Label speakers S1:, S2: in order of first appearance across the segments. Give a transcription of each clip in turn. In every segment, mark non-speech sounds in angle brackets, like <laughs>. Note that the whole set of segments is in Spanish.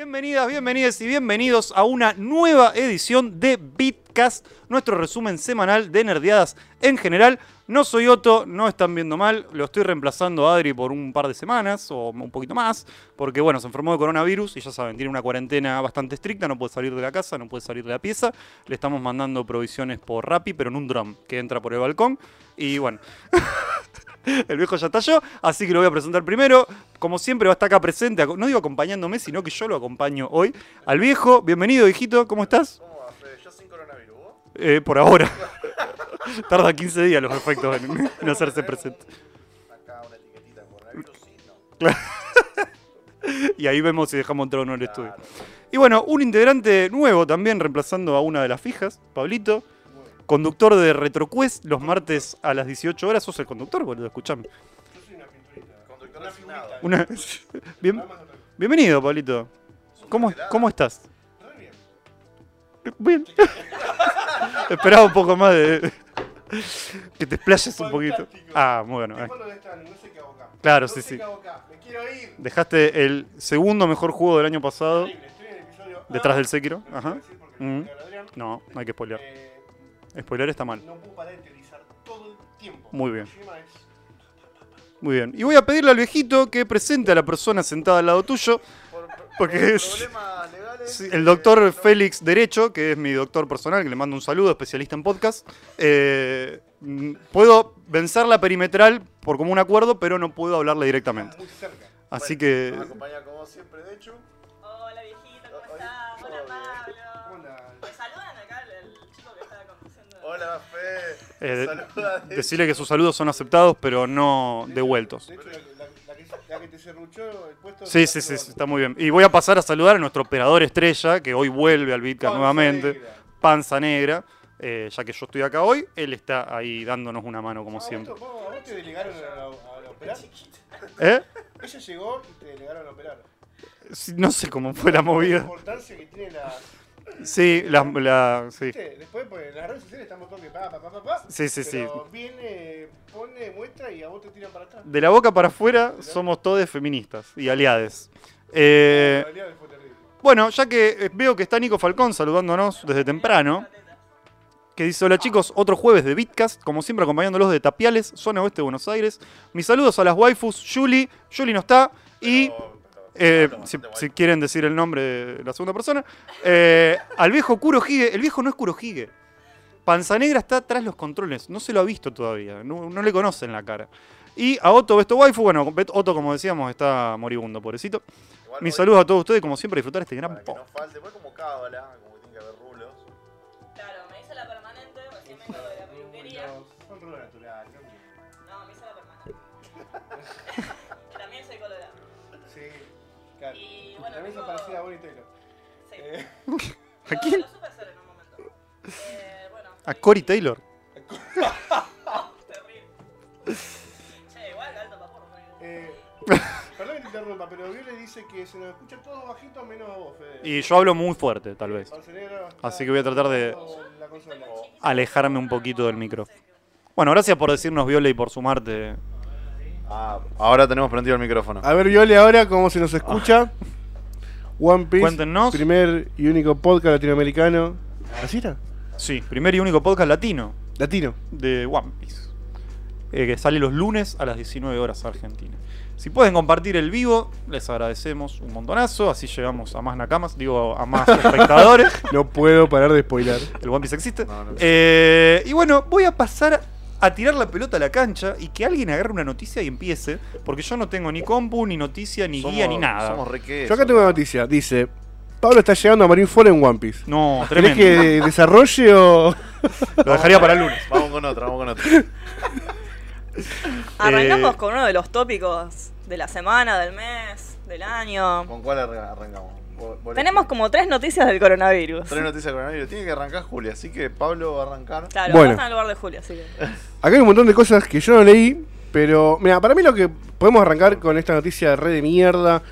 S1: Bienvenidas, bienvenidas y bienvenidos a una nueva edición de Bitcast, nuestro resumen semanal de nerdeadas en general. No soy Otto, no están viendo mal, lo estoy reemplazando a Adri por un par de semanas o un poquito más, porque bueno, se enfermó de coronavirus y ya saben, tiene una cuarentena bastante estricta, no puede salir de la casa, no puede salir de la pieza. Le estamos mandando provisiones por Rappi, pero en un drum que entra por el balcón y bueno. El viejo ya estalló, así que lo voy a presentar primero. Como siempre va a estar acá presente, aco- no digo acompañándome, sino que yo lo acompaño hoy. Al viejo, bienvenido, hijito, ¿cómo estás?
S2: ¿Cómo va, Fede? Yo sin coronavirus, ¿vos?
S1: Eh, por ahora. <laughs> Tarda 15 días los efectos en, en hacerse presente.
S2: Acá una etiquetita de coronavirus, sí, no.
S1: Y ahí vemos si dejamos entrar o no el estudio.
S2: Claro,
S1: Y bueno, un integrante nuevo también, reemplazando a una de las fijas, Pablito. Conductor de RetroQuest los martes a las 18 horas. ¿Sos el conductor? Boludo, escuchame.
S2: Conductor asignado.
S1: Una- <laughs> Bien- bienvenido, Pablito. ¿Cómo, ¿Cómo estás? Bien. <laughs> Esperaba un poco más de. Que te explayes un poquito.
S2: Fantástico.
S1: Ah, muy bueno. eh.
S2: lo de Stanley, no sé qué hago acá.
S1: Claro, sí, sí.
S2: hago acá, me quiero ir.
S1: Dejaste el segundo mejor juego del año pasado
S2: Estoy en el episodio.
S1: detrás del Sekiro. Ajá. Mm.
S2: Adrián,
S1: No, no hay que spoilear.
S2: eh,
S1: Spoiler está mal.
S2: no puedo parar de utilizar todo el tiempo.
S1: Muy bien.
S2: Kojima es-
S1: Muy bien. Y voy a pedirle al viejito que presente a la persona sentada al lado tuyo.
S2: Por, por
S1: Porque es-
S2: problemas legales.
S1: Sí, El
S2: eh,
S1: doctor
S2: no-
S1: Félix Derecho, que es mi doctor personal, que le mando un saludo, especialista en podcast. eh, mm, puedo vencer la perimetral por común acuerdo, pero no puedo hablarle directamente.
S2: Muy cerca.
S1: Así que-
S2: Nos acompaña como siempre, de hecho.
S3: Hola viejito,
S2: Hola,
S3: ¿cómo estás?
S2: todo
S3: Hola
S2: bien.
S3: Pablo.
S2: Hola.
S3: Me saludan acá el, el chico que estaba conduciendo.
S2: Hola, Fede.
S1: Eh,
S2: Saluda, de hecho.
S1: Decirle que sus saludos son aceptados, pero no devueltos.
S2: De hecho, la, la- la que, la que te cerruchó el puesto.
S1: Sí, sí, sí, sí, está muy bien. Y voy a pasar a saludar a nuestro operador estrella, que hoy vuelve al Bitcast
S2: Panza
S1: nuevamente,
S2: negra.
S1: Panza Negra. eh, ya que yo estoy acá hoy, él está ahí dándonos una mano como siempre.
S2: ¿A Ah, vos, te delegaron a, la- a la operar?
S1: ¿Eh?
S2: Ella llegó y te delegaron a operar.
S1: Sí, No sé cómo fue la
S2: La
S1: movida.
S2: importancia que tiene la.
S1: Sí, la, la- sí.
S2: ¿Viste? Después, pues, en las redes sociales estamos todos que pa, pa, pa, pa, pa.
S1: Sí, sí, sí.
S2: Pero Viene, pone, muestra y a vos te tiran para atrás.
S1: De la boca para afuera somos todos feministas y aliades. Eh,
S2: La realidad fue terrible.
S1: bueno, ya que eh, veo que está Nico Falcón saludándonos desde temprano, que dice, hola chicos, otro jueves de Bitcast, como siempre acompañándolos de Tapiales, zona oeste de Buenos Aires. Mis saludos a las waifus, Julie, Julie no está, y eh, si, si quieren decir el nombre de la segunda persona, eh, al viejo Kurohige, el viejo no es Kurohige. Panza Negra está tras los controles, no se lo ha visto todavía, no, no le conocen la cara. Y a Otto Besto Waifu, bueno, Bet- Otto como decíamos está moribundo, pobrecito.
S4: Igual
S1: Mis
S4: hoy,
S1: saludos a todos ustedes, como siempre, disfrutar este gran
S4: Para que
S1: pop.
S4: no falte, fue como cábala, como que tiene que haber rulos.
S3: Claro, me hice la permanente, recién vengo de la peluquería.
S2: Son rulo natural, ¿no?
S3: No, me hice la permanente.
S2: <laughs>
S3: También soy colorada.
S2: Sí, claro.
S3: Y bueno,
S2: También se
S3: tengo-
S2: parecía a Bonnie Taylor.
S3: Sí.
S2: Eh,
S1: ¿A quién?
S3: Lo supe hacer en un momento. Eh, bueno,
S1: A
S3: soy-
S1: Cory Taylor.
S3: Terrible. Che, igual alto pa' porro, ¿no?
S1: <laughs>
S2: eh, perdón que te interrumpa, pero Viole dice que se nos escucha todos bajitos menos a vos, Fede.
S1: Y yo hablo muy fuerte, tal vez.
S2: Panza Negra está
S1: Así que voy a tratar de
S2: con la
S3: Estoy
S2: consola.
S3: muy chiquita.
S1: alejarme un poquito del micro.
S3: No sé qué-
S1: Bueno, gracias por decirnos, Viola, y por sumarte.
S4: Ah, ahora tenemos prendido el micrófono.
S1: Ah,
S2: A ver, Viole, ahora cómo se nos escucha. One Piece,
S1: Cuéntenos.
S2: primer y único podcast latinoamericano. ¿Así era?
S1: Sí, primer y único podcast latino
S2: Latino.
S1: de One Piece. eh, que sale los lunes a las 19 horas Argentina. Si pueden compartir el vivo, les agradecemos un montonazo. Así llegamos a más nakamas, digo, a
S4: <laughs>
S1: más espectadores.
S2: No puedo parar de spoiler.
S1: El One Piece existe.
S4: No, no.
S1: Eh, y bueno, voy a pasar a tirar la pelota a la cancha y que alguien agarre una noticia y empiece. Porque yo no tengo ni compu, ni noticia, ni guía, ni nada.
S4: Somos re que
S2: Yo acá
S4: eso.
S2: tengo una noticia. Dice, Pablo está llegando a Marineford en One Piece.
S1: No,
S2: ¿Crees
S1: tremendo.
S2: que desarrolle o...?
S1: Lo dejaría para el lunes.
S4: Vamos con otra, vamos
S2: <laughs>
S4: con otra.
S3: Arrancamos
S1: Eh,
S3: con uno de los tópicos de la semana, del mes, del año.
S4: ¿Con cuál arra- arrancamos? Vos- vos
S3: Tenemos
S4: elegís.
S3: como tres noticias del coronavirus.
S4: Tres noticias de coronavirus. Tiene que arrancar Julia, así que Pablo va a arrancar.
S3: Claro,
S2: Bueno.
S3: pasan al lugar de Julio, así que.
S2: Acá hay un montón de cosas que yo no leí, pero mira, para mí lo que podemos arrancar con esta noticia de red de mierda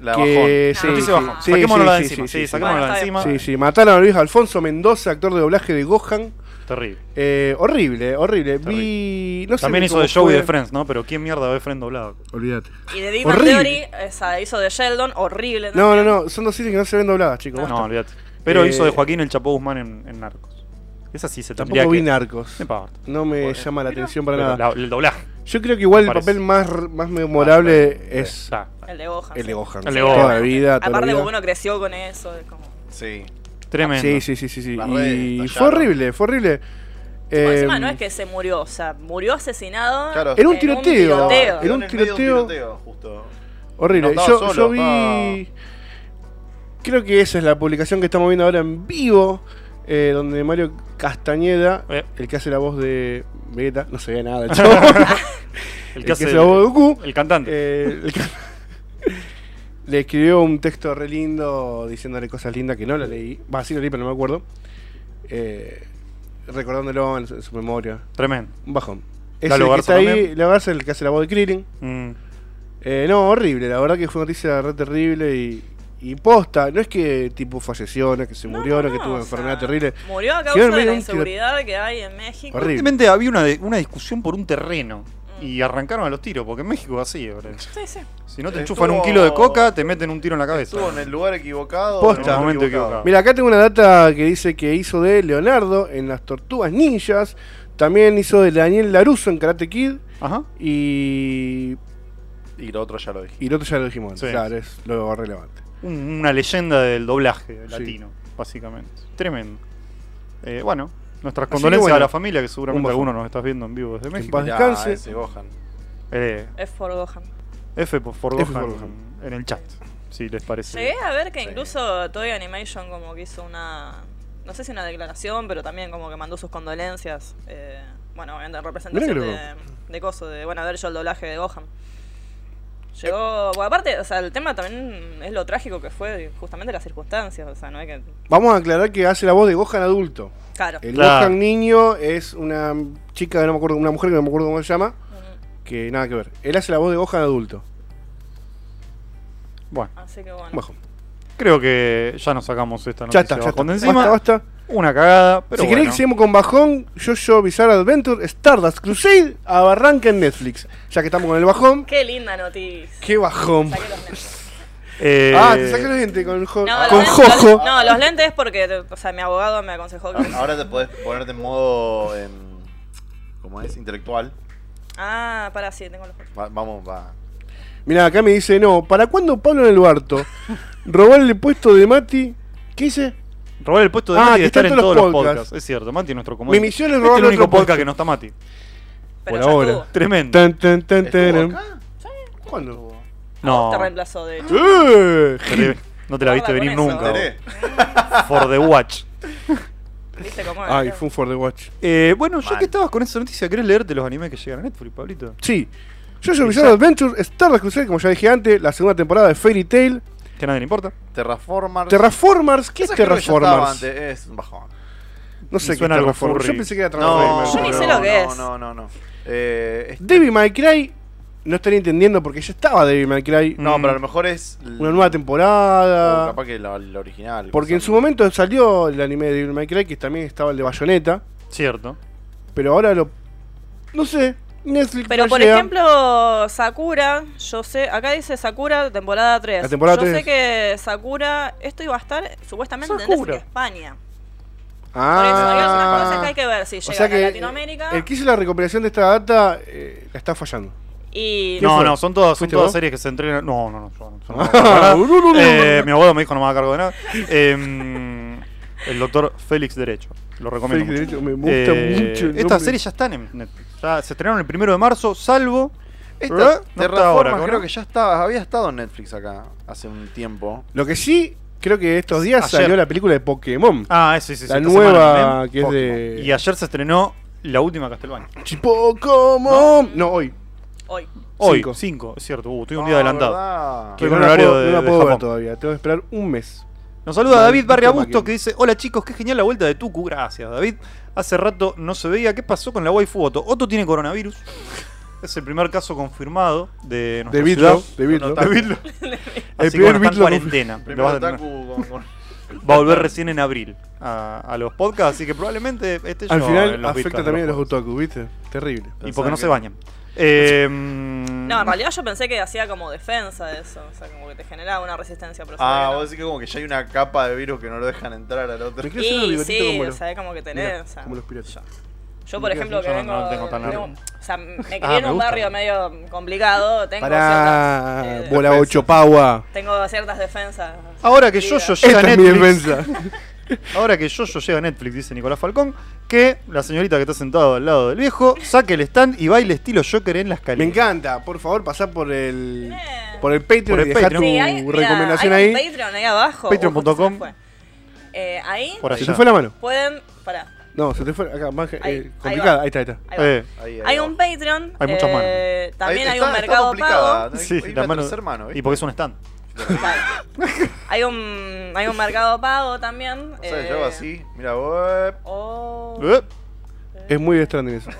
S4: La
S2: que
S3: bajón.
S2: sí,
S1: noticia
S2: sí,
S1: bajón.
S2: sí,
S1: Saquémonosla
S2: sí,
S1: de encima.
S2: sí,
S1: Sí,
S2: sí, sí.
S1: saquémonosla de
S3: Bueno, está
S1: encima.
S2: Sí, sí, mataron a Luis Alfonso Mendoza, actor de doblaje de Gohan,
S1: Terrible.
S2: Eh, horrible, horrible.
S1: Terrible.
S2: Vi. No sé
S1: También
S2: ni
S1: hizo
S2: cómo
S1: de Joey
S2: fue.
S1: de Friends, ¿no? Pero ¿quién mierda ve Friends doblado?
S2: Olvídate.
S3: Y de Big Bang
S2: Horrible.
S3: Theory, esa hizo de Sheldon, horrible.
S2: No, no,
S3: también.
S2: no. Son dos series que no se ven dobladas, chicos.
S1: No,
S2: basta.
S1: olvídate. Pero
S2: Eh,
S1: hizo de Joaquín el Chapo Guzmán en, en Narcos. Esa sí se tendría
S2: Tampoco vi
S1: que-
S2: narcos.
S1: No importa.
S2: No me llama la atención para
S1: Pero la-
S2: nada.
S1: el doblaje.
S2: Yo creo que igual el
S1: Parece.
S2: papel más, más memorable es
S1: Está.
S3: El de Gohan.
S2: el de Gohan.
S1: El de Gohan.
S2: Toda la vida, toda la
S3: Aparte,
S2: vida.
S3: porque uno creció con eso. es como-
S4: Sí.
S1: Tremendo.
S2: Sí, sí, sí, sí. sí.
S4: Las redes
S2: Y fue
S4: estallaron.
S2: horrible, fue horrible.
S3: Bueno,
S2: Eh,
S3: encima no es que se murió, o sea, murió asesinado.
S4: Claro.
S2: Era un
S3: en
S2: tiroteo.
S3: tiroteo.
S2: Era un
S4: medio de
S2: tiroteo.
S4: justo.
S2: Horrible.
S4: No, estaba
S2: yo,
S4: solo,
S2: yo vi.
S4: estaba-
S2: Creo que esa es la publicación que estamos viendo ahora en vivo. eh, donde Mario Castañeda,
S1: Eh.
S2: el que hace la voz de Vegeta, no se ve
S1: <laughs>
S2: nada, el chabón,
S1: El
S2: el
S1: que hace
S2: la voz de Goku,
S1: el cantante.
S2: eh, el que- <laughs> le escribió un texto re lindo diciéndole cosas lindas que no la leí. Va, sí lo leí, pero no me acuerdo. Eh, recordándolo en su, en su memoria.
S1: Tremendo.
S2: Un bajón. Es
S1: Lalo
S2: el que
S1: Garza
S2: está ahí,
S1: también.
S2: la Garza, el que hace la voz de Krillin.
S1: Mm.
S2: Eh, no, horrible, la verdad que fue una noticia re terrible y, y posta. No es que tipo falleció, no es que se murió, no, es que tuvo
S3: o
S2: una enfermedad
S3: sea,
S2: terrible.
S3: Murió a
S2: Quedó
S3: causa
S2: en
S3: de
S2: medio
S3: la
S2: de un tiro-
S3: inseguridad que hay en México.
S2: Horrible.
S1: Evidentemente había una, de- una discusión por un terreno. Y arrancaron a los tiros, porque en México es así, bro.
S3: Sí, sí.
S1: Si no te
S4: Estuvo-
S1: enchufan un kilo de coca, te meten un tiro en la cabeza.
S4: Estuvo en el lugar equivocado.
S2: Posta.
S4: en el
S1: Momento equivocado.
S2: Mira, acá tengo una data que dice que hizo de Leonardo en las Tortugas Ninjas. También hizo de Daniel Laruso en Karate Kid.
S1: Ajá.
S2: Y,
S4: Y lo otro ya lo dije.
S2: y lo otro ya lo dijimos antes,
S1: Sí.
S2: claro, es lo relevante.
S1: Un- una leyenda del doblaje
S2: Sí.
S1: latino, básicamente. Tremendo. Eh, bueno, nuestras
S2: Así que
S1: condolencias
S2: bueno,
S1: a la familia, que seguramente
S2: un bajón.
S1: algunos nos estás viendo en vivo desde México.
S2: paz
S4: Mirá,
S2: descanse.
S4: ese Gohan.
S1: Eh,
S3: Es por Gohan.
S1: F por por
S2: F
S1: Gohan
S2: por Gohan.
S1: en el chat, si les parece.
S3: Llegué a ver que
S4: Sí.
S3: incluso Toy Animation como que hizo una... No sé si una declaración, pero también como que mandó sus condolencias. eh, bueno, obviamente en representación
S2: loco.
S3: de, de coso, de bueno, haber yo el doblaje de Gohan.
S2: Eh.
S3: Llegó... Bueno, aparte, o sea, el tema también es lo trágico que fue justamente las circunstancias, o sea, no hay que...
S2: Vamos a aclarar que hace la voz de Gohan adulto.
S3: Claro.
S2: El
S1: Claro.
S2: Gohan niño es una chica, no me acuerdo, una mujer que no me acuerdo cómo se llama,
S3: Ujú.
S2: que nada que ver. Él hace la voz de Gohan adulto.
S1: Bueno,
S3: Así que bueno.
S2: Bajo.
S1: creo que ya nos sacamos esta
S2: Ya
S1: noticia
S2: está, ya está.
S1: bajón de encima.
S2: Basta, basta.
S1: Una cagada, pero
S2: si
S1: bueno.
S2: queréis que sigamos con bajón, Yo-Yo Bizarre Adventure, Stardust Crusade, arranca en Netflix. Ya que estamos con el bajón,
S3: Qué linda noticia.
S2: qué bajón.
S3: Saqué los lentes.
S2: <laughs>
S1: Eh,
S2: Ah, te saqué los dientes con, jo-
S3: No,
S2: con
S3: los lentes-
S2: Jojo. Ah,
S3: No, los lentes porque, o sea, mi abogado me aconsejó que...
S4: Ahora te podés ponerte en modo. em, como es, intelectual.
S3: Ah, para, sí, tengo los...
S4: Va- vamos, va.
S2: Mirá, acá me dice, no, ¿para cuándo Pablo en el
S3: <laughs>
S2: Barto? Robarle el puesto de Mati. ¿Qué hice?
S1: Robar el puesto de
S2: Ah,
S1: Mati
S2: que
S1: de
S2: está
S1: estar
S2: en
S1: en todos
S2: todos los
S1: los podcasts.
S2: podcasts.
S1: Es cierto, Mati es nuestro
S2: Mi
S1: comodín.
S2: misión es
S1: Este es
S2: robarle
S1: el único
S2: otro
S1: podcast
S2: podcast.
S1: que no está Mati.
S3: Pero
S2: Por
S3: ya
S2: ahora.
S3: estuvo.
S1: Tremendo.
S2: Tan, tan, tan, tan.
S4: ¿Estuvo acá?
S2: ¿Cuándo?
S1: No,
S3: Te reemplazó, de hecho.
S2: ¡Eh!
S1: te re- no te la viste
S3: Guarda
S1: venir
S3: con eso.
S1: nunca. vos.
S4: Me enteré.
S1: For the watch.
S3: ¿Viste cómo es?
S2: Ay, fue un For the Watch.
S1: Eh, bueno, ya
S4: Mal.
S1: que estabas con esa noticia, ¿querés leerte los animes que llegan a Netflix, Pablito?
S2: Sí. Yo-Yo Bizarre Adventure, Stardust Crusade, como ya dije antes, la segunda temporada de Fairy Tail.
S1: Que a nadie le importa.
S4: Terraformers.
S2: Terraformers, ¿qué es
S4: Esas creo que ya estaban
S2: Terraformers?
S4: antes, Es un bajón.
S2: No sé
S1: Me
S2: qué
S1: suena
S2: es
S1: algo
S2: Terraformers.
S1: furry.
S2: Yo pensé que era
S4: No,
S2: Transformers.
S3: Yo ni
S4: no,
S3: sé lo que
S4: no,
S3: es.
S4: No, no, no. Eh, es-
S2: Devil May Cry, no estaría entendiendo porque ya estaba Devil May Cry.
S1: Mm.
S4: no, pero a lo mejor es. l-
S2: Una nueva
S4: o
S2: temporada.
S4: Capaz que la, la original.
S2: Porque en su momento salió el anime de Devil May Cry, que también estaba el de Bayonetta.
S1: Cierto.
S2: Pero ahora lo. No sé. Netflix.
S3: Pero
S2: no
S3: por
S2: llega.
S3: ejemplo, Sakura, yo sé, acá dice Sakura temporada 3.
S2: La temporada
S3: yo
S2: tres.
S3: sé que Sakura, esto iba a estar supuestamente en
S1: Sakura.
S3: Netflix España. Por eso hay algunas cosas que hay
S2: Ah.
S3: que ver si llegan
S2: O sea que.
S3: a Latinoamérica.
S2: El que hizo la recopilación de esta data eh, la está fallando.
S3: Y
S1: No,
S2: fue?
S1: no, son todas, son
S2: ¿Fuiste
S1: todas
S2: vos?
S1: series que se entrenan. No, no, no. yo <laughs> no- yo no me hago cargo de nada. Eh, Mi abogado me dijo no me haga cargo de nada. Eh, el doctor Félix Derecho. Lo recomiendo.
S2: Fake
S1: mucho.
S2: derecho, me gusta
S1: Eh,
S2: mucho. el
S1: Estas
S2: nombre.
S1: series ya están en Netflix. Ya se estrenaron el primero de marzo, salvo. ¿Eh? No
S4: Esta
S1: está
S4: Terraformers
S1: ahora,
S4: creo
S1: ¿no?
S4: que ya estaba, había estado en Netflix acá hace un tiempo.
S2: Lo que sí, creo que estos días
S1: Ayer.
S2: salió la película de Pokémon.
S1: Ah, sí, sí, sí.
S2: la
S1: esta
S2: nueva
S1: semana, ¿eh?
S2: que es de.
S1: Y ayer se estrenó la última Castlevania.
S2: Pokémon. No, hoy.
S3: hoy.
S1: Hoy,
S2: Cinco.
S1: 5, es cierto. Uh, estoy un
S4: Ah,
S1: día adelantado.
S4: ¿verdad?
S1: Que-
S2: Pero
S1: con
S2: no la
S1: horario
S2: puedo,
S1: de-
S2: no la
S1: de
S2: puedo ver
S1: Japón.
S2: todavía. Tengo que esperar un mes.
S1: Nos saluda David
S2: Maldito
S1: Barria Augusto
S2: máquina.
S1: que dice: Hola chicos, qué genial la vuelta de Tucu. Gracias, David. Hace rato no se veía. ¿Qué pasó con la waifu Otto? Otto tiene coronavirus. Es el primer caso confirmado de nuestra
S2: De Bitlo.
S1: ciudad.
S2: De Bitlo.
S4: No, no,
S1: De Bitlo.
S2: El
S1: Así que
S2: primer
S1: bueno, está en
S2: Bitlo.
S1: cuarentena. Lo
S4: Primero
S1: vas a tener. <laughs>
S4: Taku con, con-
S1: va a volver recién en abril a, a los podcasts, así que probablemente este
S2: <laughs> Al
S1: yo en
S2: final
S1: los
S2: afecta
S1: podcasts
S2: también a
S1: de
S2: los otaku, ¿viste? Terrible.
S1: juegos. Y porque no
S4: Pensaba
S1: se
S4: que-
S1: bañan. Eh, mm,
S3: No, en realidad yo pensé que hacía como defensa de eso. O sea, como que te generaba una resistencia. Pero
S4: Ah,
S3: sabía que no.
S4: vos decís que como que ya hay una capa de virus que no lo dejan entrar al otro.
S2: Me quiero hacer un
S3: Y
S2: bigotito
S3: sí,
S2: como
S3: o
S2: los-
S3: sea, es como que
S2: Mirá,
S3: tenés. o sea,
S2: como los piratas.
S3: Yo, por
S1: Yo
S3: ejemplo, que
S1: no-
S3: vengo.
S1: no tengo tan
S3: vengo-
S1: largo.
S3: o sea, me crié
S1: Ah,
S3: en
S1: me
S3: un
S1: gusta.
S3: barrio medio complicado. Tengo
S2: Pará,
S3: ciertas. eh,
S2: bola 8 pagua.
S3: tengo ciertas defensas.
S1: ahora que yo, yo
S3: Diga.
S1: llega a
S2: Esta es mi
S1: Netflix. <laughs>
S2: defensa.
S1: Ahora que yo, yo llega a Netflix, dice Nicolás Falcón, que la señorita que está sentada al lado del viejo saque el stand y baile estilo Joker en las
S2: Me
S1: calles.
S2: encanta, por favor, pasá por el
S3: Eh.
S2: por el Patreon
S1: Por el
S2: y dejá
S1: Patreon.
S3: Sí,
S2: tu
S3: hay, mira,
S2: recomendación
S3: hay un
S2: ahí.
S3: Patreon ahí abajo.
S1: Patreon.com.
S3: Uy, se me fue. Eh, ahí
S1: Por
S2: Se
S1: allá.
S2: te fue la mano.
S3: pueden. Pará.
S2: No, se te fue acá, más eh,
S3: Ahí, ahí
S2: complicada.
S3: va.
S2: Ahí está, ahí está.
S3: Ahí va.
S1: Eh,
S4: Ahí, ahí
S3: Hay
S4: va.
S3: un Patreon.
S1: Hay muchas manos.
S3: eh, También
S4: Ahí
S3: hay
S4: está-
S3: un
S4: está
S3: mercado
S4: complicada,
S3: pago.
S4: ¿no? Hay-
S1: sí,
S4: hay
S1: la
S4: una
S1: mano-
S4: tercer mano, ¿viste?
S1: y porque es un stand. Eh,
S3: Claro. hay un hay un mercado pago también.
S4: <laughs> O sea,
S3: eh, oh.
S4: yo hago así, mira, vos.
S3: o-
S1: Eh,
S2: Es muy extraño eso.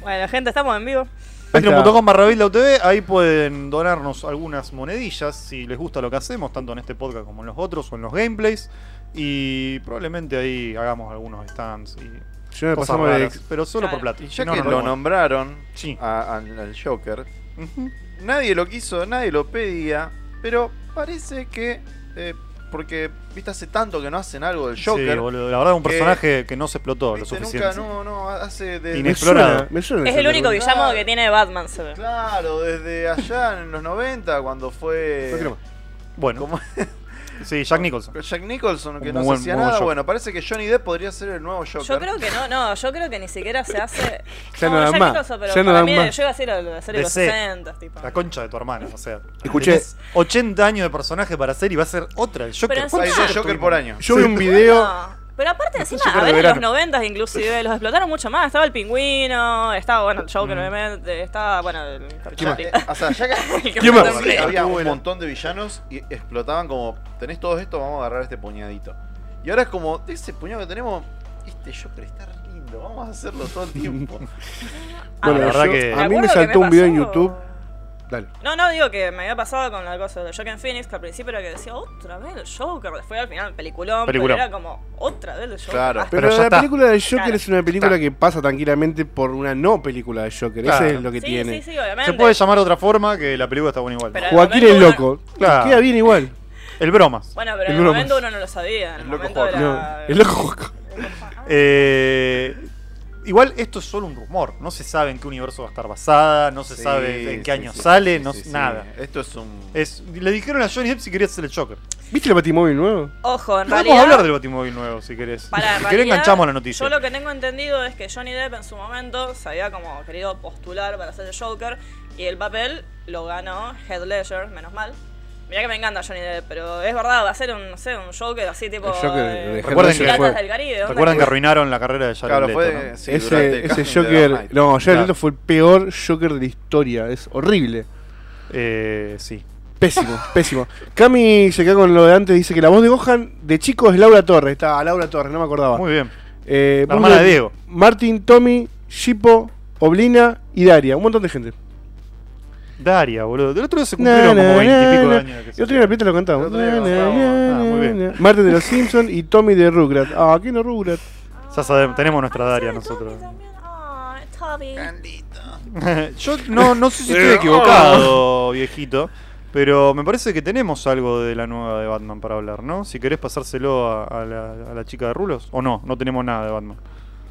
S3: Bueno, gente, estamos en vivo.
S1: Patreon.com barra BitLauTV, ahí pueden donarnos algunas monedillas si les gusta lo que hacemos, tanto en este podcast como en los otros o en los gameplays. Y probablemente ahí hagamos algunos stands y
S2: Si no le
S1: cosas
S2: pasamos el
S1: raras,
S2: ex-
S1: pero solo por
S3: Claro.
S1: plata.
S4: Y ya
S1: No,
S4: que
S1: no, no,
S4: lo
S1: no.
S4: nombraron
S1: Sí.
S4: a- al- al Joker,
S1: Ujú.
S4: nadie lo quiso, nadie lo pedía, pero parece que. eh, porque, viste, hace tanto que no hacen algo del Joker.
S1: Sí, boludo, la verdad un
S4: que-
S1: personaje que no se explotó lo
S4: viste,
S1: suficiente.
S4: nunca, no, no, hace. de-
S2: me
S1: Inexplorado.
S2: suena, me suena
S3: Es
S2: ese
S3: el único
S2: nombre.
S3: villamo que tiene Batman, se ve.
S4: Claro, desde allá en los 90, cuando fue.
S2: No quiero más.
S1: Bueno,
S4: como-
S1: <laughs> sí, Jack Nicholson.
S4: Jack Nicholson, que
S1: Muy
S4: no se
S1: buen-
S4: hacía
S1: muy buen
S4: nada.
S1: Joker.
S4: Bueno, parece que Johnny Depp podría ser el nuevo Joker.
S3: Yo creo que no, no, yo creo que ni siquiera se hace.
S2: Ya no dan
S3: Jack
S2: más,
S3: Nicholson, pero
S2: ya no
S3: para
S2: dan
S3: mí
S2: más.
S3: Yo iba a decir lo de la serie de los
S1: DC.
S3: 60, tipo.
S1: La concha de tu hermana, o sea.
S2: Escuché-
S1: tenés 80 años de personaje para hacer y va a ser otra el Joker.
S3: Pero
S1: ¿Cuántos
S4: Hay
S3: encima-
S1: Jokers
S4: dos Joker
S1: tuvimos?
S4: por año.
S2: Yo vi un video.
S3: No. Pero aparte, encima,
S2: Joker
S3: a
S2: de
S3: ver, en los
S2: verano.
S3: 90 inclusive los explotaron mucho más. Estaba el pingüino, estaba, bueno, el Joker,
S1: Mm.
S3: obviamente, estaba, bueno, el Capitán
S4: Ya, eh,
S3: <laughs>
S4: o sea, ya que
S3: América.
S2: ¿Quién más?
S4: Sí,
S3: También.
S4: había un
S2: Buena.
S4: montón de villanos y explotaban como, tenés todo esto, vamos a agarrar este puñadito. Y ahora es como, de ese puñado que tenemos, este Joker está re lindo, vamos a hacerlo todo el
S1: <laughs>
S4: tiempo.
S2: Bueno,
S1: la
S2: yo-
S1: verdad que-
S2: a mí me
S3: Ah, acuerdo que
S2: saltó un video en
S3: pasó-
S2: YouTube. Dale.
S3: No, no, digo que me había pasado con la cosa de Joker Phoenix, que al principio era que decía otra vez el Joker, después al final peliculón,
S1: Peliculón.
S3: pero era como otra vez el Joker.
S4: Claro.
S3: basta.
S2: Pero,
S1: ya
S2: la
S1: está.
S2: película de Joker
S3: Claro.
S2: es una película
S1: Está.
S2: que pasa tranquilamente por una no película de Joker.
S1: Claro.
S2: Ese es lo que
S3: sí,
S2: tiene.
S3: sí, sí, obviamente.
S1: Se puede llamar de otra forma que la película está buena igual.
S3: Pero-
S2: Joaquín
S3: Pero
S2: el
S3: no-
S2: loco.
S1: Claro.
S2: Queda bien igual.
S1: El bromas.
S3: Bueno, pero
S2: El
S3: en el
S2: broma.
S3: momento uno no lo sabía. En el,
S4: El loco
S3: momento era...
S2: No, el loco Joaquín.
S1: Eh, igual esto es solo un rumor. No se sabe en qué universo va a estar basada, no se
S4: Sí,
S1: sabe en qué
S4: sí,
S1: año
S4: sí,
S1: sale,
S4: sí,
S1: no
S4: sí, sí.
S1: nada.
S4: Esto es un...
S1: Es- le dijeron a Johnny Depp si quería hacer el Joker.
S2: ¿Viste el Batimóvil nuevo?
S3: <laughs> Ojo, en
S1: Podemos
S3: realidad...
S1: hablar del Batimóvil nuevo si querés. <laughs>
S3: Para,
S1: si querés enganchamos la noticia.
S3: Yo lo que tengo entendido es que Johnny Depp en su momento se había como querido postular para ser el Joker y el papel lo ganó Heath Ledger, menos mal. Mirá que me encanta Johnny Depp, pero es verdad, va a ser un, no sé, un Joker así tipo...
S2: El Joker
S3: eh,
S2: de
S1: Recuerden
S2: Heath Ledger
S3: Piratas
S1: fue-
S3: del Caribe, onda
S1: Recuerdan que
S3: que-
S1: arruinaron la carrera de Jared
S4: Claro,
S1: Leto,
S4: fue...
S1: ¿no?
S4: sí, durante
S2: ese
S4: el
S2: ese
S4: casting de Dark
S2: Joker.
S4: Knight.
S2: No, Jared
S1: Claro.
S2: Leto fue el peor Joker de la historia. Es horrible.
S1: Eh, sí.
S2: Pésimo, <laughs> pésimo. Cami se queda con lo de antes. Dice que la voz de Gohan de chico es Laura Torres. Está Laura Torres, no me
S4: Ah.
S2: acordaba.
S1: Muy bien.
S2: Eh,
S1: La
S2: vos
S1: hermana de Diego.
S2: Martin, Tommy, Shippo, Oblina y Daria. Un montón de gente.
S1: Daria, boludo. Del otro día se
S2: Na,
S1: cumplieron
S2: na,
S1: como veintipico de
S2: na,
S1: años. de que
S2: Yo
S1: se-
S2: tenía la pelota lo cantamos.
S4: El otro día
S2: Na,
S4: lo
S2: na,
S4: cantábamos.
S2: na,
S1: Ah, muy bien.
S2: na. Martin de los Simpsons y Tommy de Rugrat. Ah, ¿quién es Rugrat?
S1: Ya sabemos, tenemos nuestra
S3: Ah,
S1: Daria
S3: sí, Tommy
S1: nosotros.
S3: también. Ah, Toby.
S4: Candito.
S1: <laughs> Yo no, no sé si estoy equivocado, viejito. Pero me parece que tenemos algo de la nueva de Batman para hablar, ¿no? Si querés pasárselo a, a la, a la chica de Rulos. O no, no tenemos nada de Batman.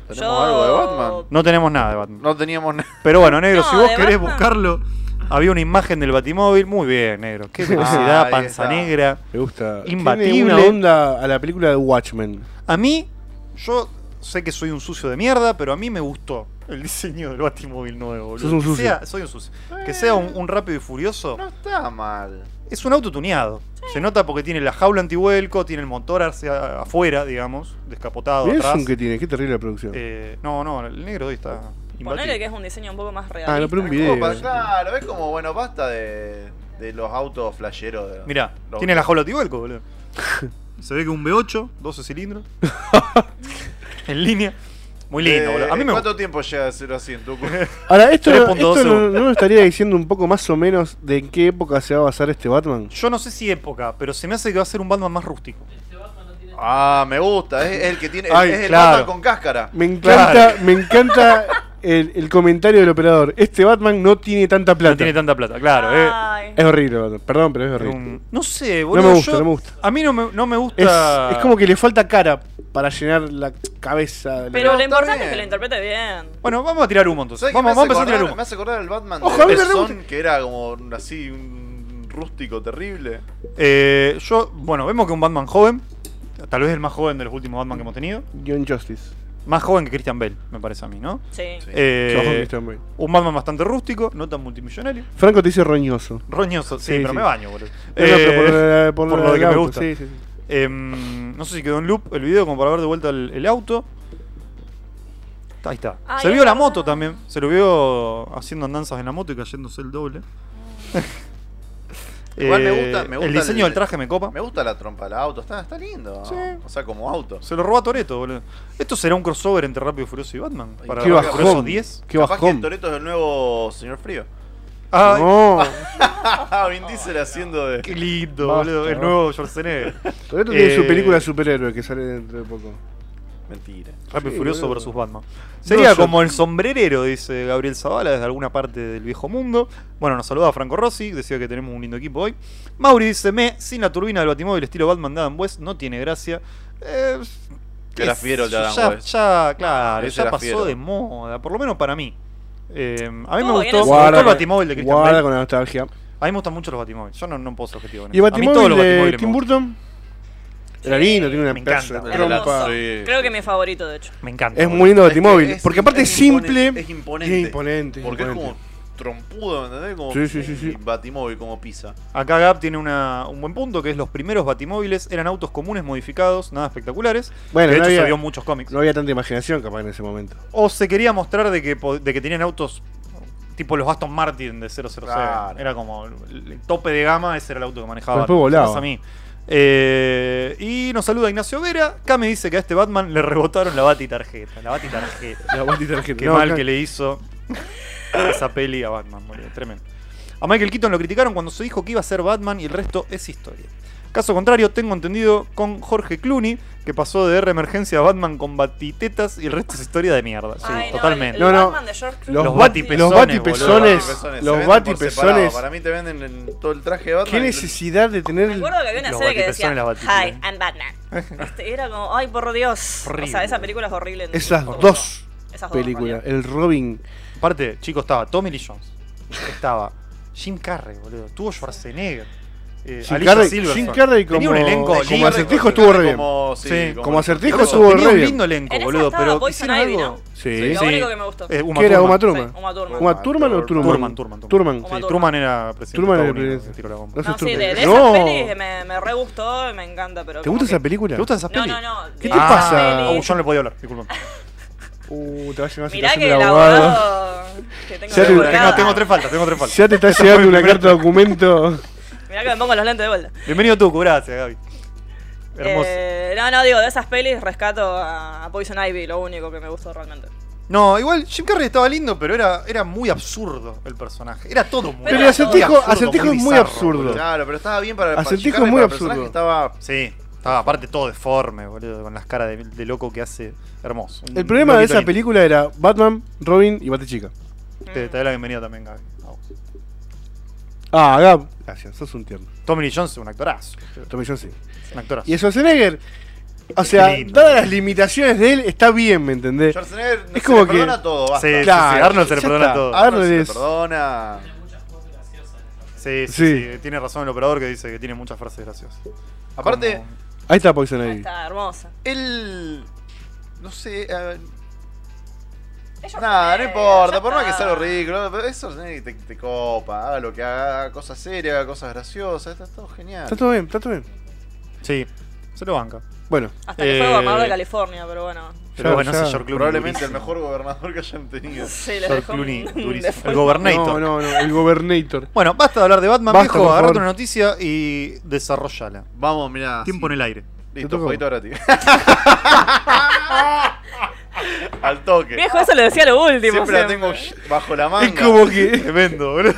S4: ¿Tenemos
S3: Yo-
S4: algo de Batman?
S1: No tenemos nada de Batman.
S4: No teníamos <laughs> nada.
S1: Pero bueno, negro,
S3: No,
S1: si vos
S3: de
S1: querés
S3: Batman.
S1: buscarlo, había una imagen del Batimóvil. Muy bien, negro.
S3: <laughs>
S1: Qué velocidad,
S4: ahí
S1: panza
S4: está.
S1: negra.
S2: Me gusta.
S1: Imbatible.
S2: Tiene una onda a la película de Watchmen.
S1: A mí, yo sé que soy un sucio de mierda, pero a mí me gustó el diseño del Batimóvil nuevo, boludo.
S2: Sos un
S1: Que
S2: sucio.
S1: sea- soy un sucio. Que sea un, un rápido y furioso.
S4: No está mal.
S1: Es un auto tuneado. Se nota porque tiene la jaula antivuelco, tiene el motor hacia afuera, digamos, descapotado
S2: Mirá el
S1: atrás.
S2: zoom que tiene, qué terrible la producción.
S1: Eh, no, no, el negro hoy está
S3: Ponele que
S1: imbatible.
S3: es un diseño un poco más realista.
S2: pero Ah, un
S3: ¿no?
S2: video.
S4: Como
S2: Sí.
S4: para- claro, es como, bueno, basta de, de los autos flasheros. de-
S1: Mirá,
S4: los-
S1: tiene la jaula antivuelco,
S2: <laughs>
S1: boludo. Se ve que un V8, 12 cilindros. en línea. Muy lindo,
S4: Eh,
S1: boludo. A mí me
S4: ¿Cuánto tiempo llega de 0 a
S1: <laughs>
S4: 100, Tucu?
S2: Ahora, esto, no,
S1: 3.2
S2: esto no-
S1: segundos.
S2: no nos estaría diciendo un poco más o menos de en qué época se va a basar este Batman.
S1: Yo no sé si época, pero se me hace que va a ser un Batman más rústico.
S4: Ah, me gusta. Es, es el que tiene.
S1: Ay,
S4: es el
S1: claro.
S4: Batman con cáscara.
S2: Me encanta, me encanta el, el comentario del operador. Este Batman no tiene tanta plata.
S1: No tiene tanta plata, claro. eh.
S3: Ay.
S2: Es horrible, Batman. perdón, pero es
S1: Es
S2: horrible.
S1: un- no sé, boludo.
S2: me gusta,
S1: yo-
S2: no me gusta.
S1: A mí no me, no me
S2: Es,
S1: gusta.
S2: es como que le falta cara para llenar la cabeza. del-
S3: Pero
S4: Pero
S3: lo
S4: está
S3: importante
S4: bien.
S3: es que lo interprete bien.
S1: Bueno, vamos a tirar humo entonces.
S4: ¿Sabes qué
S1: Vamos,
S4: me
S1: vamos a
S4: hace
S1: empezar a tirar
S4: acordar?
S1: humo.
S4: Me hace acordar el Batman
S2: Ojo, a mí
S4: de
S2: me re
S4: Pezón,
S2: gusta.
S4: que era como un- así un rústico terrible.
S1: Eh, yo, bueno, vemos que un Batman joven. Tal vez el más joven de los últimos Batman que hemos tenido.
S2: John Justice.
S1: Más joven que Christian Bale, me parece a mí, ¿no?
S3: Sí.
S4: Sí.
S1: Eh,
S2: Ojo, Christian Bale.
S1: un Batman bastante rústico, no tan multimillonario.
S2: Franco te dice roñoso.
S1: Roñoso, sí,
S2: Sí,
S1: pero
S2: sí.
S1: me baño, boludo.
S2: No, no, pero por
S1: Eh,
S2: la- por
S1: por
S2: la
S1: lo
S2: del
S1: que me
S2: auto,
S1: gusta.
S2: sí, sí, sí.
S1: em, no sé si quedó en loop el video como para ver de vuelta el, el auto. Ahí está.
S3: Ay,
S1: se
S3: es
S1: vio la
S3: verdad.
S1: moto también. Se lo vio haciendo andanzas en la moto y cayéndose el doble.
S4: <laughs>
S1: Eh,
S4: Igual me gusta- me gusta
S1: El diseño
S4: el-
S1: del traje me copa.
S4: Me gusta la trompa del auto, está, está lindo.
S1: Sí.
S4: O sea, como auto.
S1: Se lo roba Toreto, boludo. Esto será un crossover entre Rápido y Furioso y Batman.
S4: Ay,
S1: Para
S2: Qué
S4: Rápido y
S1: Rápido y Furioso
S2: bajón.
S1: 10.
S2: Qué
S4: Capaz que
S2: bajón.
S4: el Toreto es el nuevo señor frío. <laughs>
S1: Ah,
S2: No,
S4: Ah, Vin Diesel haciendo de.
S1: qué lindo,
S2: Basta,
S1: boludo. El
S2: basta.
S1: nuevo Schwarzenegger.
S2: Toretto tiene
S1: Eh,
S2: su película de superhéroe que sale dentro de poco.
S4: Mentira.
S1: Rápido y
S2: Sí,
S1: Furioso
S2: boludo.
S1: versus Batman. Sería
S2: yo-
S1: como el sombrerero, dice Gabriel Zavala, desde alguna parte del viejo mundo. Bueno, nos saluda Franco Rossi, decía que tenemos un lindo equipo hoy. Mauri dice, me, sin la turbina del batimóvil estilo Batman de Adam West, no tiene gracia. Eh,
S4: Que era
S1: qué
S4: fiero el eh. de
S1: sé yo,
S4: Adam
S1: ya,
S4: West.
S1: Ya, claro,
S4: Ese
S1: ya
S4: era
S1: pasó
S4: fiero.
S1: de moda, por lo menos para mí. Eh, a mí me
S3: No,
S1: gustó,
S3: bien,
S1: me
S3: eso-
S1: gustó el batimóvil de Christian
S2: guarda
S1: Bale.
S2: con la nostalgia.
S1: A mí me gustan mucho los batimóviles, yo no, no puedo ser objetivo. con
S2: ¿Y el
S1: eso. A mí todos
S2: batimóvil
S1: los
S2: de
S1: batimóviles me
S2: Tim
S1: gustan.
S2: Burton? Era
S3: Sí,
S2: lindo, tiene
S1: me
S2: una pedazo
S1: encanta.
S2: de trompa.
S3: Hermoso.
S4: Sí.
S3: Creo que es mi favorito, de hecho.
S1: Me encanta.
S2: Es
S1: boludo.
S2: muy lindo el
S4: Es que
S2: batimóvil.
S4: es-
S2: Porque aparte es
S4: impone-
S2: simple.
S4: Es imponente.
S2: Es imponente, es
S4: Porque es
S2: imponente.
S4: como trompudo, ¿entendés? Como
S2: Sí, sí, sí, sí.
S4: Batimóvil, como pizza.
S1: Acá Gap tiene una- un buen punto, que es los primeros batimóviles eran autos comunes modificados, nada espectaculares.
S2: Bueno,
S1: de
S2: no
S1: hecho se
S2: había-
S1: vio en muchos cómics.
S2: No había tanta imaginación capaz en ese momento.
S1: O se quería mostrar de que, po- de que tenían autos tipo los Aston Martin de 007.
S4: Claro.
S1: Era como el, el tope de gama, ese era el auto que manejaba.
S2: Pero después
S1: Batman,
S2: volaba.
S1: gracias a mí. Eh, y nos saluda Ignacio Vera. Acá me dice que a este Batman le rebotaron la bati tarjeta. La bati tarjeta.
S2: La vuelta y tarjeta.
S1: Qué
S2: No,
S1: mal
S2: acá-
S1: que le hizo esa peli a Batman, boludo. Tremendo. A Michael Keaton lo criticaron cuando se dijo que iba a ser Batman y el resto es historia. Caso contrario, tengo entendido con Jorge Clooney, que pasó de R emergencia a Batman con batitetas y el resto es historia de mierda. Sí,
S3: Ay, no,
S1: totalmente.
S3: El, el
S2: No, no.
S3: Batman de George Clooney.
S2: Los,
S1: Los
S2: bati-
S1: batipezones,
S2: los
S1: Pezones,
S2: batipezones.
S4: Batipezones, se
S2: Los
S4: venden por separado.
S2: batipezones.
S4: Para mí te venden en todo el traje de Batman.
S2: Qué
S4: y-
S2: necesidad de tener.
S3: Me acuerdo que había una
S1: Los
S3: serie que
S1: batipezones
S3: decía
S1: y las batipezones.
S3: Hi, I'm Batman. Este, era como, ay, por Dios. O
S1: Horrible.
S3: sea, esa película es horrible. en-
S2: Esas
S3: por
S2: dos
S3: todo. Esas dos, en
S2: películas.
S3: realidad.
S2: El Robin.
S1: Aparte, chicos, estaba Tommy Lee Jones. Estaba Jim Carrey, boludo. Tuvo Schwarzenegger. eh,
S2: Jim
S1: Alicia
S2: Carrey-
S1: Silverstone.
S2: Jim Carrey
S1: Tenía un
S2: como-
S1: elenco
S2: como
S1: lindo.
S2: acertijo. estuvo re bien.
S4: Como,
S1: Sí,
S4: sí,
S2: Como acertijo
S1: Por eso,
S2: estuvo
S1: tenía
S2: re
S1: un
S2: bien.
S1: lindo elenco,
S3: En esa
S1: boludo.
S3: estaba
S1: Pero
S3: Poison
S1: hicieron
S3: Ivy,
S1: algo.
S3: ¿no?
S2: Sí.
S3: Lo
S1: Sí.
S3: único que me gustó.
S1: Eh, Uma
S2: ¿Qué era?
S1: Thurman.
S2: ¿Uma Thurman?
S3: Sí, Uma Thurman.
S2: ¿Uma Thurman o Truman?
S1: Turman, Turman, Turman.
S2: Turman.
S1: Sí,
S3: Uma
S1: Truman era presidente.
S2: Truman
S1: de
S2: era
S1: Estados Unidos,
S2: presidente.
S1: que tiró la bomba.
S2: No
S3: No, sí,
S2: sé,
S3: de, de
S2: Truman.
S3: esas
S2: No.
S3: pelis me, me re gustó y me encanta, pero.
S2: ¿Te gusta esa película?
S1: ¿Te gustan esas
S3: No,
S1: pelis?
S3: no, no.
S2: ¿Qué
S3: de
S2: te
S3: esas
S2: pasa?
S1: Ah,
S3: pelis-
S1: yo no le podía hablar, disculpen.
S2: Uh, te va a llevar una
S3: Mirá
S2: situación
S3: que
S2: de
S3: el
S2: abogado.
S3: abogado. Que tengo,
S2: Ya
S3: de
S1: <laughs> tengo,
S2: te- Nada.
S1: tengo-
S3: abogada.
S1: tengo tres faltas, tengo tres faltas.
S2: Ya te está llegando una carta de documento.
S3: Mirá que me pongo los lentes de vuelta.
S1: <laughs> Bienvenido tú, gracias, Gaby. Hermoso.
S3: Eh, no, no, digo, de esas pelis rescato a, a Poison Ivy, lo único que me gustó realmente.
S1: No, igual Jim Carrey estaba lindo, pero era, era muy absurdo el personaje. Era todo muy
S3: Pero
S1: muy
S2: Acertijo-
S1: absurdo,
S2: Acertijo es muy
S1: bizarro,
S2: absurdo.
S1: boludo.
S4: Claro, pero estaba bien para
S2: Acertijo
S4: para
S2: es muy
S4: para el personaje
S2: absurdo.
S4: Estaba
S1: Sí, estaba aparte todo deforme, boludo, con las caras de, de loco que hace. Hermoso. Un
S2: El problema de
S1: loquito
S2: esa
S1: lindo.
S2: película era Batman, Robin y Batichica.
S1: Te, te
S3: Mm.
S1: doy la bienvenida también, Gaby. A vos.
S2: Ah, Gab. Gracias, sos un tierno.
S1: Tommy Lee Jones es un actorazo.
S2: Tommy John sí.
S1: Un actorazo.
S2: Y Schwarzenegger. O sea,
S1: lindo.
S2: dadas las limitaciones de él, está bien, ¿me entendés?
S4: Schwarzenegger
S2: Es como
S4: se le
S2: que-
S4: perdona todo, basta.
S1: Sí, sí, sí, Arnold se le
S2: ya
S1: perdona
S2: está.
S1: todo.
S4: Arnold se le
S2: Arnold es.
S4: perdona.
S1: Sí, sí,
S2: Sí.
S1: sí, Tiene razón el operador que dice que tiene muchas frases graciosas.
S4: Aparte,
S1: Como-
S2: Ahí está Poison
S3: Ahí
S2: Ivy.
S3: Está hermosa.
S4: él. No sé. eh,
S3: Es George
S4: nada, no
S3: Clooney,
S4: importa.
S3: ya
S4: Por más que
S3: está.
S4: sea lo ridículo, pero eso Schwarzenegger te, te copa. Haga lo que haga, haga cosas serias, haga cosas graciosas. Está todo genial.
S2: Está todo bien, está todo bien.
S1: Sí, se lo banca.
S2: Bueno,
S3: Hasta que fue
S1: Eh,
S3: gobernador de California, pero bueno.
S1: Pero
S2: Ya,
S1: bueno,
S2: ya.
S1: ese George Clooney.
S4: Probablemente
S1: durísimo.
S4: el mejor gobernador que hayan tenido.
S3: Sí, les
S1: George
S3: dejó un-
S1: Clooney,
S3: un <laughs>
S1: durísimo. El
S3: default.
S1: Gobernator.
S2: no, no, no, el Gobernator.
S1: Bueno, basta de hablar de Batman,
S2: Basta,
S1: viejo.
S2: por
S1: Agarrate
S2: favor.
S1: una noticia y desarrollala.
S4: Vamos,
S1: <laughs>
S4: mirá.
S1: Tiempo en el aire.
S2: Te
S4: Listo,
S2: toca.
S4: jueguito gratis. al toque.
S3: Viejo, eso lo decía lo último.
S4: siempre la tengo bajo la manga.
S2: Es como que-
S4: Tremendo, bro.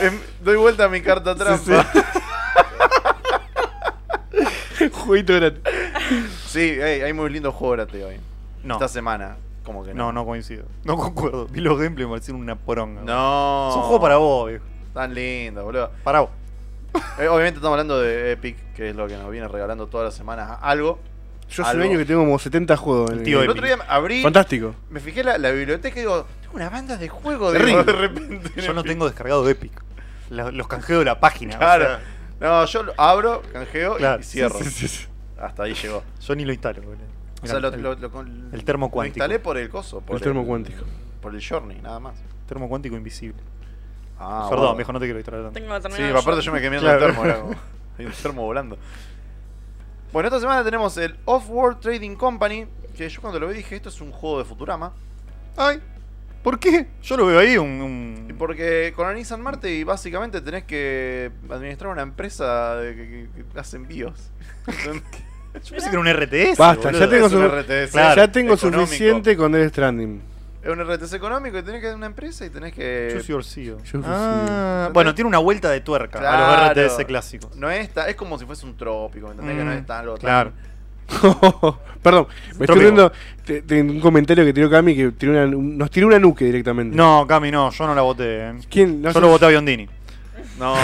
S4: Em, Doy vuelta a mi carta trampa. <laughs> Sí,
S2: Jueguito gratis.
S4: hey, hay muy lindo juego gratis hoy.
S1: No,
S4: Esta semana, como que
S1: no,
S4: no.
S1: no coincido. No concuerdo. Vi los gameplays y me parecieron una poronga. boludo.
S4: No.
S1: Es un juego para vos, viejo.
S4: Tan lindo, boludo.
S1: Para vos.
S4: Eh, obviamente estamos hablando de Epic, que es lo que nos viene regalando todas las semanas algo.
S2: Yo soy
S4: Algo.
S2: dueño que tengo como 70 juegos. en
S1: El
S2: el-
S1: tío
S4: El
S1: Epic.
S4: otro día abrí,
S2: Fantástico.
S4: me fijé la, la biblioteca y digo, tengo una banda de juegos de,
S2: Terrible.
S4: de repente. en
S1: Yo no
S4: Epic.
S1: tengo descargado Epic. Lo- Los canjeo de la página. o
S4: Claro.
S1: sea,
S4: No, yo lo abro, canjeo y-
S1: Claro.
S4: y cierro.
S1: Sí, sí,
S4: Hasta ahí llegó.
S1: yo ni lo instalo, boludo.
S4: O
S1: Mirá,
S4: sea, lo,
S1: el
S4: lo- lo con-
S1: el termo
S4: lo
S1: cuántico.
S4: instalé por el coso. Por
S2: El termo cuántico.
S4: Por el Journey, nada más.
S1: termo cuántico invisible.
S4: Ah,
S1: Perdón,
S4: bueno.
S1: viejo, no te quiero distraer tanto.
S3: Tengo que terminar
S4: Sí,
S3: el
S4: aparte
S3: show.
S4: yo me quemé en el
S1: Claro.
S4: termo. era como- Hay un termo volando. Bueno, esta semana tenemos el Off-World Trading Company. Que yo cuando lo vi dije, esto es un juego de Futurama.
S1: Ay, ¿por qué? Yo lo veo ahí, un. un-
S4: Y Porque colonizan Marte y básicamente tenés que administrar una empresa de- que, que- que
S1: <laughs>
S4: hace envíos.
S1: Yo pensé que era un RTS.
S2: Basta,
S1: boludo.
S2: ya tengo
S4: Es un
S2: su-
S4: RTS.
S1: Claro,
S2: ya tengo
S4: económico.
S2: suficiente con Death Stranding.
S4: Es un RTS económico y tenés que tener una empresa y tenés que...
S1: Choose your CEO.
S2: Choose your
S1: Ah,
S4: CEO.
S1: bueno, tiene una vuelta de tuerca a
S4: Claro.
S1: los RTS clásicos.
S4: No es, ta- es como si fuese un trópico, ¿me entendés? que no
S1: Mm,
S4: es tan algo tan-
S1: claro. <laughs>
S2: Perdón, me
S1: Trópico.
S2: estoy viendo un comentario que tiró Cami que tiró una- nos tiró una nuque directamente.
S1: No, Cami, no, yo no la voté. eh.
S2: ¿Quién? No
S1: Yo lo voté a Biondini.
S4: No,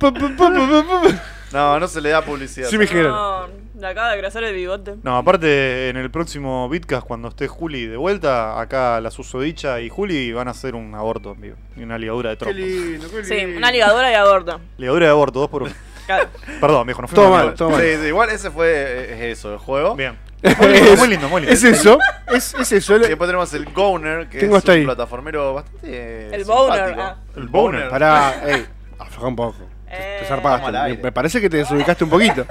S2: voté.
S4: no, no se le da publicidad.
S2: Sí, me dijeron.
S3: No, le acaba de crecer el bigote.
S1: No, aparte, en el próximo Bitcast, cuando esté Juli de vuelta, acá la susodicha y Juli van a hacer un aborto en vivo. Y una ligadura de trompo.
S4: lindo, qué
S3: Sí,
S4: lindo.
S3: una ligadura y aborto.
S1: Ligadura de aborto, dos por
S4: <laughs>
S1: uno.
S3: Claro.
S1: Perdón, viejo, no fue
S2: Todo
S1: una
S2: mal,
S1: ligadura.
S2: todo mal.
S4: Sí, sí, igual ese fue eh, es eso, el
S2: <laughs>
S4: juego.
S1: Bien. Muy lindo, muy lindo, muy lindo.
S2: ¿Es eso? ¿Es, es eso?
S4: Y después tenemos el Goner, que
S2: Tengo
S4: es
S2: hasta
S4: un
S2: ahí.
S4: plataformero bastante.
S3: El Boner,
S4: simpático.
S3: ah.
S1: El Boner.
S2: Pará, ey, afloja un poco. Te, te
S3: Eh,
S2: zarpaste.
S4: vamos al
S2: Me,
S4: aire.
S2: me parece que te desubicaste un poquito.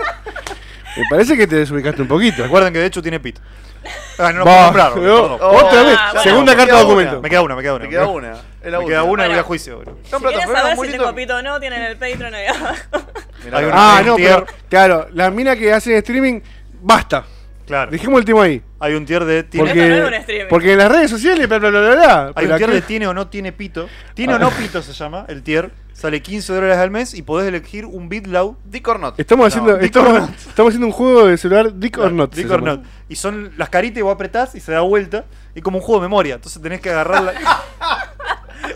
S2: Me parece que te desubicaste un poquito.
S1: Recuerden que de hecho tiene
S2: <laughs>
S1: pit. Ah, no lo puedo
S2: Va,
S1: nombrar.
S2: no,
S1: perdón.
S4: Oh,
S2: Otra vez,
S3: Ah, bueno.
S2: segunda
S4: Me
S2: carta
S4: queda
S2: de documento.
S1: Me queda una, me queda una.
S4: Te queda una. Es la
S1: Me queda una y
S4: última.
S1: voy a
S3: Bueno.
S1: juicio, bro.
S4: Son
S3: Si quieren
S4: plataformeros
S3: saber
S4: muy
S3: si tengo
S4: lindos.
S3: pito o no, tienen el Patreon ahí abajo. <laughs>
S4: Mirá, Eh,
S1: Hay una-
S2: Ah,
S1: Un
S2: no, pero
S1: tier.
S2: claro, las minas que hacen streaming, basta.
S1: Claro.
S2: Dejemos el tema ahí.
S1: Hay un tier de tiene,
S2: Porque,
S3: no es un streaming.
S2: porque en las redes sociales, bla, bla, bla, bla, bla.
S1: hay
S2: Pero
S1: un tier
S2: acá-
S1: de tiene o no tiene pito. Tiene o no pito se llama el tier. Sale 15 dólares al mes y podés elegir un bit loud.
S4: Dick or not.
S2: Estamos haciendo,
S4: No,
S2: estamos, estamos haciendo un juego de celular Dick or Not.
S1: Dick
S2: se
S1: or
S2: llama.
S1: not. Y son las caritas y vos apretás y se da vuelta. Y como un juego de memoria. Entonces tenés que <laughs> agarrarla.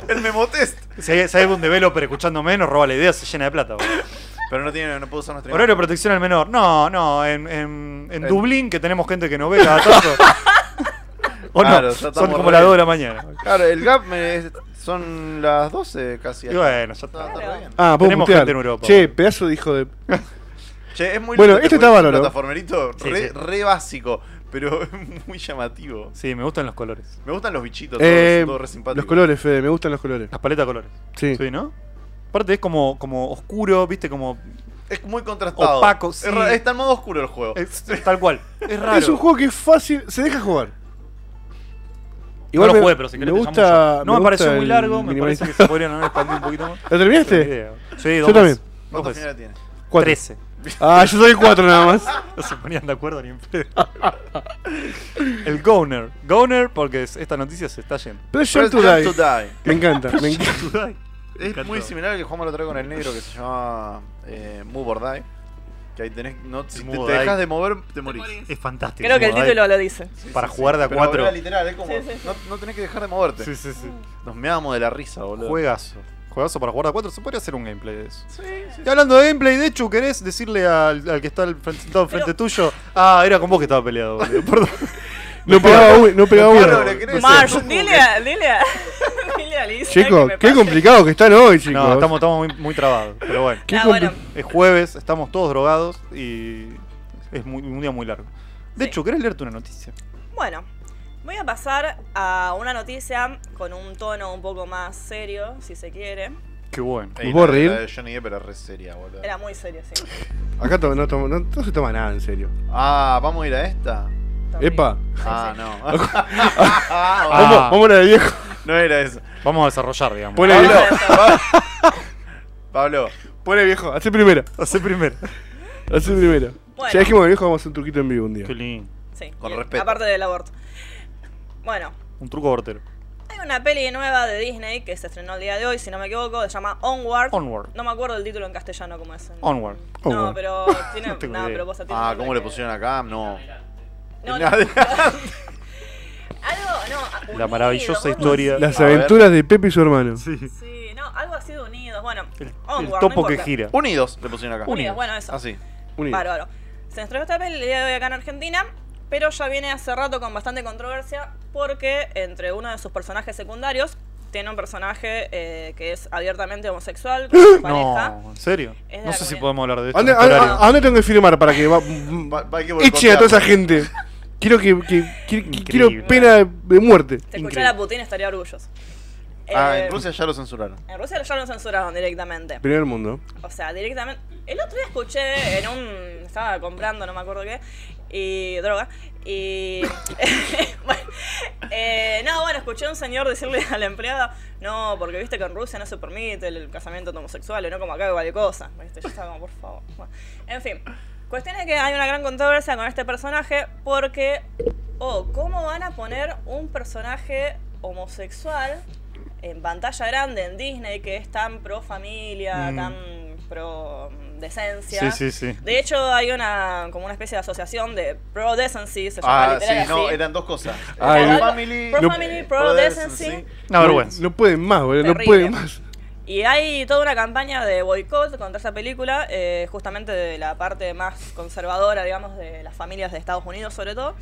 S4: El memotest.
S1: si, hay, si hay algún developer escuchándome, nos roba la idea, se llena de plata. boludo.
S4: Pero no tiene, no puedo usar nuestra
S1: Horario de
S4: imagen.
S1: protección al menor. No, no. En, en- en
S4: El-
S1: Dublín, que tenemos gente que nos ve cada tanto. <laughs> o no.
S4: Claro, ya
S1: son
S4: estamos
S1: como
S4: re-
S1: las 2 de la mañana.
S4: Claro, el gap me- es- son las 12 casi.
S1: Y bueno, ya
S4: Está-
S1: está.
S4: está re bien.
S2: Ah, puedo
S1: Tenemos
S2: putear.
S1: gente en Europa.
S2: Che, pedazo de hijo de.
S4: Che, es muy
S2: Bueno,
S4: lindo
S2: este está
S4: juego, es un
S2: bárbaro.
S4: plataformerito
S1: Sí,
S4: re,
S1: sí.
S4: re básico, pero <laughs> es muy llamativo.
S1: Sí, me gustan los colores.
S4: Me gustan los bichitos, todos,
S2: Eh,
S4: son todos re simpáticos.
S2: los colores, Fede, me gustan los colores.
S1: Las paletas de colores.
S2: Sí.
S1: Ah, Sí, ¿no? Aparte es como, como oscuro, viste, como.
S4: Es muy contrastado.
S1: Opaco,
S4: Es
S1: sí. Eh,
S4: ra- Está en modo oscuro el
S1: <laughs>
S4: juego.
S1: es tal cual. Es raro.
S2: Es un juego que es fácil, se deja jugar.
S1: no
S2: me-
S1: lo jugué, pero si querés te
S2: me
S1: llamo
S2: gusta,
S1: yo. No me,
S2: gusta
S1: pareció muy
S2: el
S1: largo, me
S2: minimalista.
S1: parece que se podrían haber expandido un poquito más.
S2: <laughs> ¿Lo terminaste?
S1: Sí,
S2: Yo
S1: dos
S2: también.
S1: veces. Dos
S4: ¿Cuántos
S1: veces.
S4: finales tiene?
S2: Cuatro.
S1: Trece.
S2: Ah, yo soy cuatro nada más.
S1: No se ponían de acuerdo ni en pedo. El Goner. Goner, porque es- esta noticia se está yendo.
S2: Pero Jump to
S4: Press
S2: Die.
S4: Jump to Die.
S2: Me encanta, me encanta.
S4: Es
S1: encantó.
S4: muy similar al que jugamos la otra vez con el negro que se llama eh, Move or Die. Que ahí tenés. No, si te,
S1: Move or
S4: te
S1: Die.
S4: dejas de mover, te morís.
S1: Es fantástico.
S3: Creo que el
S1: ¿no?
S3: título lo dice.
S1: Para jugar de a
S4: Pero
S1: cuatro.
S4: era literal, es como.
S3: Sí, sí, sí.
S4: No, no tenés que dejar de moverte.
S1: Sí, sí, sí.
S4: Nos meamos de la risa, boludo.
S1: Juegazo. Juegazo para jugar de a cuatro. Se podría hacer un gameplay de eso. Y hablando de gameplay, de hecho, ¿querés decirle al, al que está al frente- sentado enfrente tuyo? Ah, era con vos que estaba peleado, boludo. Perdón.
S2: No pegaba uno. No pegaba
S4: Claro,
S2: uno.
S4: le crees.
S3: Marsh,
S4: Supongo
S3: dile
S4: que-
S3: a, dile a, dile a Lisa.
S2: Chicos,
S3: que me
S2: qué
S3: pase.
S2: complicado que están hoy, chicos.
S1: No, estamos, estamos muy, muy trabados. Pero bueno,
S2: Qué
S3: Ah,
S2: compli-
S3: bueno.
S1: es jueves, estamos todos drogados y es muy- un día muy largo. De
S3: Sí.
S1: hecho, ¿querés leerte una noticia?
S3: Bueno, voy a pasar a una noticia con un tono un poco más serio, si se quiere.
S1: Qué bueno.
S4: Ey,
S2: ¿Me puedo
S4: la- la
S2: reír?
S4: de Johnny Depp era re seria, boludo.
S3: Era muy serio, sí.
S2: Acá to- no, tomo- no- no se toma nada en serio.
S4: Ah, ¿vamos a ir a esta?
S3: También.
S2: Epa,
S4: Ah, no.
S2: <laughs>
S1: Ah.
S2: vamos, vamos a la de viejo.
S4: <laughs> No era eso.
S1: Vamos a desarrollar, digamos. Ah,
S2: Pone
S4: Pablo.
S2: viejo,
S4: Pablo,
S2: pone viejo, hace primera,
S1: Hacé primero.
S2: hace primera.
S3: Bueno.
S2: Ya dijimos que viejo vamos a hacer un truquito en vivo un día.
S1: Qué lindo.
S3: Sí.
S4: Con
S3: y-
S4: respeto.
S3: Aparte del aborto. Bueno,
S1: Un truco abortero.
S3: hay una peli nueva de Disney que se estrenó el día de hoy, si no me equivoco, se llama Onward.
S1: Onward.
S3: No me acuerdo el título en castellano como es. en-
S1: Onward.
S3: No,
S2: Onward.
S3: pero
S1: <laughs>
S3: tiene,
S1: No tengo
S3: no,
S1: idea.
S3: pero posta, tiene un
S4: Ah,
S3: nombre
S4: ¿cómo le
S3: que-
S4: pusieron acá? No.
S1: <laughs>
S3: No,
S4: En
S3: no, <laughs>
S4: adelante.
S3: Algo, no, a-
S1: La
S3: Unidos,
S1: maravillosa
S3: algo
S1: historia.
S3: así.
S2: Las
S4: A ver.
S2: aventuras de Pepe y su hermano.
S3: Sí, no, algo así de unidos. Bueno,
S1: El,
S3: Onward,
S1: el
S3: no
S1: topo que
S3: importa.
S1: gira. Ah,
S4: Unidos le pusieron acá. Ah,
S3: Unidos, bueno, eso.
S4: Así.
S2: Unido.
S3: Bárbaro. Se estrenó esta peli el día de hoy acá en Argentina, pero ya viene hace rato con bastante controversia porque entre uno de sus personajes secundarios tiene un personaje eh, que es abiertamente homosexual
S4: <gasps>
S3: con su pareja.
S1: No, ¿en serio?
S3: Es de
S1: No
S3: la
S1: sé si
S3: comunidad.
S1: podemos hablar de
S2: ¿A
S1: esto.
S2: dónde,
S1: en
S2: a-
S1: este horario.
S2: a- a dónde tengo que firmar para que va,
S4: Va- va, hay que
S2: eche a toda esa
S4: boicotearlo.
S2: gente? Quiero que, que- que- que- quiero
S1: Increíble.
S2: pena de, de muerte.
S3: Si
S1: Increíble.
S3: escuchara Putin estaría orgulloso.
S4: Ah,
S3: Eh,
S4: en Rusia ya lo censuraron.
S3: en Rusia ya lo censuraron directamente.
S2: Primer mundo.
S3: O sea, directamente. El otro día escuché en un. Estaba comprando, no me acuerdo qué. Y. droga. Y. <laughs> bueno, eh, no, bueno, escuché a un señor decirle a la empleada: No, porque viste que en Rusia no se permite el casamiento homosexual, y no como acá, igual cosa. ¿Viste? Yo estaba como, por favor. Bueno, en fin. Cuestión es que hay una gran controversia con este personaje porque. Oh, ¿cómo van a poner un personaje homosexual en pantalla grande en Disney que es tan pro familia,
S1: Mm.
S3: tan pro mm, decencia.
S1: Sí, sí, sí.
S3: De hecho, hay una como una especie de asociación de pro decency, se llama
S4: Ah, sí,
S3: literal
S4: no,
S3: así.
S4: eran dos cosas.
S2: Ah,
S4: Era
S2: el-
S4: family,
S3: Pro
S2: no-
S3: family,
S4: eh,
S3: pro decency.
S1: Una vergüenza.
S2: No, no pueden más, boludo. No
S3: Terrible.
S2: pueden más.
S3: Y hay toda una campaña de boicot contra esa película, eh, justamente de la parte más conservadora, digamos, de las familias de Estados Unidos,
S1: <coughs>
S3: sobre todo,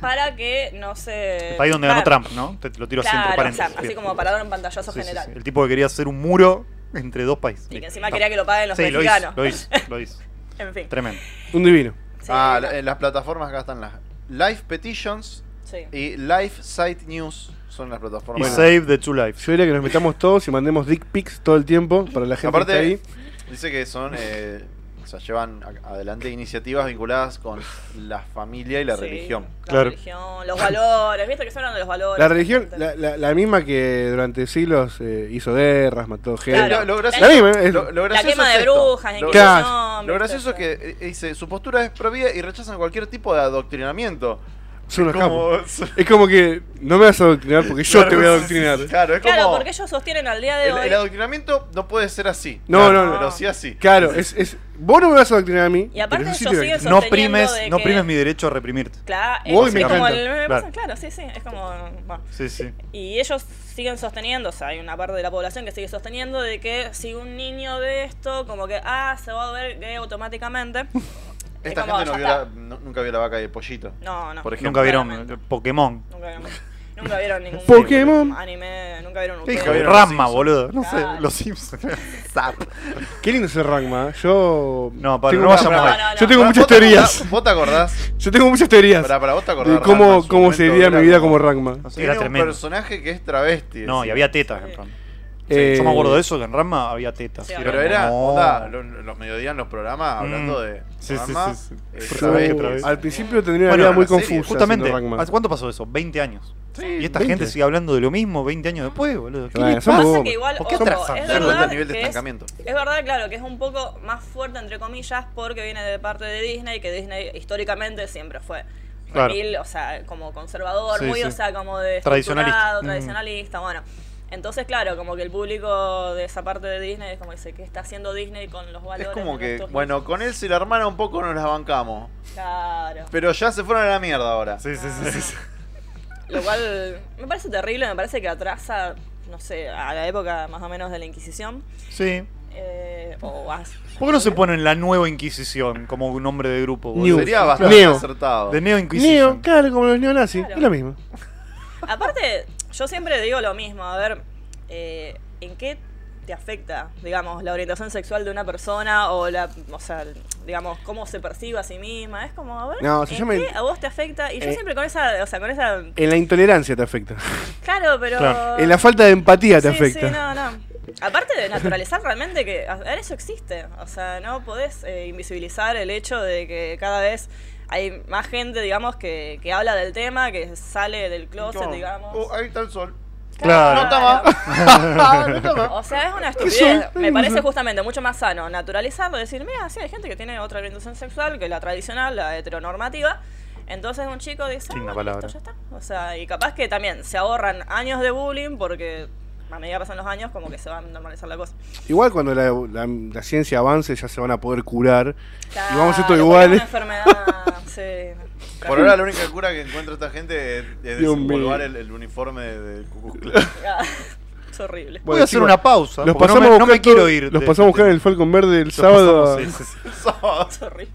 S3: para que no se.
S1: El país donde ganó
S3: Eh, Claro,
S1: Trump, ¿no? Te lo tiro así entre
S3: Claro, o sea,
S1: paréntesis.
S3: así
S1: Bien.
S3: como para dar un pantallazo
S1: Sí, sí,
S3: general.
S1: sí. El tipo que quería hacer un muro entre dos países.
S3: Y que encima quería que lo paguen los
S1: Sí, lo hizo,
S3: mexicanos.
S1: lo hizo, lo
S3: <laughs>
S1: hizo.
S3: En fin.
S1: Tremendo.
S2: Un divino.
S3: Sí,
S4: Ah,
S3: no,
S4: la- en las plataformas acá están las Live Petitions
S3: sí.
S4: y Live Site News son las
S1: Y
S4: plataformas.
S1: save the two lives.
S2: Yo diría que nos metamos todos y mandemos dick pics todo el tiempo para la gente
S4: Aparte,
S2: que está
S4: dice que son. eh, o sea, llevan a- adelante iniciativas vinculadas con la familia y la
S3: Sí,
S4: religión.
S3: La
S1: Claro.
S3: religión, los valores, viste que se hablan de los valores.
S2: ahí. La religión,
S3: Claro.
S2: la, la- la misma que durante siglos eh, hizo guerras, mató gente.
S3: Claro.
S4: Eh, Lo- lo gracioso-
S2: La misma, es-
S4: lo- lo gracioso
S3: quema
S4: es
S3: de
S4: esto.
S3: brujas,
S4: Lo-
S3: Inquisición,
S2: Claro.
S4: Lo
S3: viste,
S4: gracioso es
S3: o
S4: que
S3: sea.
S4: eh, dice, su postura es provida y rechazan cualquier tipo de adoctrinamiento.
S2: son unos
S4: Como-
S2: capos. Es como que no me vas a adoctrinar porque yo
S4: Claro,
S2: te voy a
S4: sí, sí,
S2: adoctrinar.
S4: <laughs> Claro, es
S3: Claro,
S4: como...
S3: porque ellos sostienen al día de
S4: El,
S3: hoy.
S4: el adoctrinamiento no puede ser así.
S2: No, no,
S4: Claro,
S2: no.
S4: Pero sí así.
S2: Claro, es, es, vos no me vas a adoctrinar a mí.
S3: Y aparte
S2: pero
S3: yo
S2: te voy a
S3: sigo
S2: adoctrinar.
S1: No
S3: Sosteniendo
S1: primes,
S3: de
S1: no
S3: que-
S1: primes mi derecho a reprimirte.
S3: Claro, es,
S2: Uy,
S3: es
S2: me
S3: como
S2: encanta.
S3: el- me
S1: Claro.
S3: pasa- claro. sí, sí, es como bueno.
S1: Sí, sí.
S3: Y ellos siguen sosteniendo, o sea, hay una parte de la población que sigue sosteniendo de que si un niño ve esto, como que ah, se va a ver gay
S4: <laughs>
S3: automáticamente. Es
S4: Esta
S3: como,
S4: gente
S3: ya
S4: no vio
S3: está.
S4: la- no- nunca vio la vaca de pollito.
S3: No, no.
S4: Por ejemplo.
S1: Nunca vieron
S3: claramente.
S1: eh, Pokémon.
S3: Nunca vieron, nunca vieron ningún
S2: Pokémon.
S3: anime, nunca vieron un
S1: Hijo
S4: Nunca
S1: de
S4: vieron
S1: Rama,
S4: los Simpsons.
S1: boludo. No sé,
S3: Claro.
S1: los Simpsons.
S4: <laughs>
S2: Qué lindo ese Rangma. ¿eh? Yo.
S1: No, Pablo,
S2: tengo
S1: no
S2: muchas-
S1: vayamos
S3: No, no, no.
S2: Yo tengo
S4: Pará,
S2: muchas
S4: ¿vos te
S2: teorías.
S3: <laughs>
S4: acordás- ¿Vos te acordás?
S2: Yo tengo muchas <laughs> teorías.
S4: Para, para, vos te acordás.
S2: de cómo,
S4: Rama, en su
S2: cómo
S4: momento
S2: sería
S4: era
S2: mi vida
S4: como-
S2: como Rangma.
S1: Era
S4: Era un
S1: tremendo.
S4: personaje que es travesti.
S1: No, y
S4: decía.
S1: había tetas en Rama. Yo
S2: Eh,
S1: me acuerdo de eso, que en Rama había tetas.
S3: Sí,
S1: Y
S4: Eh, Pero
S1: como,
S4: era,
S1: no.
S4: onda, lo- los, mediodías en los programas hablando
S1: Mm.
S4: de.
S1: Sí, sí,
S4: Rama,
S1: sí, sí.
S4: eh,
S1: Por
S2: Yo,
S1: vez,
S4: travesti.
S1: otra vez.
S2: al principio tendría una
S1: Bueno,
S2: vida muy
S4: la serie,
S2: confusa.
S1: Justamente,
S2: haciendo Rangma.
S1: ¿hace cuánto pasó eso? 20 años.
S4: Sí,
S1: Y esta
S2: 20.
S1: gente sigue hablando de lo mismo 20 años después, boludo. ¿Qué
S2: Bueno,
S1: le
S2: son
S1: pasa?
S2: bobos.
S3: que igual,
S1: ¿Por qué
S3: ojo,
S1: atrasan?
S3: es
S1: Se
S4: Te das cuenta
S3: verdad
S4: el nivel de
S3: que es-
S4: estancamiento.
S3: Es verdad, claro, que es un poco más fuerte, entre comillas, porque viene de parte de Disney, que Disney históricamente siempre fue.
S1: Claro.
S3: Remil, o sea, como conservador,
S1: Sí,
S3: muy,
S1: sí.
S3: o sea, como de
S1: Tradicionalista.
S3: estructurado,
S1: Mm.
S3: tradicionalista, bueno. Entonces, claro, como que el público de esa parte de Disney es como dice, ¿qué está haciendo Disney con los valores?
S4: Es como
S3: de
S4: que,
S3: nuestros
S4: bueno, con él si la hermana un poco nos las bancamos.
S3: niños? Claro.
S4: Pero ya se fueron a la mierda ahora.
S1: Sí, sí, sí, sí, sí.
S3: Lo cual me parece terrible, me parece que atrasa, no sé, a la época más o menos de la Inquisición.
S1: Sí.
S3: eh, o a-
S1: ¿Por qué no se ponen la nueva Inquisición como un nombre de grupo? boludo?
S2: New.
S4: Sería bastante
S2: Neo.
S4: acertado.
S1: De Neo
S2: Neo,
S1: Inquisition.
S2: claro, como los neonazis.
S3: Claro.
S2: Es lo mismo.
S3: Aparte, yo siempre digo lo mismo, a ver, eh, ¿en qué te afecta, digamos, la orientación sexual de una persona o la, o sea, digamos, cómo se percibe a sí misma? Es como, a ver,
S2: No, si
S3: ¿en
S2: yo me-
S3: qué a vos te afecta? Y yo
S2: Eh.
S3: siempre con esa, o sea, con esa,
S2: En la intolerancia te afecta.
S3: claro, pero...
S1: Claro.
S2: En la falta de empatía te
S3: Ah. sí,
S2: afecta.
S3: Sí, no, no. Aparte de naturalizar realmente que, a ver, eso existe, o sea, no podés eh, invisibilizar el hecho de que cada vez... Hay más gente, digamos, que, que habla del tema, que sale del closet,
S4: Como,
S3: digamos.
S4: "Oh, ahí está el sol.
S1: Claro.
S4: No está
S3: <laughs>
S4: más. no está más.
S3: O sea, es una
S2: son?
S3: estupidez. Me parece justamente mucho más sano naturalizarlo, decir, mira, sí, hay gente que tiene otra orientación sexual que la tradicional, la heteronormativa. Entonces un chico dice,
S1: Linda
S3: "Ah, bueno,
S1: palabra.
S3: listo, ya está. O sea, y capaz que también se ahorran años de bullying porque a medida que pasan los años como que se va a normalizar la cosa.
S2: Igual cuando la, la- la ciencia avance ya se van a poder curar. y vamos a esto
S3: Claro,
S2: igual.
S3: porque es
S1: ¿eh?
S3: Una
S1: <laughs>
S3: enfermedad, sí.
S4: Por ahora la única cura que encuentra esta gente es, es
S2: Dios
S4: desempolvar
S2: mío.
S4: el, el uniforme de Ku Klux Klan.
S3: Ah, <laughs> es horrible.
S1: Voy a hacer
S2: chicos,
S1: una pausa.
S2: Los
S1: porque
S2: pasamos
S1: no me,
S2: a
S1: no
S2: buscar
S1: me quiero
S2: todo-
S1: ir.
S2: Los
S1: de-
S2: pasamos a buscar
S1: de-
S2: en el Falcon Verde el
S1: los
S2: sábado.
S1: pasamos, sí, sí, sí.
S4: Sábado.
S3: Es horrible.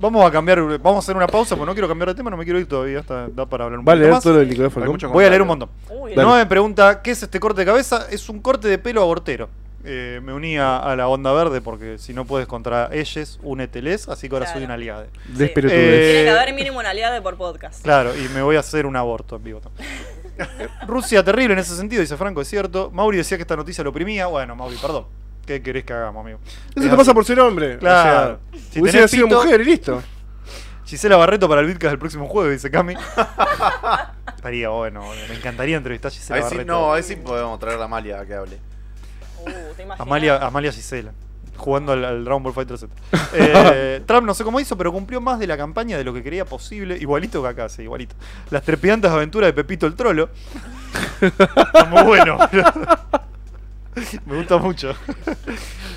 S1: Vamos a cambiar, vamos a hacer una pausa porque no quiero cambiar de tema, no me quiero ir todavía. está- da para hablar un
S2: Vale,
S1: poquito
S2: leer
S1: más.
S2: todo lo de Nicolás
S4: Hay
S2: Falcón.
S4: mucho
S1: Voy a leer
S4: comentario.
S1: un montón.
S3: Uy,
S2: Dale.
S1: No me pregunta qué es este corte de cabeza. Es un corte de pelo abortero. Eh, me uní a, a la onda verde porque si no puedes contra ellos, úneteles. Así que ahora soy
S3: Claro.
S1: un aliado.
S2: Despelotudes.
S1: Eh,
S3: Tiene que haber mínimo una aliada por podcast.
S1: Claro, y me voy a hacer un aborto en vivo también. <laughs> Rusia terrible en ese sentido, dice Franco, es cierto. Mauri decía que esta noticia lo oprimía. Bueno, Mauri, perdón. ¿Qué querés que hagamos, amigo?
S2: Eso te pasa por ser hombre. o
S1: Claro.
S2: sea,
S1: Si
S2: hubiese
S1: tenés
S2: sido
S1: pito-
S2: mujer y listo.
S1: Gisela Barreto para el Bitcast del próximo jueves, dice Cami. <laughs> Estaría bueno, me encantaría entrevistar a Gisela
S4: Ahí sí,
S1: Barreto.
S4: no, ahí sí podemos traer a Amalia a que hable.
S3: Uh, ¿te imaginas?
S1: Amalia, ah. Amalia Gisela, jugando al, al Dragon Ball Fighter Z. Eh, Trump no sé cómo hizo, pero cumplió más de la campaña de lo que creía posible. Igualito que acá, sí, igualito. Las trepidantes aventuras de Pepito el Trolo. Está muy bueno. <laughs> Me gusta mucho.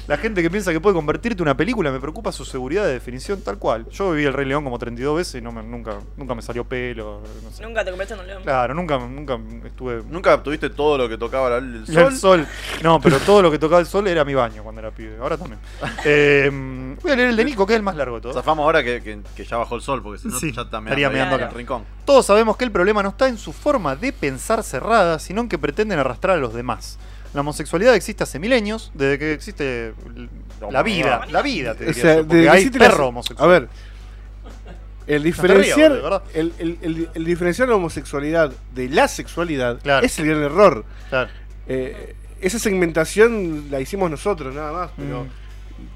S1: La gente que piensa que puede convertirte en una película me preocupa su seguridad de definición tal cual. Yo viví el Rey León como 32 veces y no me- nunca, nunca me salió pelo. no sé.
S3: Nunca te convertiste en un león.
S1: Claro, nunca, nunca estuve
S4: Nunca tuviste todo lo que tocaba la- el
S1: y El
S4: sol.
S1: sol. No, pero todo lo que tocaba el sol era mi baño cuando era pibe. Ahora también. Eh, voy a leer el de Nico, que es el más largo de todos.
S4: Zafamos ahora que, que- que ya bajó el sol, porque si no
S1: Sí,
S4: ya también
S1: estaría
S3: meando
S4: en el
S3: acá.
S4: rincón.
S1: Todos sabemos que el problema no está en su forma de pensar cerrada, sino en que pretenden arrastrar a los demás. La homosexualidad existe hace milenios, desde que existe la vida. La vida, te
S2: O
S1: diría
S2: sea,
S1: yo,
S2: de-
S1: porque
S2: de-
S1: hay
S2: si te las-
S1: perro
S2: A
S1: homosexual.
S2: ver. El
S1: río, de verdad.
S2: diferenciar, el, el- el- el diferenciar la homosexualidad de la sexualidad
S1: Claro.
S2: es el gran error.
S1: Claro.
S2: Eh, esa segmentación la hicimos nosotros nada más, pero
S1: Mm.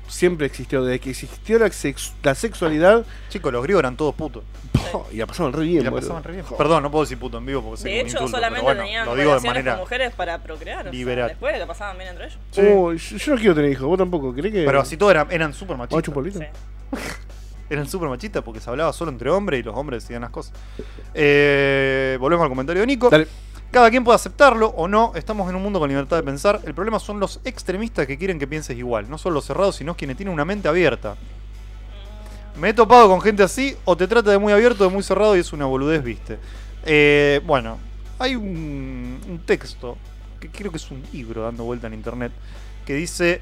S2: siempre existió. Desde que existió la, sex- la sexualidad,
S1: Chicos, los griegos eran todos putos.
S2: po, y la pasaban re bien.
S1: Y la
S2: boludo.
S1: pasaban re bien.
S2: Jo.
S1: Perdón, no puedo decir puto en vivo porque sé que
S3: De
S1: es un
S3: hecho,
S1: insulto,
S3: solamente
S1: pero bueno,
S3: tenían
S1: lo digo de
S3: relaciones
S1: manera.
S3: con mujeres para procrear. o sea,
S1: liberal.
S3: después la pasaban bien entre ellos.
S1: Sí.
S2: Oh, yo, yo no quiero tener hijos, vos tampoco. ¿Crees que.?
S1: Pero así todo eran, eran súper
S2: ¿Vamos a
S1: machistas.
S2: chupar pito?
S3: Sí.
S1: Eran súper machistas porque se hablaba solo entre hombres y los hombres decían las cosas. Eh, volvemos al comentario de Nico.
S2: Dale.
S1: Cada quien puede aceptarlo o no, estamos en un mundo con libertad de pensar. El problema son los extremistas que quieren que pienses igual, no son los cerrados, sino quienes tienen una mente abierta. Me he topado con gente así, o te trata de muy abierto o de muy cerrado y es una boludez, viste. Eh, bueno, hay un, un texto, que creo que es un libro dando vuelta en internet, que dice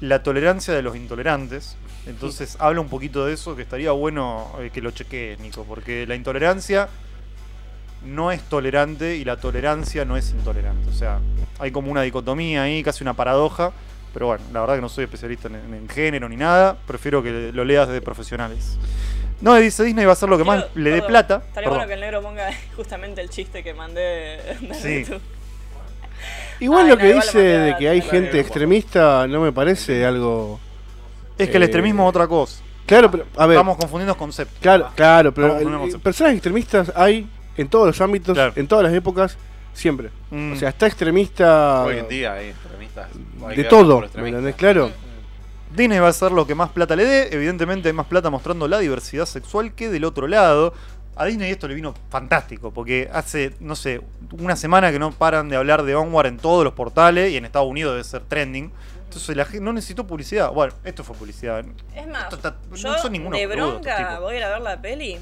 S1: la tolerancia de los intolerantes. Entonces habla un poquito de eso, que estaría bueno eh, que lo chequees, Nico, porque la intolerancia no es tolerante y la tolerancia no es intolerante. O sea, hay como una dicotomía ahí, casi una paradoja. Pero bueno, la verdad que no soy especialista en, en- en género ni nada. Prefiero que lo leas de profesionales. No, dice Disney va a hacer lo que más
S3: Quiero-
S1: le dé
S3: perdón,
S1: plata.
S3: Estaría
S1: Perdón.
S3: bueno que el negro ponga <laughs> justamente el chiste que mandé de
S1: Sí.
S3: YouTube.
S2: Igual
S3: Ay,
S2: lo
S3: Ah, no,
S2: que
S3: igual
S2: dice
S3: lo mandé a
S2: de
S3: la-
S2: que hay
S3: a la-
S2: gente extremista no me parece algo.
S1: Es que el
S2: Eh,
S1: extremismo es otra cosa.
S2: Claro, pero. A ver.
S1: Estamos confundiendo conceptos.
S2: Claro, claro, pero
S1: Vamos,
S2: el-
S1: ponemos-
S2: eh, personas extremistas hay en todos los ámbitos,
S1: Claro.
S2: en todas las épocas, siempre.
S1: Mm.
S2: O sea, está extremista
S4: Hoy en día hay extremistas. hay
S2: Ah, de
S4: que
S2: todo,
S4: por
S2: ¿me
S4: extremistas.
S2: entendés? Claro.
S1: Disney va a hacer lo que más plata le dé. Evidentemente hay más plata mostrando la diversidad sexual que del otro lado. A Disney esto le vino fantástico, porque hace, no sé, una semana que no paran de hablar de Onward en todos los portales y en Estados Unidos debe ser trending. Entonces la gente no necesitó publicidad. Bueno, esto fue publicidad.
S3: Es más,
S1: Esto está- no
S3: yo
S1: son ninguno
S3: de
S1: boludo, estos
S3: bronca
S1: tipos.
S3: voy a ir a ver la peli.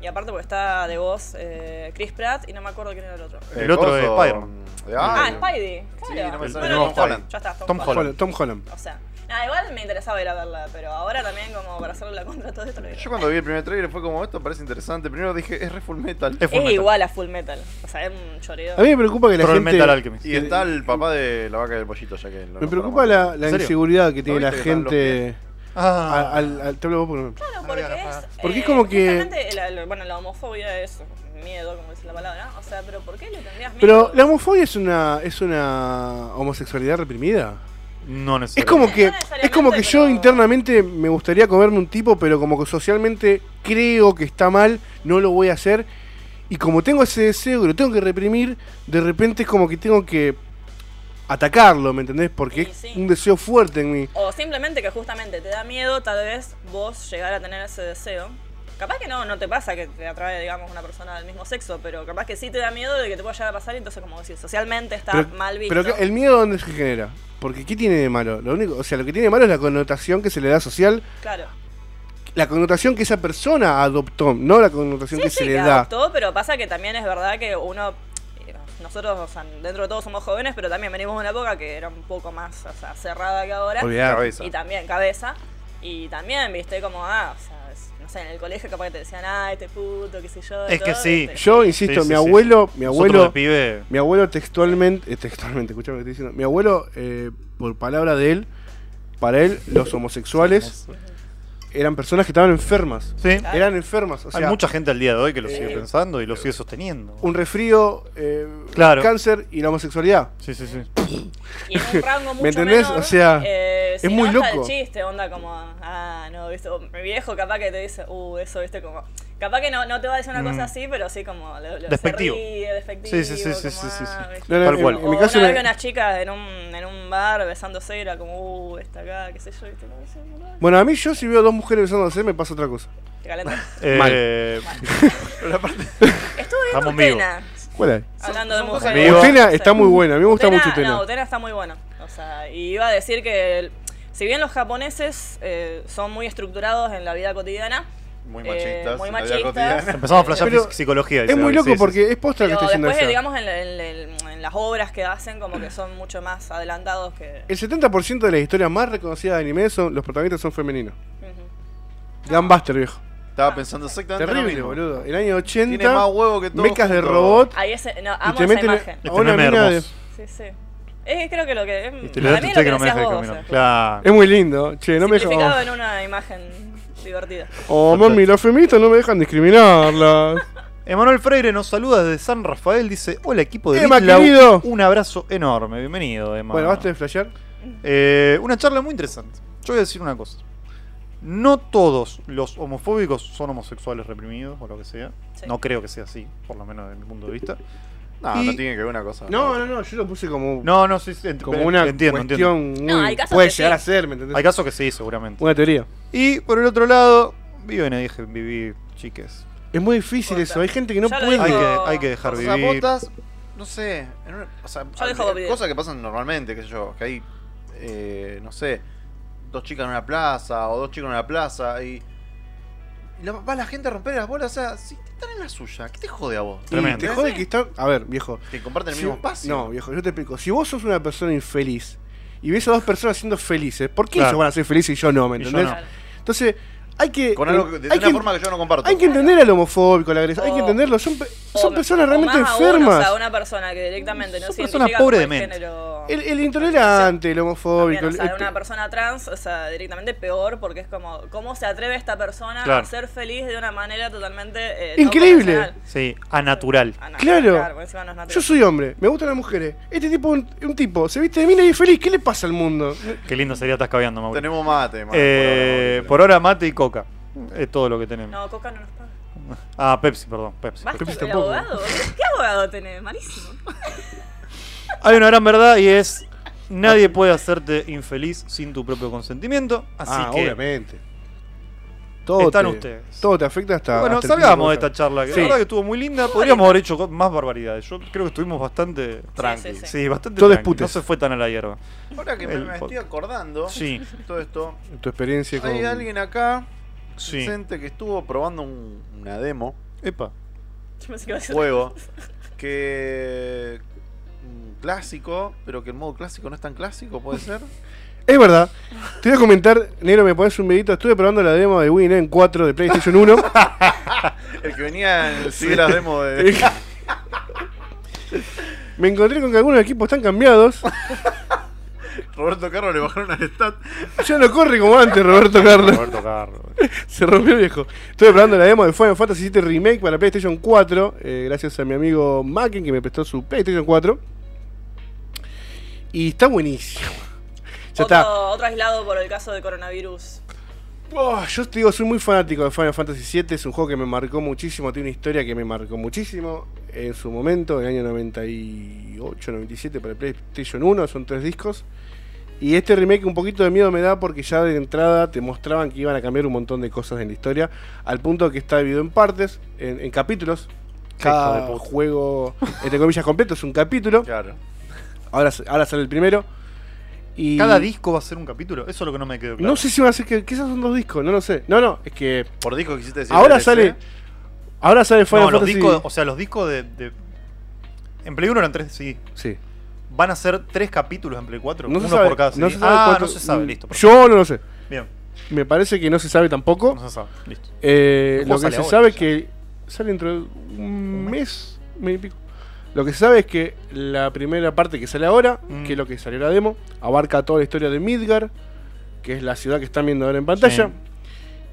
S3: Y aparte porque está de voz eh, Chris Pratt y no me acuerdo quién era el otro.
S1: El otro de
S4: coso,
S1: Spider-Man.
S4: Eh, de-
S3: Ah,
S4: ay,
S3: Spidey. Claro.
S4: Sí, no me
S1: sale.
S3: Bueno,
S1: Tom
S3: listo,
S4: Holland.
S3: Ya está, Tom,
S1: Tom
S3: Holland.
S1: Holland.
S2: Tom Holland.
S3: O sea, nada, igual me interesaba ir a verla, pero ahora también como para hacerle la contra a todo esto lo digo.
S4: Yo cuando vi el primer trailer fue como, esto parece interesante. Primero dije, es re full metal.
S1: Es
S3: Es
S1: Fullmetal.
S3: igual a Full Metal. O sea, es un choreo.
S2: A mí me preocupa que la
S1: Troll
S2: gente
S1: Metal Alchemist.
S4: Y está el papá de la vaca del pollito, ya que lo
S2: me
S4: nombramos.
S2: preocupa la, la
S1: ¿En serio?
S2: inseguridad que tiene
S4: ¿No
S2: la
S4: viste que están los
S2: gente
S1: Ah,
S2: al, al- al- te hablo vos porque no-
S3: Claro, porque es. eh,
S2: Porque es como que-
S3: justamente la- la- bueno, la homofobia es miedo, como dice la palabra. O sea, pero ¿por qué le tendrías miedo?
S2: Pero la homofobia es una es una homosexualidad reprimida.
S1: no
S2: Es
S1: necesariamente.
S2: como que es como que yo
S3: pero-
S2: internamente me gustaría comerme un tipo, pero como que socialmente creo que está mal, no lo voy a hacer. Y como tengo ese deseo que lo tengo que reprimir, de repente es como que tengo que atacarlo, ¿me entendés? Porque
S3: Y
S2: es
S3: sí.
S2: un deseo fuerte en mí.
S3: O simplemente que justamente te da miedo, tal vez vos llegar a tener ese deseo. Capaz que no, no te pasa que te atrae, digamos, una persona del mismo sexo, pero capaz que sí te da miedo de que te pueda llegar a pasar y entonces, como decir, socialmente está
S2: Pero-
S3: mal visto.
S2: Pero ¿qué- el miedo dónde se genera? Porque ¿qué tiene de malo? Lo único, o sea, lo que tiene de malo es la connotación que se le da social,
S3: Claro.
S2: la connotación que esa persona adoptó, no la connotación que
S3: Sí,
S2: se
S3: sí,
S2: le
S3: que
S2: da.
S3: adoptó, pero pasa que también es verdad que uno. eh, Nosotros, o sea, dentro de todo somos jóvenes, pero también venimos de una época que era un poco más o sea, cerrada que ahora.
S2: Olvidar.
S4: Cabeza.
S3: Y también cabeza. Y también, viste, como, ah, o sea, es- no sé, en el colegio capaz que te decían, ah, este puto, qué sé yo.
S1: Es que
S3: todo, este".
S1: sí.
S3: viste.
S2: Yo insisto,
S1: Sí, sí,
S2: mi
S1: sí.
S2: abuelo, mi
S1: Nosotros de
S2: abuelo,
S1: pibe.
S2: mi abuelo textualmente, eh, textualmente, escuchame lo que estoy diciendo. Mi abuelo, eh, por palabra de él, para él los homosexuales eran personas que estaban enfermas.
S1: Sí.
S3: Claro.
S2: Eran enfermas, o sea, eh,
S1: Hay mucha gente al día de hoy que lo sigue
S3: Sí.
S1: pensando y lo sigue sosteniendo.
S2: un resfrío, eh,
S1: Claro.
S2: cáncer y la homosexualidad.
S1: Sí, sí, sí.
S3: Y en un rango mucho
S2: ¿Me entendés?
S3: menor,
S2: O sea,
S3: eh, si
S2: es
S3: no,
S2: muy
S3: hasta
S2: loco.
S3: el chiste, onda como, ah, no, viste, o mi viejo capaz que te dice, uh, eso, viste, como... Capaz que no, no te va a decir una
S1: Mm.
S3: cosa así, pero sí como... Lo, lo-
S1: Despectivo.
S3: Se ríe, despectivo.
S1: Sí, sí, sí, sí,
S3: como,
S1: sí, sí,
S3: ah,
S1: sí.
S3: viste.
S2: No, no,
S1: Tal
S2: en-
S1: cual.
S2: En,
S3: o
S2: mi caso
S3: una vez
S2: era-
S3: vi unas chicas en un, en un bar besándose y era como, uh, esta acá, qué sé yo, viste, como... "Sí, boludo".
S2: Bueno, a mí yo si veo dos mujeres besándose me pasa otra cosa.
S3: Te calentás.
S1: <laughs>
S2: Mal.
S1: Eh,
S3: Estuve viendo
S1: Estamos vivos.
S3: Utena,
S2: ¿Cuál es?
S3: hablando
S4: son
S3: de
S4: cosas
S3: mujeres.
S1: Vivo.
S2: Utena está muy buena, a mí me gusta
S3: Utena-
S2: mucho Utena.
S3: No, Utena está muy bueno. O sea, y iba a decir que el- si bien los japoneses eh, son muy estructurados en la vida cotidiana,
S4: Muy
S3: Eh,
S4: machistas.
S3: muy
S4: en la vida
S3: machistas.
S4: cotidiana.
S1: empezamos a flashear
S2: Pero
S1: fis- psicología.
S2: es
S1: dice
S2: muy
S1: Abel,
S2: loco
S1: sí, sí,
S2: porque es posta lo que
S3: pero
S2: estoy diciendo
S3: después,
S2: ella.
S3: digamos, en, la- en la- en las obras que hacen, como que son mucho más adelantados que...
S2: El 70% de las historias más reconocidas de anime son los protagonistas son femeninos.
S3: Ujú.
S2: Gunbuster, viejo.
S4: Estaba pensando exactamente. lo
S2: Terrible,
S4: mismo.
S2: boludo. El año
S4: Tiene más
S2: 80,
S4: huevo que todo.
S2: mecas de
S4: junto.
S2: robot
S3: Ahí ese, no,
S2: y
S3: amo
S2: te
S3: esa
S2: meten
S3: imagen.
S2: a
S1: Este
S2: una
S1: meme
S2: mina de...
S1: hermoso.
S3: Sí, sí. Es, creo que lo que...
S1: sí.
S3: es-
S1: Te lo
S3: para
S1: das a
S3: mí lo
S1: usted
S3: que
S1: que no me
S3: decías
S1: deja
S3: vos, o
S1: caminar.
S3: sea,
S1: Claro.
S2: Es muy lindo, che, no me dejan...
S3: simplificado
S2: Oh,
S3: en una imagen divertida.
S2: oh, mami, los feministas no me dejan discriminarlas.
S1: Emanuel Freire nos saluda desde San Rafael. Dice: Hola, equipo de
S2: Emma,
S1: Bitlau.
S2: querido.
S1: Un abrazo enorme. Bienvenido, Emma.
S2: bueno, basta de flashear.
S1: Eh, una charla muy interesante. Yo voy a decir una cosa. No todos los homofóbicos son homosexuales reprimidos o lo que sea.
S3: Sí.
S1: No creo que sea así, por lo menos desde mi punto de vista.
S4: No,
S1: Y-
S4: no tiene que ver una cosa.
S2: No, no, no, yo lo puse como,
S1: No, no, sí, sí, ent- eh,
S2: como una
S1: entiendo, entiendo.
S2: cuestión
S3: No,
S2: muy-
S3: hay casos
S2: Puede
S3: que sí.
S2: llegar a ser, ¿me entendés?
S1: Hay casos que sí, seguramente.
S2: Una teoría.
S1: Y por el otro lado, viven y dejen vivir, chiques.
S2: Es muy difícil
S3: Importa.
S2: eso, hay gente que no
S3: Ya lo
S2: puede...
S1: Hay
S3: dijo-
S1: que, hay que dejar
S4: O sea,
S1: vivir.
S4: botas, no sé. en una- o sea,
S3: Yo dejo
S4: hay
S3: vivir.
S4: cosas que pasan normalmente, qué sé yo. Que hay, eh, no sé, dos chicas en una plaza o dos chicos en una plaza y. y la- va la gente a romper las bolas. O sea, si están en la suya, ¿qué te jode a vos?
S2: Y
S1: Tremendo.
S2: Te jode que está... A ver, viejo.
S4: Que comparten el
S2: Si
S4: mismo
S2: vos-
S4: espacio.
S2: No, viejo, yo te explico. Si vos sos una persona infeliz y ves a dos personas siendo felices, ¿por qué
S1: Claro.
S2: ellos van a ser felices y yo no, me
S1: Y yo
S2: entendés?
S1: no.
S2: Entonces, hay que.
S4: Con algo
S2: eh,
S4: que- de
S2: hay
S4: una
S2: que-
S4: forma que yo no comparto.
S2: hay que entender al homofóbico, al agresor, hay que
S3: O-
S2: entenderlo. Son, pe-
S3: O-
S2: son personas
S3: Oh. o
S2: realmente
S3: más aún, o
S2: enfermas.
S3: sea, una persona que directamente no
S1: Son
S3: se
S1: personas
S3: identifica con
S1: pobre
S3: el
S1: de mente.
S3: género-
S2: el, el intolerante, el homofóbico.
S3: También, o
S2: el-
S3: sea,
S2: el-
S3: una persona trans, o sea, directamente peor, porque es como, ¿cómo se atreve esta persona a
S1: Claro.
S3: ser feliz de una manera totalmente. eh,
S2: Increíble.
S3: no convencional?
S1: Sí, a natural.
S3: Ah, no,
S2: Claro.
S3: porque encima no es natural.
S2: yo soy hombre, me gustan las mujeres. Este tipo es un, un tipo, se viste de mina y es feliz. ¿Qué le pasa al mundo?
S1: Qué lindo sería estar cabeando, Mauro.
S4: Tenemos mate, man,
S1: Eh,
S4: por
S1: por ahora, mate y coca. Es todo lo que tenemos.
S3: No, Coca no nos paga.
S1: Ah, Pepsi, perdón. Pepsi.
S3: Basta
S2: Pepsi
S3: del
S2: tampoco.
S3: abogado. boludo. ¿Qué abogado tenés? Malísimo.
S1: Hay una gran verdad y es nadie puede hacerte infeliz sin tu propio consentimiento. Así
S2: ah,
S1: que
S2: obviamente. Todo
S1: están
S2: te,
S1: ustedes.
S2: Todo te afecta hasta.
S1: bueno,
S2: hasta el
S1: salgamos de
S2: tipo
S1: esta charla, que
S2: Sí.
S1: la verdad que estuvo muy linda. Podríamos haber hecho co- más barbaridades. Yo creo que estuvimos bastante <laughs> tranqui.
S3: sí. <laughs>
S1: Sí, bastante
S2: Todo
S1: tranqui.
S2: disputes.
S1: No se fue tan a la hierba.
S4: ahora. Ahora que me,
S1: el
S4: me estoy
S1: podcast.
S4: acordando
S1: Sí,
S4: todo esto.
S2: Tu experiencia con.
S4: Hay alguien acá,
S1: sí.
S4: presente, que estuvo probando un- una demo.
S1: Epa.
S3: Yo pensé que iba a decir-
S4: juego que mm, clásico, pero que el modo clásico no es tan clásico, puede ser.
S2: Es verdad. Te voy a comentar, negro, me pones un medito. Estuve probando la demo de Win en 4 de PlayStation
S1: <laughs>
S2: 1.
S4: El que venía en el CD las demo
S1: <laughs>
S4: de
S2: Eh, Me encontré con que algunos equipos están cambiados.
S4: Roberto Carlos le bajaron al stat.
S2: Ya no corre como antes, Roberto Carlos.
S1: Roberto Carlos.
S2: <laughs> Se rompió el viejo. Estuve probando la demo de Final Fantasy VII Remake para PlayStation 4. eh, gracias a mi amigo Macken que me prestó su PlayStation 4. Y está buenísimo. Ya está.
S3: Otro, otro aislado por el caso de coronavirus.
S2: Oh, yo te digo, soy muy fanático de Final Fantasy VII. Es un juego que me marcó muchísimo. Tiene una historia que me marcó muchísimo. En su momento, en el año 98, 97, para el PlayStation 1. Son tres discos. Y este remake un poquito de miedo me da porque ya de entrada te mostraban que iban a cambiar un montón de cosas en la historia, al punto que está dividido en partes, en, en capítulos.
S1: hijo
S2: Cada
S1: de puta.
S2: juego, entre comillas, completo es un capítulo.
S4: Claro.
S2: Ahora, ahora sale el primero. Y
S5: Cada disco va a ser un capítulo. Eso es lo que no me quedó claro.
S2: No sé si van a ser que, que esos son dos discos, no lo sé. No, no, es que
S4: Por disco quisiste decir.
S2: ahora
S4: DLC.
S2: sale ahora sale Final
S5: No, los
S2: Fantasy-
S5: discos, o sea, los discos de, de- En Play 1 eran 3 sí.
S2: Sí.
S5: ¿Van a ser tres capítulos en Play 4?
S2: No
S5: Uno
S2: se sabe,
S5: por cada
S2: no
S5: CD.
S2: se sabe
S5: ah,
S2: cuánto- Mm,
S5: no se sabe, listo. perfecto.
S2: Yo no lo sé.
S5: Bien,
S2: Me parece que no se sabe tampoco.
S5: no se sabe, listo.
S2: Eh,
S5: El
S2: lo
S5: juego
S2: que
S5: sale
S2: se
S5: ahora,
S2: sabe
S5: ya.
S2: que sale dentro de un mes, mes y pico. Lo que se sabe es que la primera parte que sale ahora,
S5: Mm.
S2: que es lo que salió la demo, abarca toda la historia de Midgar, que es la ciudad que están viendo ahora en pantalla.
S5: Sí.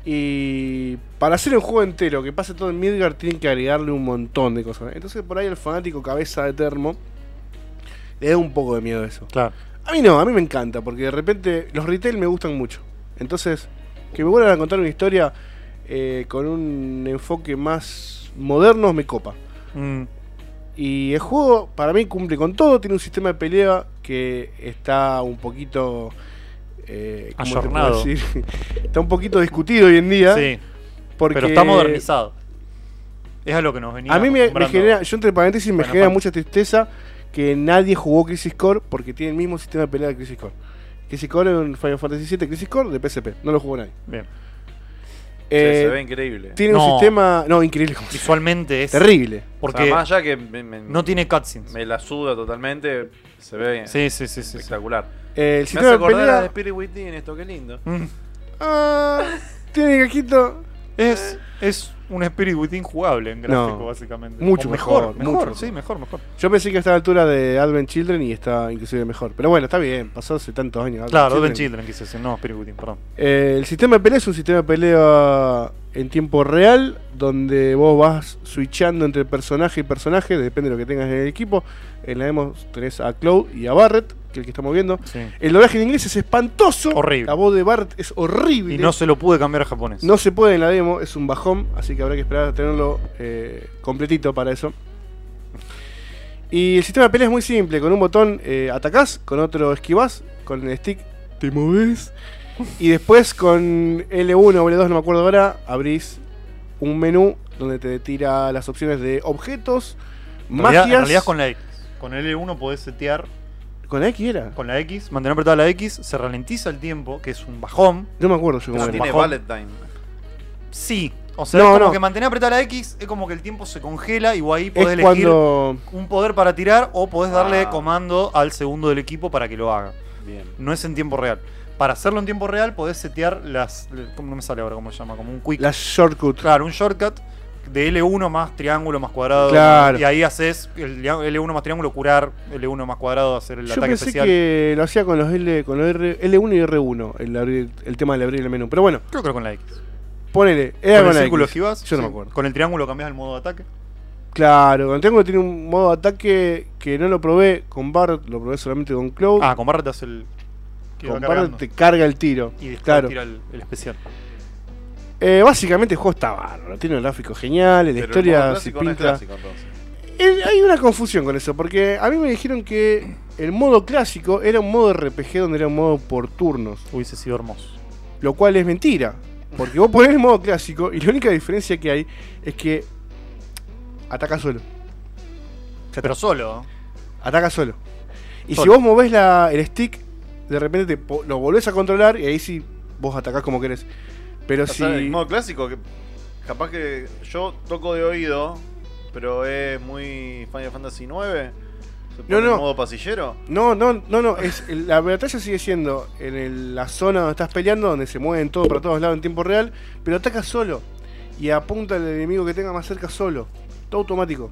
S2: Y para hacer un juego entero que pase todo en Midgar, tienen que agregarle un montón de cosas. Entonces, por ahí el fanático cabeza de termo le da un poco de miedo eso.
S1: Claro.
S2: A mí no, a mí me encanta, porque de repente los retail me gustan mucho. Entonces, que me vuelvan a contar una historia eh, con un enfoque más moderno me copa.
S1: Mm.
S2: Y el juego para mí cumple con todo, tiene un sistema de pelea que está un poquito... Eh, ¿cómo te puedo
S1: Ayornado.
S2: decir? <laughs> está un poquito discutido hoy en día.
S1: Sí,
S2: porque
S1: pero está modernizado. Es a lo que nos venía.
S2: A mí me- me,
S1: acostumbrando.
S2: genera, yo entre paréntesis, me
S1: Bueno,
S2: genera
S1: Juan.
S2: mucha tristeza que nadie jugó Crisis Core porque tiene el mismo sistema de pelea de Crisis Core. Crisis Core es un Final Fantasy VII, Crisis Core de PSP, no lo jugó nadie.
S1: Bien.
S4: Sí,
S2: Eh,
S4: se ve increíble.
S2: tiene un
S1: No.
S2: sistema, no, increíble, como-
S1: Visualmente es.
S2: terrible.
S4: O
S1: Porque
S4: sea, más allá que me, me-
S1: no tiene cutscenes.
S4: me la suda totalmente, se ve
S1: Sí, sí, sí, sí. sí.
S4: espectacular.
S2: Eh, el
S4: Me hace
S2: sistema de
S4: acordar a
S2: pelea
S4: Spirit Within esto, qué lindo.
S1: Mm.
S2: ah, tiene cajito.
S1: Es, es un Spirit Within jugable en gráfico,
S2: No.
S1: básicamente.
S2: Mucho
S1: O
S2: mejor,
S1: mejor,
S2: mucho
S1: sí, mejor, mejor.
S2: Yo pensé que estaba a la altura de Advent Children y está inclusive mejor. Pero bueno, está bien, pasó hace tantos años. Advent
S1: Claro, Advent Children quise decir, no Spirit Within, perdón.
S2: Eh, el sistema de pelea es un sistema de pelea en tiempo real, donde vos vas switchando entre personaje y personaje, depende de lo que tengas en el equipo. En la demo tenés a Cloud y a Barrett, que es el que estamos viendo.
S1: Sí.
S2: El doblaje en inglés es espantoso.
S1: Horrible.
S2: La voz de Barrett es horrible.
S1: Y no se lo pude cambiar a japonés.
S2: No se puede en la demo, es un bajón, así que habrá que esperar a tenerlo eh, completito para eso. Y el sistema de pelea es muy simple, con un botón eh, atacás, con otro esquivás, con el stick te moves y después con L1 o L2, no me acuerdo ahora, abrís un menú donde te tira las opciones de objetos,
S1: En realidad-
S2: magias,
S1: en realidad es con la X.
S5: Con L1 podés setear,
S2: con X era.
S5: con la X.
S1: Mantener apretada la X, se ralentiza el tiempo, que es un bajón.
S2: No me acuerdo yo
S4: No
S2: cómo
S4: tiene
S2: era.
S1: bajón.
S4: Valentine.
S1: Sí. O sea,
S2: No,
S1: es como
S2: no.
S1: que mantener apretada la X es como que el tiempo se congela y vos ahí podés
S2: Es
S1: elegir
S2: cuando
S1: un poder para tirar o podés darle
S4: Ah.
S1: comando al segundo del equipo para que lo haga.
S4: Bien.
S1: No es en tiempo real. Para hacerlo en tiempo real podés setear las... ¿Cómo no me sale ahora cómo se llama? Como un quick.
S2: la shortcut.
S1: Claro, un shortcut de L1 más triángulo más cuadrado.
S2: Claro.
S1: Y ahí haces el lia- L1 más triángulo curar, L1 más cuadrado hacer el
S2: Yo
S1: ataque
S2: pensé
S1: especial.
S2: que lo hacía con los L, con los R, L1 y R1, el, abrir- el tema del abrir el menú. Pero bueno,
S1: Creo que era con la X.
S2: ponele, era
S1: con
S2: con
S1: el
S2: la
S1: círculo
S2: X.
S1: esquivas.
S2: Yo no
S1: sí.
S2: me acuerdo.
S1: Con el triángulo cambias el modo de ataque.
S2: Claro, con Tengo tiene un modo de ataque que no lo probé con Bart, lo probé solamente con Cloud.
S1: Ah, con barra te hace el. que va
S2: Uh. con
S1: cargando.
S2: Bart te carga el tiro.
S1: Y después
S2: claro.
S1: tira el, el especial.
S2: Eh, básicamente el juego está bárbaro, tiene un gráfico genial, la
S4: Pero el modo
S2: historia se
S4: clásico no es
S2: pinta.
S4: clásico, entonces.
S2: Eh, Hay una confusión con eso, porque a mí me dijeron que el modo clásico era un modo RPG donde era un modo por turnos.
S1: Hubiese sido hermoso.
S2: Lo cual es mentira. Porque vos ponés el modo clásico y la única diferencia que hay es que ataca solo.
S1: Pero solo. ¿eh?
S2: Ataca solo. Y si
S1: Solo.
S2: vos movés la- el stick, de repente te po- lo volvés a controlar y ahí sí vos atacás como querés. Pero
S4: O
S2: si.
S4: sea, el modo clásico, que capaz que yo toco de oído, pero es muy Final Fantasy 9.
S2: No, no.
S4: modo pasillero.
S2: No, no, no, no. Es, el- la batalla sigue siendo en el- la zona donde estás peleando, donde se mueven todo para todos lados en tiempo real, pero ataca solo. Y apunta al enemigo que tenga más cerca solo. Todo automático.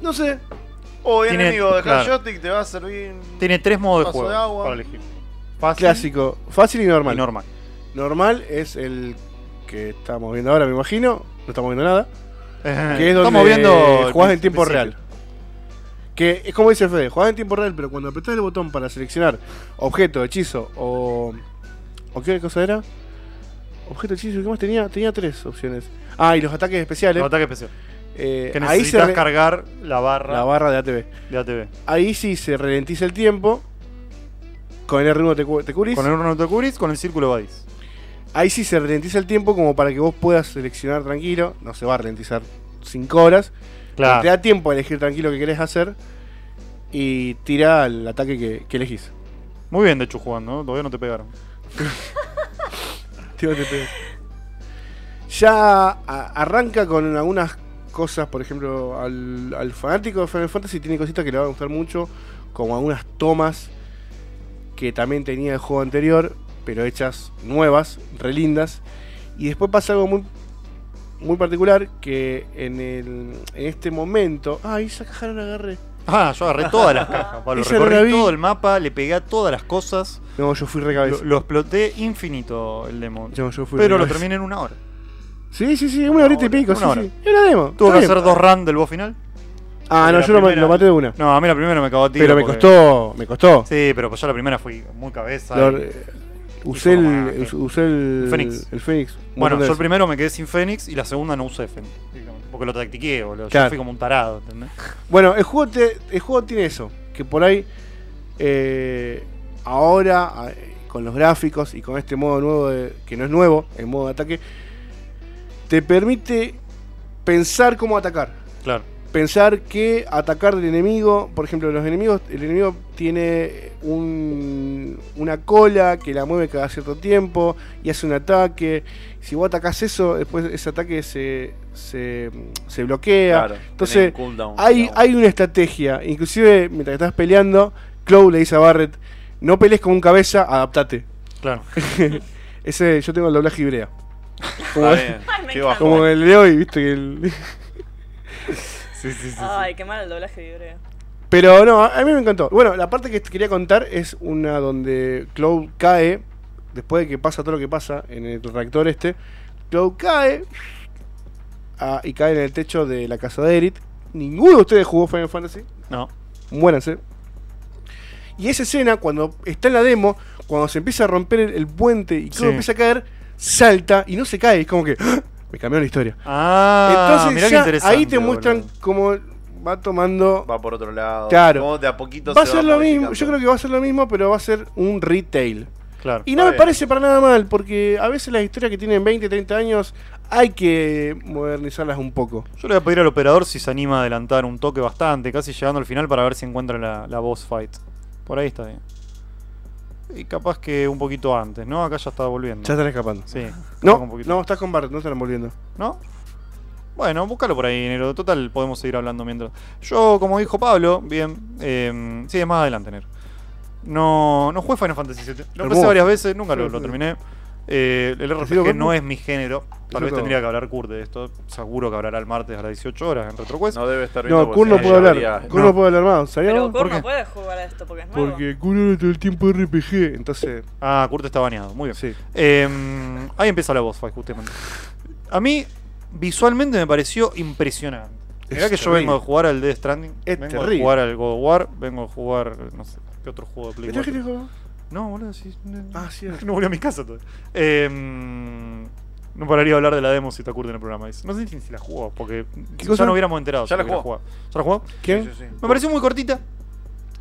S2: No sé.
S4: O
S1: Tiene-
S4: enemigo, dejar
S1: claro.
S4: joystick te va a servir.
S1: Tiene tres modos de
S4: Vaso
S1: juego
S4: de agua.
S1: para elegir: fácil
S2: Clásico. Fácil y
S1: y
S2: normal.
S1: normal.
S2: Normal es el que estamos viendo ahora, me imagino. No estamos viendo nada. Que es donde
S1: Eh, <laughs> Estamos viendo. el
S2: jugás en tiempo
S1: principio.
S2: real. Que es como dice Fede, jugás en tiempo real, pero cuando apretás el botón para seleccionar objeto, hechizo o. ¿O qué cosa era? Objeto, hechizo, ¿qué más tenía? Tenía tres opciones. Ah, y los ataques especiales.
S1: Los ataques especiales.
S2: eh,
S1: Que
S2: ahí se
S1: necesitas
S2: re-
S1: cargar la barra
S2: la barra de ATV.
S1: de ATV.
S2: Ahí sí se ralentiza el tiempo Con el R1 te, cu- te cubrís.
S1: Con el Ronaldo Curis, con el Círculo Badis.
S2: Ahí sí se ralentiza el tiempo como para que vos puedas seleccionar tranquilo. No se va a ralentizar 5 horas. Te da tiempo a elegir tranquilo qué querés hacer. Y tira el ataque que, que elegís.
S1: Muy bien, de hecho, jugando, ¿no? Todavía no te pegaron.
S2: Ya a- arranca con algunas cosas, por ejemplo, al, al fanático de Final Fantasy tiene cositas que le van a gustar mucho, como algunas tomas que también tenía el juego anterior, pero hechas nuevas, relindas. Y después pasa algo muy, muy particular, que en, el, en este momento... ¡Ay, esa caja no la agarré!
S1: Ah, yo agarré todas las cajas,
S2: <laughs>
S1: Pablo.
S2: Esa no la
S1: Recorrí
S2: vi.
S1: todo el mapa, le pegué a todas las cosas.
S2: No, yo fui
S1: Lo,
S2: recabeza.
S1: lo exploté infinito el demo.
S2: No, yo fui
S1: Pero lo
S2: recabeza.
S1: terminé en una hora.
S2: Sí, sí, sí, una horita y
S1: hora,
S2: pico,
S1: una
S2: sí,
S1: hora.
S2: sí. Es una demo.
S1: Tuve
S2: está
S1: que
S2: bien.
S1: hacer dos runs del boss final.
S2: Ah, no,
S5: la
S2: yo lo, ma-
S5: primera-
S2: lo maté de una.
S1: No, a mí la primera me cagó a tiro
S2: pero me
S1: porque-
S2: costó, me costó.
S1: Sí, pero pues yo la primera fui muy cabeza.
S2: Lo-
S1: y-
S2: usé,
S1: como nada,
S2: el,
S1: sí.
S2: usé el,
S1: El Fénix.
S2: el Fénix. un
S1: Bueno,
S2: montón de
S1: yo el
S2: veces.
S1: primero me quedé sin Fénix y la segunda no usé Fénix. Porque lo tactiqué, boludo.
S2: Claro.
S1: Yo fui como un tarado, ¿entendés?
S2: Bueno, el juego, te- el juego tiene eso. Que por ahí, eh, ahora, a- con los gráficos y con este modo nuevo, de- que no es nuevo, el modo de ataque, te permite pensar cómo atacar.
S1: Claro.
S2: pensar que atacar del enemigo, por ejemplo, los enemigos, el enemigo tiene un- una cola que la mueve cada cierto tiempo y hace un ataque. Si vos atacás eso, después ese ataque se, se, se bloquea.
S4: Claro,
S2: Entonces,
S4: tenés un cooldown,
S2: Hay,
S4: digamos.
S2: hay una estrategia. Inclusive, mientras estás peleando, Clow le dice a Barrett, no pelees con un cabeza, adaptate. <laughs>
S1: Claro.
S2: Ese, yo tengo el doblaje hebrea. Como,
S4: Está bien,
S3: Ay, me
S4: qué
S3: encanta.
S4: bajo.
S2: como el de hoy, viste que el...
S1: Sí, sí, sí.
S3: Ay, qué mal el doblaje de Ibrea.
S2: Pero no, a a mí me encantó. Bueno, la parte que te quería contar es una donde Cloud cae, después de que pasa todo lo que pasa en el reactor este, Cloud cae ah, y cae en el techo de la casa de Eric. Ninguno de ustedes jugó Final Fantasy,
S1: No.
S2: muéranse. Y esa escena, cuando está en la demo, cuando se empieza a romper el, el puente y Cloud
S1: Sí.
S2: empieza a caer, salta y no se cae, es como que ¡Ah! me cambió la historia.
S1: Ah,
S2: Entonces
S1: mirá qué
S2: ya
S1: interesante.
S2: ahí te muestran
S1: boludo.
S2: cómo va tomando
S4: Va por otro lado.
S2: Claro.
S4: Como de a poquito
S2: Va a
S4: se
S2: ser lo mismo,
S4: modificando.
S2: yo creo que va a ser lo mismo, pero va a ser un retail.
S1: Claro.
S2: Y no
S4: Está
S2: me
S4: bien.
S2: parece para nada mal, porque a veces las historias que tienen 20, 30 años hay que modernizarlas un poco.
S1: Yo le voy a pedir al operador si se anima a adelantar un toque bastante, casi llegando al final para ver si encuentra la, la boss fight. Por ahí está bien. Y capaz que un poquito antes, ¿no? Acá ya está volviendo.
S2: Ya están escapando.
S1: Sí. capaz que
S2: No,
S1: un poquito-
S2: no, estás con Bart, no están volviendo.
S1: ¿No? Bueno, búscalo por ahí, Nero. Total, podemos seguir hablando mientras. Yo, como dijo Pablo, bien. eh, sí, es más adelante, Nero. No, no jugué Final Fantasy VII. Lo empecé
S2: Hermoso.
S1: varias veces, nunca lo,
S2: Sí,
S1: lo
S2: sí.
S1: terminé. Eh, el
S2: sigo
S1: RPG
S2: viendo?
S1: no es mi género. Tal
S2: Yo
S1: vez
S2: todo.
S1: tendría que hablar Kurt de esto. Seguro que hablará el martes a las 18 horas en RetroQuest.
S4: No debe estar
S2: No,
S4: porque
S2: Kun no
S4: si
S2: puede
S4: pues, habría-
S2: hablar. Kun
S1: No.
S2: no puede hablar más, ¿sabías?
S3: Pero
S2: vos?
S1: ¿Por
S3: Kurt
S1: qué?
S3: no puede jugar a esto porque es nuevo.
S2: Porque Kun era todo el tiempo RPG. Entonces,
S1: Ah, Kurt está baneado. Muy bien.
S2: sí.
S1: Eh, ahí empieza la voz fight, justamente. A mí, visualmente me pareció impresionante. Mirá
S2: Es
S1: que yo vengo
S2: terrible.
S1: de jugar al Death Stranding,
S2: Es
S1: vengo
S2: terrible.
S1: de jugar al God of War, vengo de jugar, no sé, qué otro juego de Play
S2: ¿Pero qué
S1: 4?
S2: te dijo?
S1: No, boludo, sí. no-
S2: Este Ah,
S1: <laughs>
S2: cierto.
S1: no volví a mi casa todavía. Eh, no pararía de hablar de la demo si está Kurt en el programa. Dice, No sé ni si la jugó, porque
S2: ¿Qué
S1: ya
S2: cosa?
S1: no hubiéramos enterado.
S4: Ya
S1: si
S4: la
S1: hubiera
S4: jugó.
S1: jugado. ¿Ya la jugó?
S2: ¿Quién?
S4: Sí, sí, sí.
S1: Me pareció muy cortita.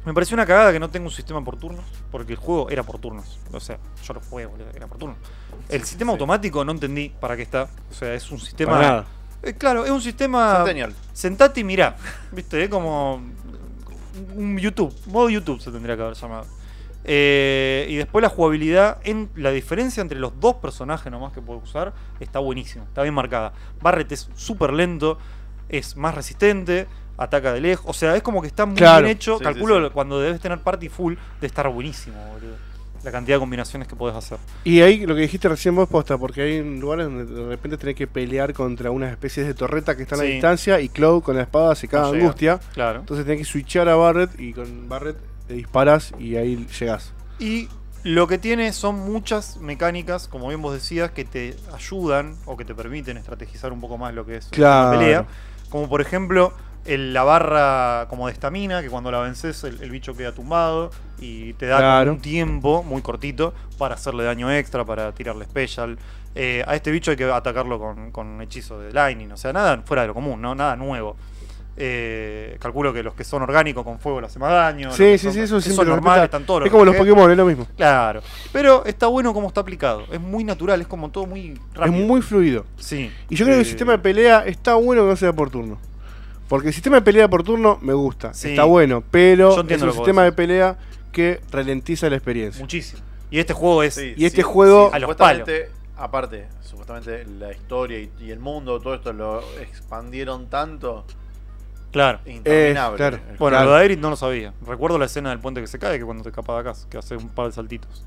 S1: Me pareció una cagada que no tenga un sistema por turnos, porque el juego era por turnos. O sea, yo lo jugué, boludo, era por turnos. El sistema automático no entendí para qué está. O sea, es un sistema.
S2: Para nada.
S1: Eh, claro, es un sistema.
S4: Centennial.
S1: Sentate y mirá. ¿Viste? Es como. Un YouTube. Modo YouTube se tendría que haber llamado. Eh, y después la jugabilidad, en, la diferencia entre los dos personajes nomás que puedes usar, está buenísimo, está bien marcada. Barret es súper lento, es más resistente, ataca de lejos. O sea, es como que está muy
S2: Claro.
S1: bien hecho.
S4: Sí,
S1: Calculo
S4: sí, sí.
S1: cuando debes tener party full de estar buenísimo, boludo. La cantidad de combinaciones que podés hacer.
S2: Y ahí lo que dijiste recién vos posta, porque hay lugares donde de repente tenés que pelear contra unas especies de torreta que están a
S1: Sí.
S2: distancia y Cloud con la espada se caga
S1: No llega.
S2: angustia.
S1: Claro.
S2: Entonces tenés que switchar a Barret y con Barret te disparas y ahí llegás.
S1: Y lo que tiene son muchas mecánicas, como bien vos decías, que te ayudan o que te permiten estrategizar un poco más lo que es
S2: Claro.
S1: la pelea. Como por ejemplo el- la barra como de estamina, que cuando la vences el, el bicho queda tumbado y te da como
S2: Claro.
S1: un tiempo muy cortito para hacerle daño extra, para tirarle special. Eh, a este bicho hay que atacarlo con, con hechizo de lightning, o sea, nada fuera de lo común, ¿no? Nada nuevo. Eh, calculo que los que son orgánicos con fuego le hace más daño. los
S2: Sí,
S1: que
S2: sí,
S1: son-
S2: sí, eso
S1: es
S2: siempre lo
S1: normal,
S2: respeta.
S1: están todos
S2: Es como los
S1: que-
S2: Pokémon, es lo mismo.
S1: Claro. Pero está bueno como está aplicado. Es muy natural, es como todo muy rápido.
S2: Es muy fluido.
S1: Sí.
S2: Y yo creo que
S1: Eh,
S2: el sistema de pelea está bueno que no sea por turno. Porque el sistema de pelea por turno me gusta,
S1: Sí.
S2: está bueno, pero
S1: Yo
S2: es
S1: entiendo
S2: un
S1: lo que vos
S2: sistema de
S1: decís.
S2: pelea que ralentiza la experiencia.
S1: Muchísimo. Y este juego es.
S4: Sí,
S2: Y este juego-
S1: A los
S4: supuestamente, Aparte, supuestamente la historia y, y el mundo, todo esto lo expandieron tanto.
S1: Claro.
S4: Interminable.
S2: claro.
S4: El-
S1: Bueno,
S2: Claro.
S1: lo de Aerith no lo sabía. Recuerdo la escena del puente que se cae, que cuando te escapa de acá, que hace un par de saltitos.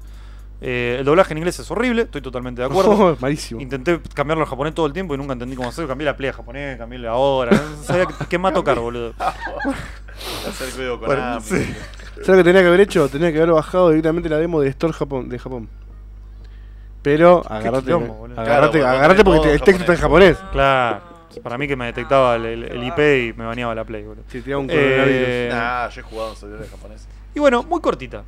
S1: Eh, el doblaje en inglés es horrible, estoy totalmente de acuerdo. <laughs>
S2: <laughs> Oh, malísimo.
S1: Intenté cambiarlo al japonés todo el tiempo y nunca entendí cómo hacerlo. Cambié la play a japonés, cambié la hora. No sabía qué- qué más tocar, boludo.
S4: hacer cuidado con
S1: Bueno,
S4: Ami.
S1: sí.
S2: ¿Sabes lo que tenía que haber hecho? Tenía que haber bajado directamente la demo de Store Japón, de Japón. Pero agarrate,
S1: quilombo, boludo.
S4: Claro,
S2: agarrate,
S4: porque no
S2: agarrate
S4: tenés
S2: porque
S4: todo
S2: te- el texto está en japonés.
S1: Claro. Para mí que me detectaba el, el- el IP y me baneaba la play, boludo.
S2: Sí, te da un
S1: Eh,
S2: coronavirus.
S4: Nah, yo he jugado en servidores japoneses.
S1: Y bueno, muy cortita.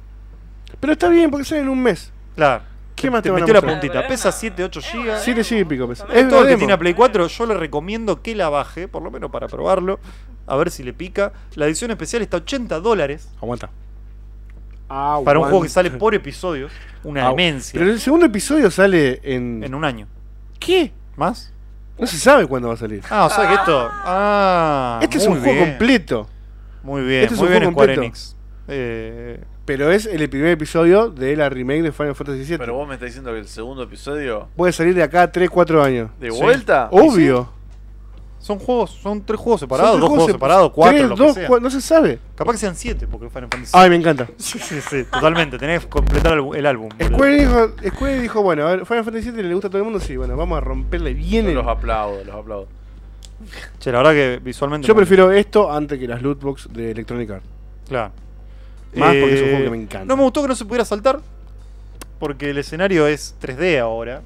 S2: Pero está bien, porque sale en un mes.
S1: Claro.
S2: ¿Qué
S1: Te-
S2: más
S1: te
S2: te van a
S1: metió la
S2: mostrar?
S1: puntita. Pesa 7, 8 gigas.
S2: Sí, te sigue pico. pues.
S3: Justamente.
S2: Es
S1: Todo el que
S2: demo.
S1: tiene la Play 4, yo le recomiendo que la baje, por lo menos para probarlo, a ver si le pica. La edición especial está a 80 dólares
S2: Aguanta.
S1: para un juego que sale por episodio. Una
S2: Au.
S1: demencia.
S2: Pero el segundo episodio sale en.
S1: En un año.
S2: ¿Qué?
S1: ¿Más?
S2: No se sabe cuándo va a salir.
S1: Ah, o sea que esto. Ah.
S2: este es
S1: muy
S2: un juego
S1: bien.
S2: completo.
S1: Muy bien,
S2: Este es
S1: muy
S2: un
S1: bien
S2: juego
S1: Square
S2: completo.
S1: Enix. Eh,
S2: Pero es el primer episodio de la remake de Final Fantasy VII.
S4: Pero vos me estás diciendo que el segundo episodio,
S2: Puede salir de acá a 3, 4 años.
S4: de
S1: Sí.
S4: vuelta,
S2: Obvio.
S1: son juegos, son tres juegos separados,
S2: Son tres
S1: dos juegos
S2: se-
S1: separados, cuatro,
S2: tres,
S1: lo
S2: dos,
S1: que sea.
S2: cua- No se sabe.
S1: Capaz que sean siete, porque Final Fantasy.
S2: Ay, me encanta.
S1: sí, sí, sí, totalmente. Tenés que completar el, el álbum. boludo.
S2: Square dijo, Square dijo, bueno, a ver, Final Fantasy VII le gusta a todo el mundo, sí, bueno, vamos a romperle bien
S4: yo
S2: el...
S4: los aplaudo, los aplaudo.
S1: Che, la verdad que visualmente.
S2: Yo
S1: me-
S2: prefiero esto antes que las loot box de Electronic Arts.
S1: Claro. Eh,
S2: Más porque es un juego que me encanta.
S1: No me gustó que no se pudiera saltar. Porque el escenario es 3D ahora.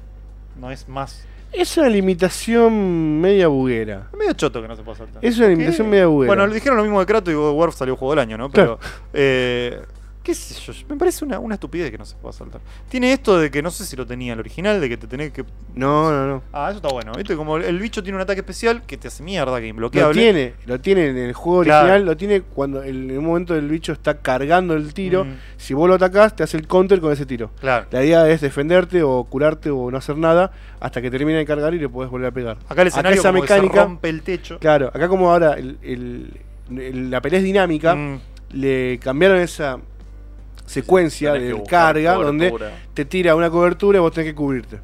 S1: No es más.
S2: Es una limitación media buguera.
S1: Es medio choto que no se pueda saltar.
S2: Es una limitación media buguera.
S1: Bueno, le dijeron lo mismo de Kratos y God of War salió juego del año, ¿no? Pero. eh, ¿Qué sé yo? Me parece una, una estupidez que no se pueda saltar. Tiene esto de que no sé si lo tenía el original, de que te tenés que.
S2: No, no, no.
S1: Ah, eso está bueno. ¿Viste? Como el, el bicho tiene un ataque especial que te hace mierda, que es
S2: Lo
S1: imbloqueable.
S2: tiene, lo tiene en el juego
S1: Claro.
S2: original, lo tiene cuando el- en un momento el bicho está cargando el tiro.
S1: Mm.
S2: Si vos lo atacás, te hace el counter con ese tiro.
S1: Claro.
S2: La idea es defenderte o curarte o no hacer nada hasta que termine de cargar y le podés volver a pegar.
S1: Acá el escenario
S2: esa
S1: como que se
S2: mecánica-
S1: rompe el techo.
S2: Claro, acá como ahora el- el- el- la pelea es dinámica,
S1: Mm.
S2: le cambiaron esa secuencia
S4: Tenés que
S2: de
S4: buscar
S2: carga donde
S4: cobertura.
S2: te tira una cobertura y vos tenés que cubrirte.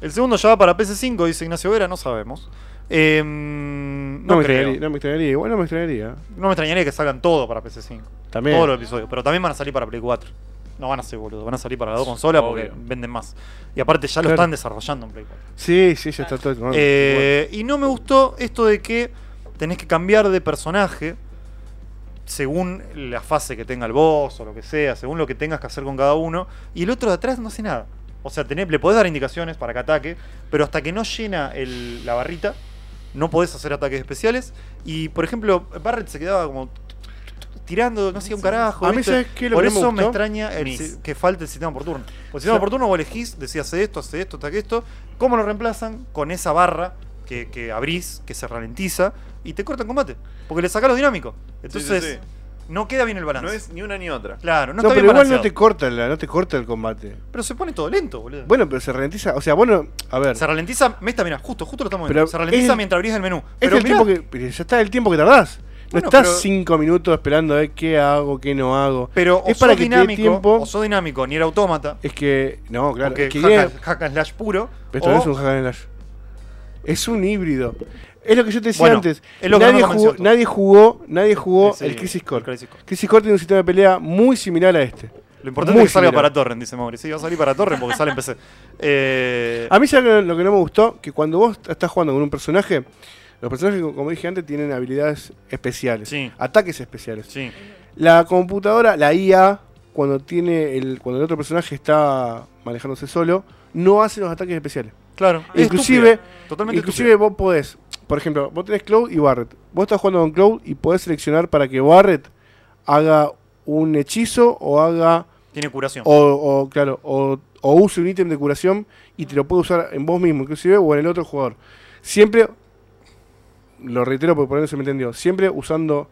S1: El segundo ya va para PC5, dice Ignacio Vera, no sabemos. Em, no,
S2: No, me
S1: creo.
S2: extrañaría, no me extrañaría, igual no me extrañaría.
S1: No me extrañaría que salgan todo para PC5.
S2: También.
S1: Todos los episodios. Pero también van a salir para Play 4. No van a ser, boludo. Van a salir para las dos consolas porque
S4: Obvio.
S1: venden más. Y aparte ya lo
S2: Claro.
S1: están desarrollando en Play 4.
S2: Sí, sí, ya está todo. no,
S1: Eh, Y no me gustó esto de que tenés que cambiar de personaje según la fase que tenga el boss o lo que sea, según lo que tengas que hacer con cada uno. Y el otro de atrás no hace nada. O sea, tenés- le podés dar indicaciones para que ataque, pero hasta que no llena el- la barrita, no podés hacer ataques especiales. Y, por ejemplo, Barrett se quedaba como tirando, no sé, un carajo.
S2: A mí,
S1: ¿viste?
S2: ¿sabes qué? Lo
S1: por
S2: que no me
S1: eso me
S2: gustó.
S1: extraña el
S4: Miss.
S1: si- que falte el sistema por turno. Porque el sistema
S2: O sea-
S1: por turno vos elegís, decís hace esto, hace esto, ataque esto. ¿Cómo lo reemplazan? Con esa barra que, que abrís, que se ralentiza, y te cortan combate. Porque le sacás lo dinámico. Entonces,
S4: sí.
S1: no queda bien el balance.
S4: No es ni una ni otra.
S1: Claro, no, está
S2: No, pero
S1: bien
S2: igual no
S1: balanceado.
S2: te, corta la- no te corta el combate.
S1: Pero se pone todo lento, boludo.
S2: Bueno, pero se ralentiza. O sea, bueno, a ver.
S1: se ralentiza, esta, mira, justo, justo lo estamos viendo.
S2: Pero
S1: se ralentiza
S2: es-
S1: mientras abrís el menú.
S2: este es
S1: Pero
S2: el
S1: mirá,
S2: tiempo que. pero ya está el tiempo que tardás. No
S1: Bueno,
S2: estás
S1: pero-
S2: cinco minutos esperando a ver qué hago, qué no hago.
S1: pero o
S2: es para
S1: sos
S2: que te dé
S1: dinámico,
S2: tiempo.
S1: o sos dinámico, ni era autómata,
S2: Es que. No, claro.
S1: porque
S2: es que
S1: hack
S2: viene-
S1: and- hack and slash puro.
S2: Pero esto no
S1: o-
S2: es un hack and slash. Es un híbrido. Es lo que yo te decía
S1: Bueno,
S2: antes.
S1: es lo que no
S2: nadie,
S1: me
S2: jugó,
S1: convenció.
S2: nadie jugó, nadie jugó
S1: Sí,
S2: el Crisis Core.
S1: Crisis Core.
S2: Crisis Core tiene un sistema de pelea muy similar a este.
S1: Lo importante
S2: Muy
S1: es que salga
S2: similar.
S1: para Torrent, dice Mauri. Sí, va a salir para Torrent porque sale en
S2: <laughs>
S1: PC. Eh,
S2: A mí ¿sabes lo que- lo que no me gustó, que cuando vos estás jugando con un personaje, los personajes, como- como dije antes, tienen habilidades especiales,
S1: Sí.
S2: ataques especiales.
S1: sí,
S2: La computadora, la IA, cuando tiene el, cuando el otro personaje está manejándose solo, no hace los ataques especiales.
S1: claro. Es
S2: Inclusive-
S1: estúpido, totalmente
S2: Inclusive
S1: estúpido.
S2: vos podés, por ejemplo, vos tenés Cloud y Barret. Vos estás jugando con Cloud y podés seleccionar para que Barret haga un hechizo o haga
S1: tiene curación.
S2: o, o, claro, o, o use un ítem de curación y te lo puede usar en vos mismo, inclusive, o en el otro jugador. Siempre lo reitero porque por ahí no se me entendió, siempre usando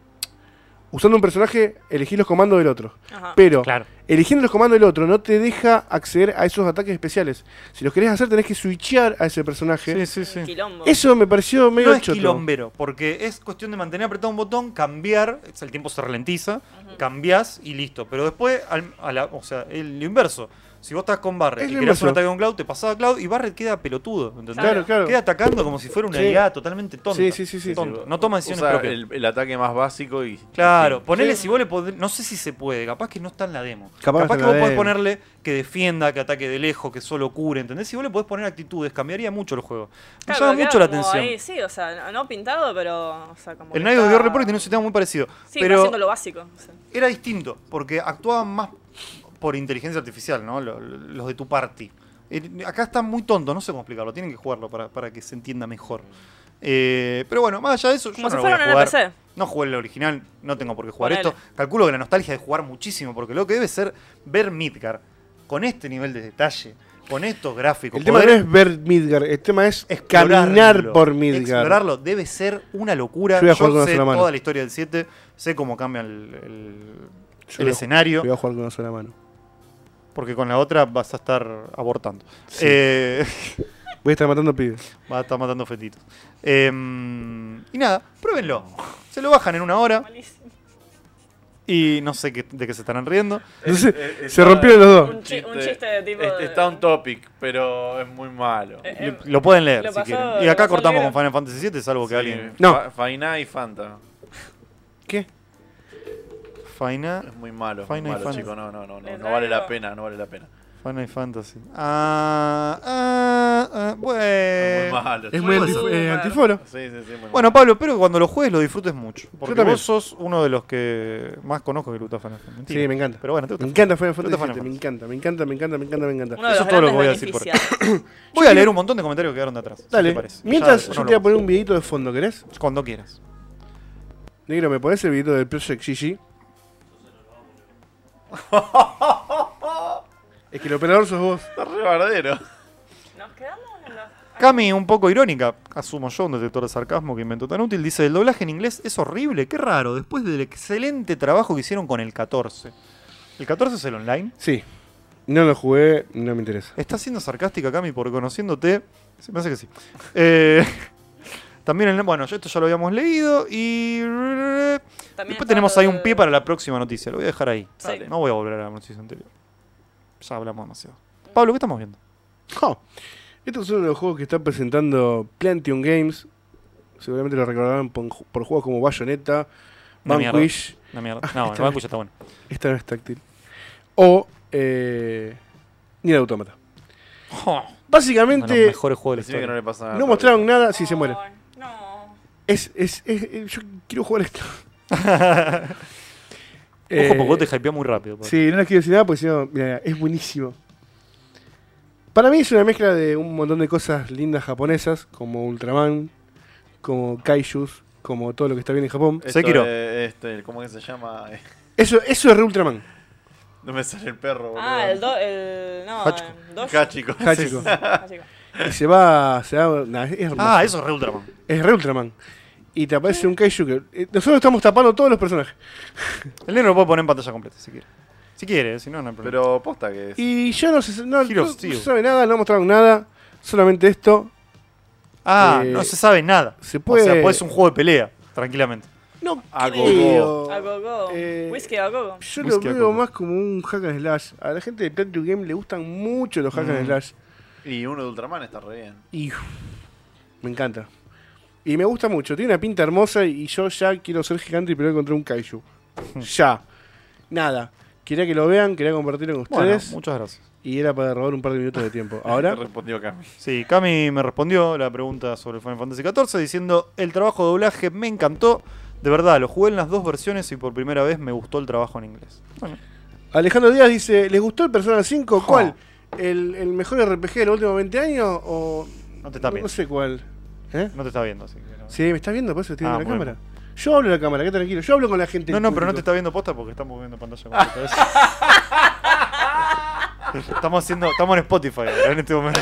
S2: usando un personaje, elegís los comandos del otro.
S3: Ajá.
S2: Pero
S1: Claro.
S2: eligiendo los comandos del otro no te deja acceder a esos ataques especiales. Si los querés hacer tenés que switchear a ese personaje.
S1: Sí, sí, sí.
S3: Quilombo.
S2: Eso me pareció medio
S1: No es
S2: choto.
S1: quilombero, porque es cuestión de mantener apretado un botón, cambiar, es- el tiempo se ralentiza, cambiás y listo. Pero después, al- a la- o sea, el lo inverso. Si vos estás con Barret
S2: Es
S1: y
S2: lo
S1: querés un
S2: inverso.
S1: ataque con Cloud, te pasás a Cloud y Barret queda pelotudo, ¿entendés?
S2: Claro, claro.
S1: Queda atacando como si fuera una
S2: Sí.
S1: IA totalmente tonta.
S2: Sí, sí, sí, sí.
S1: Tonta. No toma decisiones
S4: Usa
S1: propias.
S4: el, el ataque más básico y.
S1: Claro, ponele
S2: Sí.
S1: si vos le podés, no sé si se puede, capaz que no está en la demo. Capaz,
S2: Capaz que
S1: que
S2: está
S1: vos
S2: en la
S1: podés
S2: demo.
S1: ponerle que defienda, que ataque de lejos, que solo cure, ¿entendés? Si vos le podés poner actitudes, cambiaría mucho el juego. Me
S3: Claro,
S1: llama
S3: pero
S1: mucho la
S3: queda como
S1: atención.
S3: ahí, sí, o sea, no- no pintado, pero. O sea, como
S1: El
S3: que
S1: Night of
S3: está-
S1: the Old Republic tenía un sistema muy parecido,
S3: Sí, pero
S1: pero
S3: haciendo lo básico. o sea.
S1: era distinto, porque actuaban más por inteligencia artificial, ¿no? Lo- lo- Los, de tu party. Eh, Acá están muy tontos, no sé cómo explicarlo, tienen que jugarlo para, para que se entienda mejor. Eh, pero bueno, más allá de eso, yo
S3: Como
S1: no
S3: si
S1: lo
S3: fuera
S1: voy a
S3: un
S1: jugar.
S3: NPC.
S1: No jugué el original, no tengo por qué jugar
S3: Ponele.
S1: esto. Calculo que la nostalgia de jugar muchísimo, porque lo que debe ser ver Midgar con este nivel de detalle, con estos gráficos,
S2: El tema no
S1: poder
S2: es ver Midgar, el tema es
S1: explorarlo,
S2: caminar por Midgar.
S1: Explorarlo debe ser una locura.
S2: Yo voy a jugar con
S1: Yo
S2: una
S1: sé
S2: sola mano.
S1: toda la historia del 7, sé cómo cambia el, el-
S2: Yo
S1: el
S2: voy a-
S1: escenario,
S2: Voy a jugar con una sola mano.
S1: porque con la otra vas a estar abortando.
S2: Sí.
S1: Eh, <laughs>
S2: Voy a estar matando pibes.
S1: vas a estar matando fetitos. Eh, y nada, pruébenlo. Se lo bajan en una hora
S3: Malísimo.
S1: y no sé qué- de qué se estarán riendo.
S2: Entonces,
S4: Eh, eh,
S2: se
S4: está-
S2: rompieron los dos.
S3: Un chi- un chiste de tipo
S4: es-
S3: de-
S4: Está un topic, pero es muy malo.
S3: Eh, eh,
S1: Lo- Lo pueden leer
S3: lo
S1: si
S3: pasó-
S1: quieren. Y
S3: lo
S1: acá
S3: pasó
S1: cortamos
S3: el
S1: con Final Fantasy VII, salvo que
S4: Sí,
S1: alguien.
S2: No.
S4: Fa- Fainá y Fanta.
S2: ¿Qué?
S1: Final,
S4: Es muy malo. es muy
S1: Fainá y
S4: malo,
S1: Fanta.
S4: chico. No, no, no, no.
S3: Les
S4: No vale la
S3: traigo-
S4: pena, no vale la pena.
S1: Final Fantasy. Ah, ah, ah,
S4: Es
S1: bueno.
S4: muy malo.
S2: Eh, Es
S4: chico.
S2: muy
S3: Muy
S2: antif-
S3: bueno.
S2: eh, antiforo.
S4: Sí, sí, sí. muy
S1: Bueno,
S4: malo.
S1: Pablo, espero que cuando lo juegues lo disfrutes mucho. Porque
S2: también.
S1: vos sos uno de los que más conozco que le gusta Final Fantasy.
S2: Sí, me encanta.
S1: Pero bueno, te gusta.
S2: Me encanta Final Fantasy
S1: Te gusta
S2: VII, me
S1: Final
S2: encanta, me encanta, me encanta, me encanta, me encanta.
S3: Uno de
S1: Eso
S3: los
S1: es todo lo
S3: grandes
S1: que voy a decir por-
S3: beneficiados.
S1: Voy a leer un montón de comentarios que quedaron de atrás. si
S2: Dale,
S1: te parece.
S2: mientras
S1: Ya,
S2: yo
S1: no
S2: te voy a
S1: lo-
S2: poner un videito de fondo, ¿querés?
S1: Cuando quieras.
S2: Negro, ¿me podés el videito del Project
S1: <laughs>
S2: GG? es que el operador sos vos.
S4: Está re
S1: <laughs>
S4: bardero.
S3: Nos quedamos en los.
S1: Cami, un poco irónica, asumo yo, un detector de sarcasmo que inventó tan útil, dice, el doblaje en inglés es horrible, qué raro, después del excelente trabajo que hicieron con el 14. ¿El 14 es el online?
S2: Sí. No lo jugué, no me interesa.
S1: ¿Estás siendo sarcástica, Cami, por conociéndote? Se me hace que sí. Eh, <laughs> también, el, bueno, esto ya lo habíamos leído y...
S3: También
S1: Después
S3: está
S1: tenemos
S3: lo
S1: ahí un
S3: del-
S1: pie para la próxima noticia, lo voy a dejar ahí.
S3: Sí. Dale.
S1: No voy a volver a la noticia anterior. Ya hablamos demasiado. Pablo, ¿qué estamos viendo?
S2: Ja. Estos son los juegos que está presentando Plantion Games. Seguramente lo recordarán por, por juegos como Bayonetta,
S1: Una mierda.
S2: Vanquish.
S1: Una mierda. No, el banco ya está bueno.
S2: Esta no es táctil. O eh, Nier Automata.
S1: Uno de los
S2: Básicamente,
S1: mejores juegos de la
S4: Decime que no
S1: historia.
S4: le pasa nada.
S2: no mostraron
S1: Ah,
S2: nada si se
S3: Ay,
S2: muere.
S3: No.
S2: Es, es, es- es- yo quiero jugar esto. Eh,
S1: <laughs> Ojo, porque vos te hypeás muy rápido. Pablo.
S2: Sí, no les quiero decir nada porque si no, mirá, es buenísimo. Para mí es una mezcla de un montón de cosas lindas japonesas, como Ultraman, como Kaijus, como todo lo que está bien en Japón.
S4: Esto
S1: Sekiro.
S4: de- este, ¿Cómo que se llama? <laughs>
S2: Eso, eso es re Ultraman.
S4: No me sale el perro, boludo.
S3: Ah, el. Do, el no,
S1: Hachiko.
S3: el dos-
S4: Cachico.
S2: Hachiko.
S3: Hachiko.
S2: Y se va. Se va nah, es, hermoso.
S1: Ah, eso es re Ultraman.
S2: Es re Ultraman. Y te aparece un Kaiju que. eh, nosotros estamos tapando todos los personajes.
S1: El negro lo puede poner en pantalla completa si quiere. Si quiere, si no, no hay problema.
S4: Pero posta que es.
S2: Y yo no sé. No, no-
S1: Hero
S2: no
S1: Steel.
S2: se sabe nada, no mostraron nada. Solamente esto.
S1: ah,
S2: eh,
S1: no se sabe nada.
S2: se puede-
S1: O sea, puede ser un juego de pelea, tranquilamente.
S2: No
S4: A go-go.
S2: creo.
S3: A gogo.
S2: Eh,
S3: Whisky a gogo.
S2: Yo lo
S1: Whisky a
S2: veo
S1: coco.
S2: más como un hack and slash. A la gente de Platinum Game le gustan mucho los hack and
S1: Mm.
S2: slash.
S4: Y uno de Ultraman está re bien.
S2: Y uf, me encanta. Y me gusta mucho. Tiene una pinta hermosa y yo ya quiero ser gigante y pelear contra un kaiju.
S1: Hmm.
S2: ya. Nada. Quería que lo vean, quería compartirlo con
S1: Bueno,
S2: ustedes.
S1: muchas gracias.
S2: y era para robar un par de minutos
S1: <laughs>
S2: de tiempo.
S4: <laughs> Te
S2: Ahora,
S4: respondió Cami.
S1: Sí, Cami me respondió la pregunta sobre Final Fantasy XIV diciendo, el trabajo de doblaje me encantó. De verdad, lo jugué en las dos versiones y por primera vez me gustó el trabajo en inglés. Bueno,
S2: Alejandro Díaz dice, ¿les gustó el Persona 5?
S1: Ja.
S2: ¿Cuál? ¿El, el mejor RPG de los últimos 20 años? O...
S1: No te tapes.
S2: No sé cuál. ¿Eh?
S1: no te está viendo, así que no.
S2: Sí, me estás viendo, por eso estoy
S1: Ah,
S2: viendo la
S1: bueno.
S2: cámara. Yo hablo en la cámara, qué tranquilo. Yo hablo con la gente.
S1: No,
S2: del
S1: no, pero no te
S2: público.
S1: está viendo posta porque estamos viendo pantalla completa.
S2: <laughs>
S1: estamos haciendo, estamos en Spotify ahora, en este momento.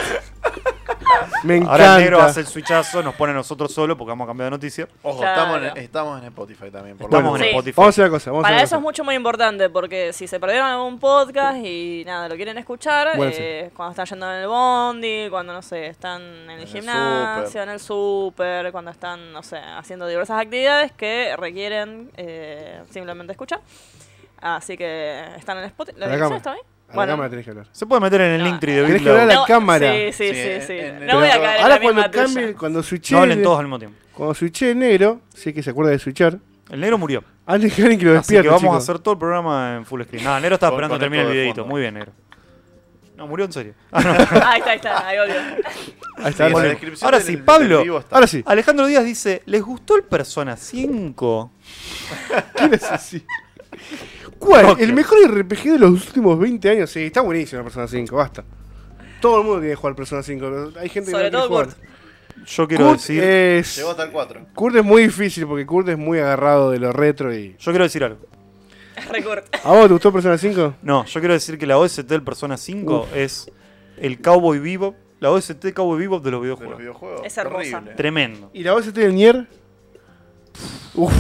S2: Me encanta.
S1: Ahora el negro hace el switchazo, nos pone a nosotros solo porque vamos a cambiar de noticia.
S4: Ojo,
S3: Claro.
S4: estamos, en, estamos en Spotify también. Por lo
S1: Estamos en
S4: menos.
S3: Sí.
S1: Spotify.
S2: Vamos a hacer una cosa. Vamos a
S3: Para
S2: hacer
S3: eso es
S2: una
S3: mucho muy importante, porque si se perdieron algún podcast y nada, lo quieren escuchar,
S2: Bueno,
S3: eh, cuando están yendo en el bondi, cuando no sé, están en el
S4: el
S3: gimnasio,
S4: súper.
S3: en el súper, cuando están, no sé, haciendo diversas actividades que requieren eh, simplemente escuchar. Así que están en Spotify.
S2: A
S3: ¿La
S2: la
S3: dirección
S2: cámara.
S3: está ahí?
S2: cosa. A la
S3: Bueno.
S2: cámara tenés que hablar.
S1: Se puede meter en el
S3: No,
S1: link tree de
S3: no.
S2: Tenés que hablar a
S1: BitLoud.
S2: la cámara.
S3: Sí, sí,
S4: Sí,
S3: sí.
S4: en-
S3: sí.
S4: en-
S3: no voy a
S2: Pero
S3: caer en
S2: ahora
S3: la misma
S2: cuando
S3: tuya.
S2: cambie, cuando switche,
S1: No hablen todos al mismo tiempo.
S2: cuando switche en negro, si es que se acuerda de switchar,
S1: El negro murió.
S2: antes que alguien que lo
S1: Así que
S2: despierte,
S1: vamos a
S2: chicos.
S1: hacer todo el programa en full screen. Nada, negro estaba
S4: Con-
S1: esperando que
S4: con
S1: termine el
S4: esto de
S1: videito.
S4: fondo.
S1: Muy bien, negro. No, murió en serio. Ah,
S3: <laughs> Ahí está, ahí está, ahí
S2: <laughs>
S3: obvio.
S2: Ahí
S4: Sí,
S2: está,
S4: en la
S2: ahora sí.
S4: descripción
S1: Ahora
S4: del-
S1: sí,
S4: del
S1: Pablo.
S4: vivo
S1: <laughs>
S4: está.
S2: Ahora sí.
S1: Alejandro Díaz dice, ¿les gustó el Persona 5?
S2: ¿Quién es así? ¿Cuál?
S1: Rocker.
S2: El mejor RPG de los últimos 20 años. Sí, está buenísimo la Persona 5, basta. Todo el mundo tiene que jugar Persona 5. pero Hay gente
S3: Sobre
S2: que no quiere
S3: todo
S2: jugar.
S1: Yo quiero
S2: Kurt
S1: decir...
S2: es...
S4: Llegó hasta el 4.
S2: Kurt es muy difícil porque Kurt es muy agarrado de lo retro y...
S1: Yo quiero decir algo.
S3: Recorte.
S2: ¿A vos te gustó Persona 5?
S1: No, yo quiero decir que la OST del Persona 5 es el Cowboy Bebop, la OST Cowboy Bebop de los
S4: De los
S1: videojuegos.
S4: videojuegos.
S3: Es hermosa.
S4: Terrible.
S1: Tremendo.
S2: ¿Y la voz del Nier? Uf,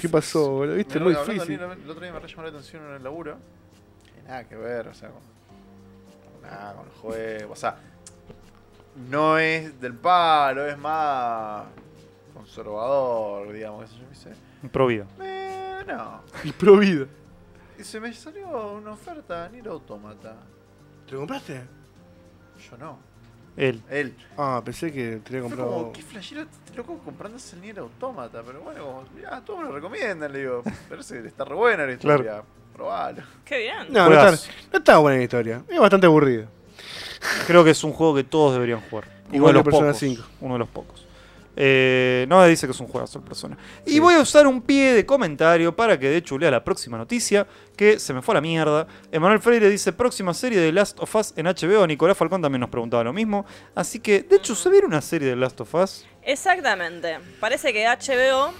S2: ¿qué, pasó, boludo? Viste,
S4: Mirá,
S2: muy
S4: hablando de
S2: difícil.
S4: Nino, El otro día me re llamó la atención en el laburo. Que nada que ver, o sea, con, con nada, con el juego. O sea, no es del palo, es más conservador, digamos. qué sé Yo me dice,
S1: Provido.
S4: eh, no.
S2: Y pro vida.
S4: Y se me salió una oferta, Nier Automata.
S2: ¿Te lo compraste?
S4: Yo no,
S1: Él.
S4: él.
S2: Ah, pensé que te había
S4: Fue
S2: comprado.
S4: como, qué flashero este loco comprándose el Nier Automata. Pero bueno, como, mirá, todos me lo recomiendan, le digo. Parece que está re buena la historia. Probalo.
S3: Qué bien.
S2: No, no está,
S1: Juegazo.
S2: no está buena la historia. Es bastante aburrida.
S1: Creo que es un juego que todos deberían jugar. Uno
S2: Igual
S1: de los
S2: que Persona
S1: pocos.
S2: 5.
S1: Uno de los pocos. Eh, no me dice que es un juegazo el persona. Y voy a usar un pie de comentario para que de chulea la próxima noticia, que se me fue a la mierda. Emanuel Freire dice: próxima serie de Last of Us en HBO. Nicolás Falcón también nos preguntaba lo mismo. Así que, de hecho, se viene una serie de Last of Us.
S3: Exactamente. Parece que HBO.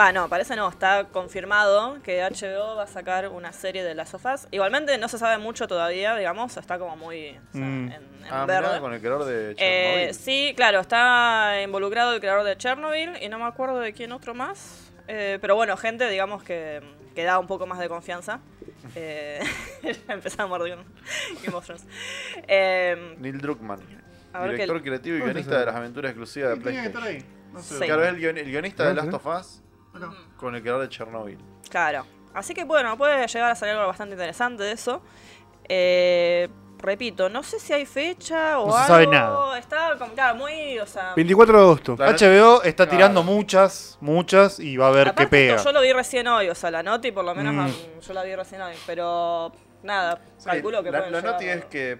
S3: Va, no, parece no, está confirmado que HBO va a sacar una serie de las sofás. Igualmente no se sabe mucho todavía, digamos, está como muy o sea,
S1: Mm.
S3: en, en
S4: Ah, mirá,
S3: verde.
S4: con el creador de Chernobyl.
S3: Eh, sí, claro, está involucrado el creador de Chernobyl y no me acuerdo de quién otro más. Eh, pero bueno, gente, digamos que, que da un poco más de confianza. Eh, <laughs> ya empezamos a morder con Game of Thrones. Eh,
S4: Neil Druckmann.
S3: A ver
S4: Director
S3: que-
S4: creativo y
S2: ¿Dónde
S4: guionista
S2: está?
S4: de las aventuras exclusivas de PlayStation.
S3: Sí.
S4: Claro, es el, guion- el guionista de
S2: Ah,
S4: Last of Us con el creador de Chernobyl.
S3: Claro. Así que bueno, puede llegar a salir algo bastante interesante de eso. Eh, repito, no sé si hay fecha o
S1: No se
S3: algo.
S1: sabe nada.
S3: Está como, claro, muy, o sea...
S2: 24 de agosto.
S4: Claro.
S1: HBO está
S4: Claro.
S1: tirando muchas, muchas y va a ver
S3: Aparte
S1: qué pega.
S3: esto yo lo vi recién hoy, o sea, la noti por lo menos
S1: Mm.
S3: ah, yo la vi recién hoy, pero nada,
S4: Sí,
S3: calculo que
S4: la,
S3: pueden
S4: la
S3: llegar-
S4: noti es que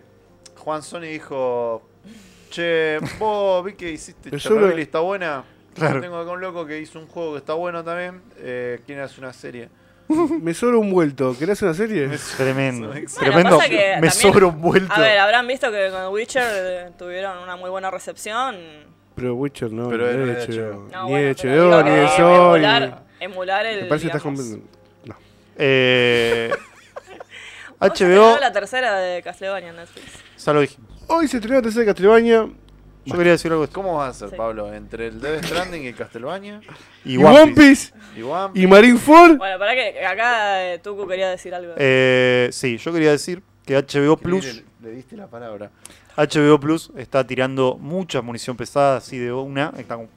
S4: Juan Sony dijo: Che, vos vi que hiciste
S2: Yo
S4: Chernobyl
S2: lo-
S4: y está buena.
S1: Claro.
S4: Tengo acá un loco que hizo un juego que está bueno también. Eh, ¿Quién hace una serie?
S2: Me sobra un vuelto. ¿Querés hacer una serie?
S1: Tremendo.
S4: Bueno,
S1: tremendo.
S3: pasa que
S1: Me
S3: también-
S1: sobra un vuelto.
S3: A ver, habrán visto que con Witcher eh, tuvieron una muy buena recepción.
S2: Pero Witcher no.
S4: Pero
S2: ni
S4: no
S2: de
S4: es de
S2: HBO.
S4: HBO.
S3: No,
S2: Ni
S3: bueno,
S2: de
S3: pero digo
S2: HBO, ni
S3: que
S2: de
S3: emular,
S2: Sony.
S3: emular el
S2: Me parece que estás
S3: digamos-
S2: comprando. No.
S1: Eh,
S3: <laughs> Vos has terminado
S1: HBO,
S3: la tercera de Castlevania en Netflix.
S1: ya lo dijimos.
S2: Hoy se estrenó la tercera de Castlevania.
S1: Yo quería decir algo de esto.
S4: ¿Cómo vas a hacer,
S3: Sí.
S4: Pablo? Entre el Death Stranding y Castlevania
S2: Y One Piece.
S4: y One
S2: Y Marineford.
S3: Bueno, para que acá eh, Tuku quería decir algo.
S1: Eh, sí, yo quería decir que HBO
S4: Piece.
S1: Plus,
S4: Le, le diste la palabra.
S1: HBO Plus está tirando mucha munición pesada así de una. está como-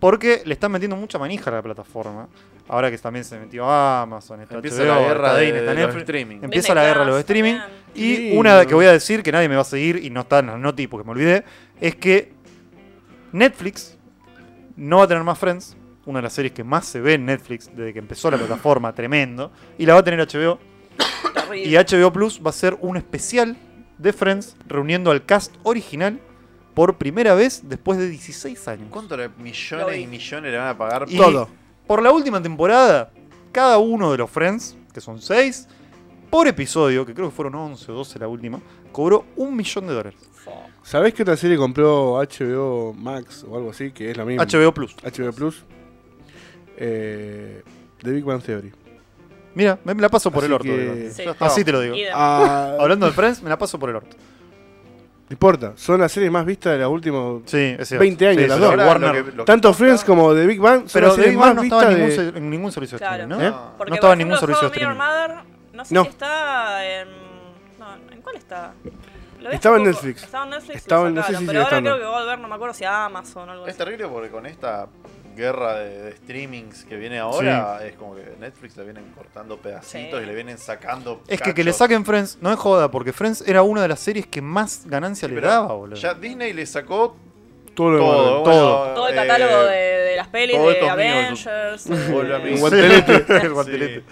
S1: Porque le están metiendo mucha manija a la plataforma. Ahora que también se metió Amazon, está
S4: Empieza
S1: HBO,
S4: la guerra
S1: está
S4: de,
S1: Disney, está
S4: de los
S1: Netflix.
S4: streaming.
S3: Em-
S1: Empieza
S3: Disney
S1: la guerra de los
S3: Plus
S1: streaming.
S3: también.
S1: Y
S2: Sí.
S1: una que voy a decir que nadie me va a seguir y no está en las noti porque me olvidé. Es que Netflix no va a tener más Friends. Una de las series que más se ve en Netflix desde que empezó la plataforma, tremendo. Y la va a tener HBO.
S3: Terrible.
S1: Y HBO Plus va a ser un especial de Friends reuniendo al cast original por primera vez después de 16 años.
S4: ¿Cuánto le-
S3: Lo
S4: millones
S3: vi.
S4: y millones le van a pagar
S1: Y-
S2: Todo.
S1: Por la última temporada, cada uno de los Friends, que son 6, por episodio, que creo que fueron 11 o 12 la última, cobró un millón de dólares.
S2: ¿Sabés qué otra serie compró HBO Max o algo así? Que es la misma.
S1: HBO Plus.
S2: HBO Plus. Eh, The Big Bang Theory.
S1: Mira, me me la paso por
S2: Así
S1: el orto.
S2: que-
S1: digo.
S3: Sí.
S4: Ya
S1: <laughs>
S4: está.
S1: Así te lo digo.
S3: Y de-
S2: Ah,
S1: Hablando de Friends, me la paso por el orto.
S2: No importa, son las series más vistas de los últimos.
S1: Sí, es cierto.
S2: 20 años,
S1: Sí,
S2: las
S1: sí,
S2: dos.
S1: ahora
S4: Warner,
S1: lo que-
S4: lo que-
S2: Tanto Friends como The Big Bang son
S1: Pero
S2: las
S1: David
S2: series
S1: Wan
S2: más
S1: no estaba
S2: vistas
S1: en ningún,
S2: de.
S1: ser- en ningún servicio de
S3: Claro.
S1: streaming, ¿no?
S2: ¿Eh?
S3: Porque,
S1: No estaba
S3: por
S1: en ningún
S3: ejemplo,
S1: servicio de
S3: How I Met Your
S1: streaming.
S3: Mother, no sé
S2: No.
S3: si está en... No, ¿en cuál está? Lo vi hace
S2: Estaba en
S3: poco-
S2: Netflix.
S3: Estaba en Netflix. y lo
S2: Estaba en- no sé
S3: sacaron,
S2: si sigue
S3: pero ahora
S2: estando. Este,
S3: creo que va a volver, no me acuerdo si a Amazon o algo
S4: Es
S3: así.
S4: terrible porque con esta guerra de, de streamings que viene ahora, es como que Netflix le vienen cortando pedacitos
S3: Sí.
S4: y le vienen sacando.
S1: Es que que le
S4: cachos.
S1: saquen Friends no es joda, porque Friends era una de las series que más ganancia le
S4: Pero
S1: daba, boludo.
S4: Ya Disney le sacó
S2: Todo lo demás.
S4: todo.
S1: Todo.
S4: bueno,
S3: Todo el
S4: eh,
S3: catálogo de, de las pelis,
S4: todos
S3: de
S4: estos
S3: Avengers... eh,
S4: Vuelve a mí.
S1: El <laughs>
S4: Sí.
S1: guantelete.
S4: Sí.
S1: El guantelete.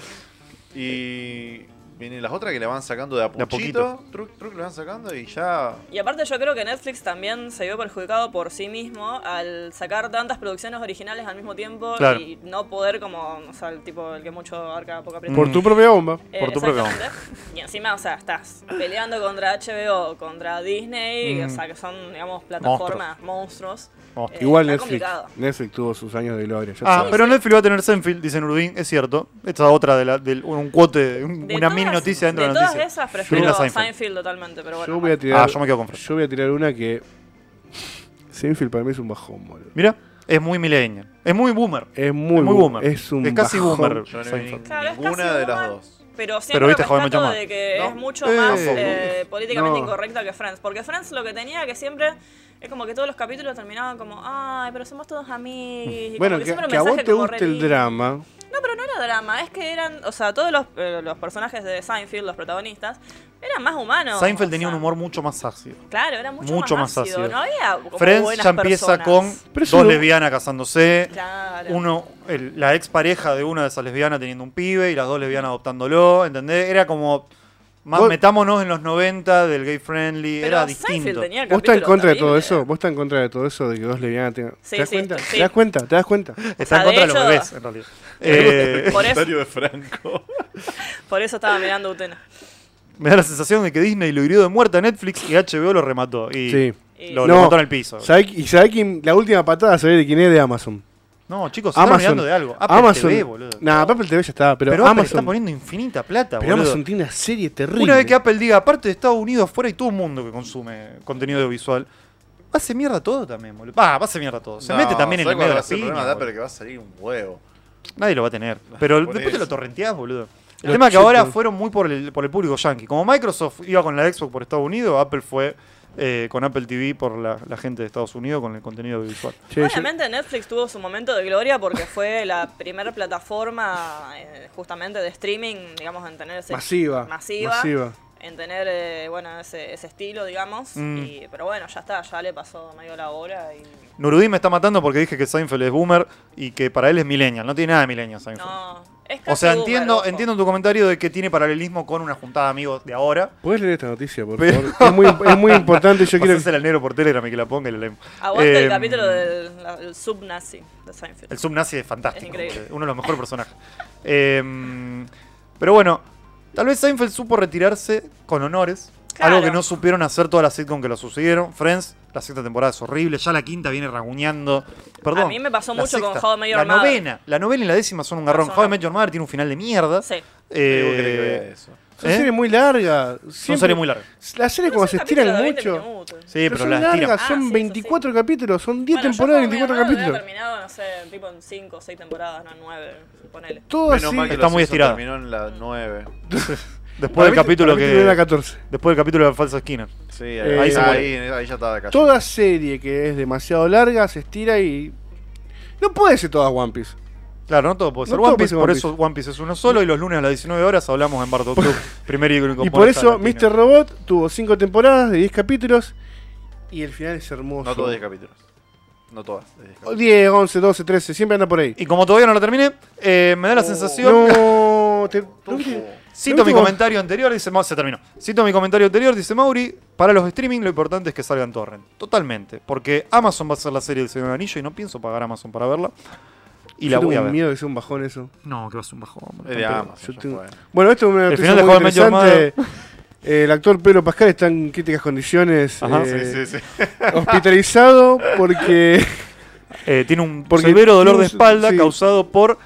S4: Y vienen las otras que le van sacando de a
S1: De a
S4: poquito. truc, truc, le van sacando y ya.
S3: Y aparte yo creo que Netflix también se vio perjudicado por sí mismo al sacar tantas producciones originales al mismo tiempo
S1: Claro.
S3: y no poder como, o sea, el tipo el que mucho arca poca aprieta.
S2: Por tu propia bomba.
S3: Eh,
S1: por tu propia
S3: exactamente. Y encima, o sea, estás peleando contra HBO, contra Disney,
S1: Mm.
S3: o sea, que son, digamos, plataformas, monstruos.
S1: Monstruos.
S3: Eh,
S2: Igual
S3: está
S2: Netflix.
S3: complicado.
S2: Netflix tuvo sus años de gloria. ya
S1: Ah,
S2: sabes.
S1: pero Netflix va a tener Senfield, dice Nurdin, es cierto. Esta otra de la, del- un cuote, un-
S3: De
S1: una
S3: todas-
S1: mini noticia dentro de
S3: de
S1: la noticia.
S3: todas esas
S1: Yo-
S3: prefiero
S1: Seinfeld.
S3: Seinfeld. totalmente, pero bueno.
S2: yo voy a tirar.
S1: Ah, yo me quedo con Friends.
S2: yo voy a tirar una que. Seinfeld para mí es un bajón, boludo.
S1: Mira, es muy millennial. Es muy boomer.
S2: Es muy,
S1: Es muy
S2: bu-
S1: boomer.
S2: Es un
S1: Es casi
S2: bajón.
S1: boomer.
S4: Yo no vi
S1: Seinfeld.
S3: Claro, es
S4: ninguna
S3: casi
S4: de las
S3: normal.
S4: dos.
S3: Pero siempre
S1: viste,
S3: lo
S1: Joven Mucho
S3: rescato
S1: Más.
S3: de que
S4: No.
S3: es mucho
S1: Eh,
S3: más
S1: no.
S3: eh, políticamente
S2: No.
S3: incorrecta que Friends. Porque Friends lo que tenía que siempre es como que todos los capítulos terminaban como, ay, pero somos todos amigos. y como
S2: Bueno, que,
S3: siempre un
S2: que a vos
S3: mensaje
S2: te
S3: como
S2: guste el
S3: re-
S2: drama.
S3: No, pero no era drama, es que eran, o sea, todos los, eh, los personajes de Seinfeld, los protagonistas, eran más humanos.
S1: Seinfeld
S3: o
S1: tenía un
S3: sea,
S1: humor mucho más ácido.
S3: Claro, era mucho,
S1: mucho
S3: más,
S1: más
S3: ácido.
S1: ácido.
S3: No había como
S1: Friends
S3: buenas
S1: ya empieza
S3: personas.
S1: con
S2: Pero es
S1: dos
S2: un-
S1: lesbianas casándose.
S3: Claro.
S1: Uno, el- la ex pareja de una de esas lesbianas teniendo un pibe y las dos lesbianas adoptándolo, ¿entendés? Era como. Más
S2: Vos-
S1: metámonos en los 90 del gay friendly,
S3: Pero
S1: era
S3: Seinfeld
S1: distinto.
S3: tenía
S2: ¿Vos estás en
S3: capítulos
S2: contra de todo
S3: terribles.
S2: eso? ¿Vos estás en contra de todo eso de que dos lesbianas tengan.?
S3: Sí,
S2: ¿Te das
S3: sí,
S2: cuenta?
S3: estoy-
S2: ¿Te das cuenta? ¿Te das cuenta?
S1: Está en
S3: O sea,
S1: contra de
S3: de
S1: los
S3: hecho-
S1: bebés, en realidad.
S2: <laughs>
S1: Eh,
S3: Por eso,
S4: Comentario de Franco.
S3: por eso estaba mirando Utena.
S1: me da la sensación de que Disney lo hirió de muerte a Netflix y HBO lo remató. Y
S2: Sí.
S3: Y-
S1: lo, lo
S2: No.
S1: mató en el piso.
S2: ¿Sabés qui- ¿Y sabés quién? La última patada se ve de quién es de Amazon.
S1: No, chicos, se están
S2: Amazon.
S1: olvidando de algo. Apple
S2: Amazon.
S1: TV, boludo.
S2: Nah, Apple TV ya está, pero,
S1: Pero, Apple está
S2: Amazon.
S1: poniendo infinita plata,
S2: pero
S1: boludo.
S2: Amazon tiene una serie terrible.
S1: Una vez que Apple diga, aparte de Estados Unidos, fuera y todo el mundo que consume contenido audiovisual, hace mierda todo también, boludo. Va, va a hacer mierda todo. Se
S4: No,
S1: mete también en
S4: ¿sabés
S1: el medio
S4: cuál
S1: de
S4: va
S1: la
S4: a ser el
S1: piña,
S4: problema de
S1: boludo.
S4: Apple? que va a salir un huevo.
S1: Nadie lo va a
S4: <laughs>
S1: tener. Pero
S4: Por
S1: después te
S4: eso.
S1: lo torrenteás, boludo. El
S2: Los
S1: tema es que ahora
S2: chetos.
S1: fueron muy por el, por el público yankee. Como Microsoft iba con la Xbox por Estados Unidos, Apple fue eh, con Apple TV por la, la gente de Estados Unidos con el contenido audiovisual.
S2: Che, yo-
S3: Obviamente Netflix tuvo su momento de gloria porque fue la primera plataforma eh, justamente de streaming, digamos, en tener ese
S2: masiva.
S3: masiva,
S2: Masiva.
S3: en tener eh, bueno ese, ese estilo, digamos.
S1: Mm.
S3: y- pero bueno, ya está, ya le pasó medio la hora y
S1: Nurudin me está matando porque dije que Seinfeld es boomer y que para él es millennial. No tiene nada de millennial Seinfeld.
S3: no. Es
S1: O
S3: casi
S1: sea,
S3: boomer,
S1: entiendo,
S3: ojo.
S1: entiendo tu comentario de que tiene paralelismo con una juntada de amigos de ahora.
S2: ¿Puedes leer esta noticia, por
S1: Pero-
S2: favor? Es muy, es muy
S1: <laughs>
S2: importante. Yo quiero.
S1: Pasásela al negro por Telegram y que la ponga y la leemos.
S3: Aguanta
S1: Eh,
S3: el capítulo del la- el subnazi de Seinfeld.
S1: El subnazi es fantástico.
S3: Es increíble.
S1: boludo. Uno de los mejores personajes. Eh, pero bueno, tal vez Seinfeld supo retirarse con honores.
S3: Claro.
S1: Algo que no supieron hacer todas las sitcom que lo sucedieron. Friends, la sexta temporada es horrible. Ya la quinta viene rasguñando. Perdón.
S3: A mí me pasó
S1: la
S3: mucho con
S1: sexta.
S3: How I Met Your
S1: La
S3: Mother.
S1: novena. La novena y la décima son un garrón.
S3: Son-
S1: How I Met Your Mother tiene un final de mierda.
S3: Sí.
S1: Eh,
S4: ¿Qué crees que vea eso?
S2: Son
S1: ¿Eh?
S2: series muy largas.
S1: son
S2: siempre-
S1: series muy largas.
S2: Las series, como se estiran mucho.
S1: Sí, pero,
S2: son
S1: las tiran.
S2: largas,
S3: Ah,
S2: son
S3: sí, eso sí.
S2: 24 capítulos, son 10 temporadas, 24 capítulos.
S3: terminado, no sé, tipo en 5 o 6 temporadas, no 9, ponele.
S2: Todo
S4: Menos
S2: así.
S4: mal que
S1: Está
S4: los
S1: muy
S4: Simpsons
S1: estirada.
S4: Terminó en la 9.
S1: Después del
S2: Para mí-
S1: capítulo
S2: para mí terminó en la
S1: que.
S2: 14.
S1: Después del capítulo de la falsa esquina.
S4: Sí,
S2: Eh,
S4: ahí,
S1: se
S4: ahí, ahí ya estaba cayendo.
S2: Toda serie que es demasiado larga se estira y. No puede ser todas One Piece.
S1: Claro, no todo puede ser
S2: No
S1: One
S2: todo
S1: Piece, por
S2: puede ser
S1: eso One Piece es uno solo y los lunes a las 19 horas hablamos en Bardo
S2: <laughs>
S1: Club, primer y único
S2: Y por
S1: podcast
S2: eso
S1: latino.
S2: Mr. Robot tuvo 5 temporadas de 10 capítulos y el final es hermoso. Oh,
S4: No todos 10 capítulos. No todas. de 10
S1: Oh,
S4: capítulos.
S2: 10, 11, 12, 13, siempre anda por ahí.
S1: Y como todavía no lo terminé, eh, me da la sensación.
S2: Oh, No,
S1: <laughs>
S2: te, no,
S4: Tufo.
S2: te-
S1: Cito mi
S2: último-
S1: comentario anterior, dice Mauri. Se terminó. Cito mi comentario anterior, dice Mauri. Para los streaming lo importante es que salgan torrent. Totalmente. Porque Amazon va a ser la serie del Señor del Anillo y no pienso pagar Amazon para verla. Y la
S2: yo
S1: voy a ver.
S2: tengo
S1: Eh, Ah,
S2: miedo que sea un bajón eso.
S1: No, que va a ser un bajón.
S4: Es de
S2: Yo
S4: Amazon. ya
S2: tengo-
S4: fue.
S2: Bueno, esto es una
S1: El
S2: noticia
S1: final de
S2: muy
S1: Joven Medio
S2: interesante. Eh, El actor Pedro Pascal está en críticas condiciones,
S1: Ajá.
S2: eh,
S4: Sí, sí, sí.
S2: hospitalizado porque
S1: <laughs> Eh, tiene un
S2: Porque
S1: severo dolor
S2: tiene
S1: de
S2: un-
S1: espalda
S2: sí.
S1: causado por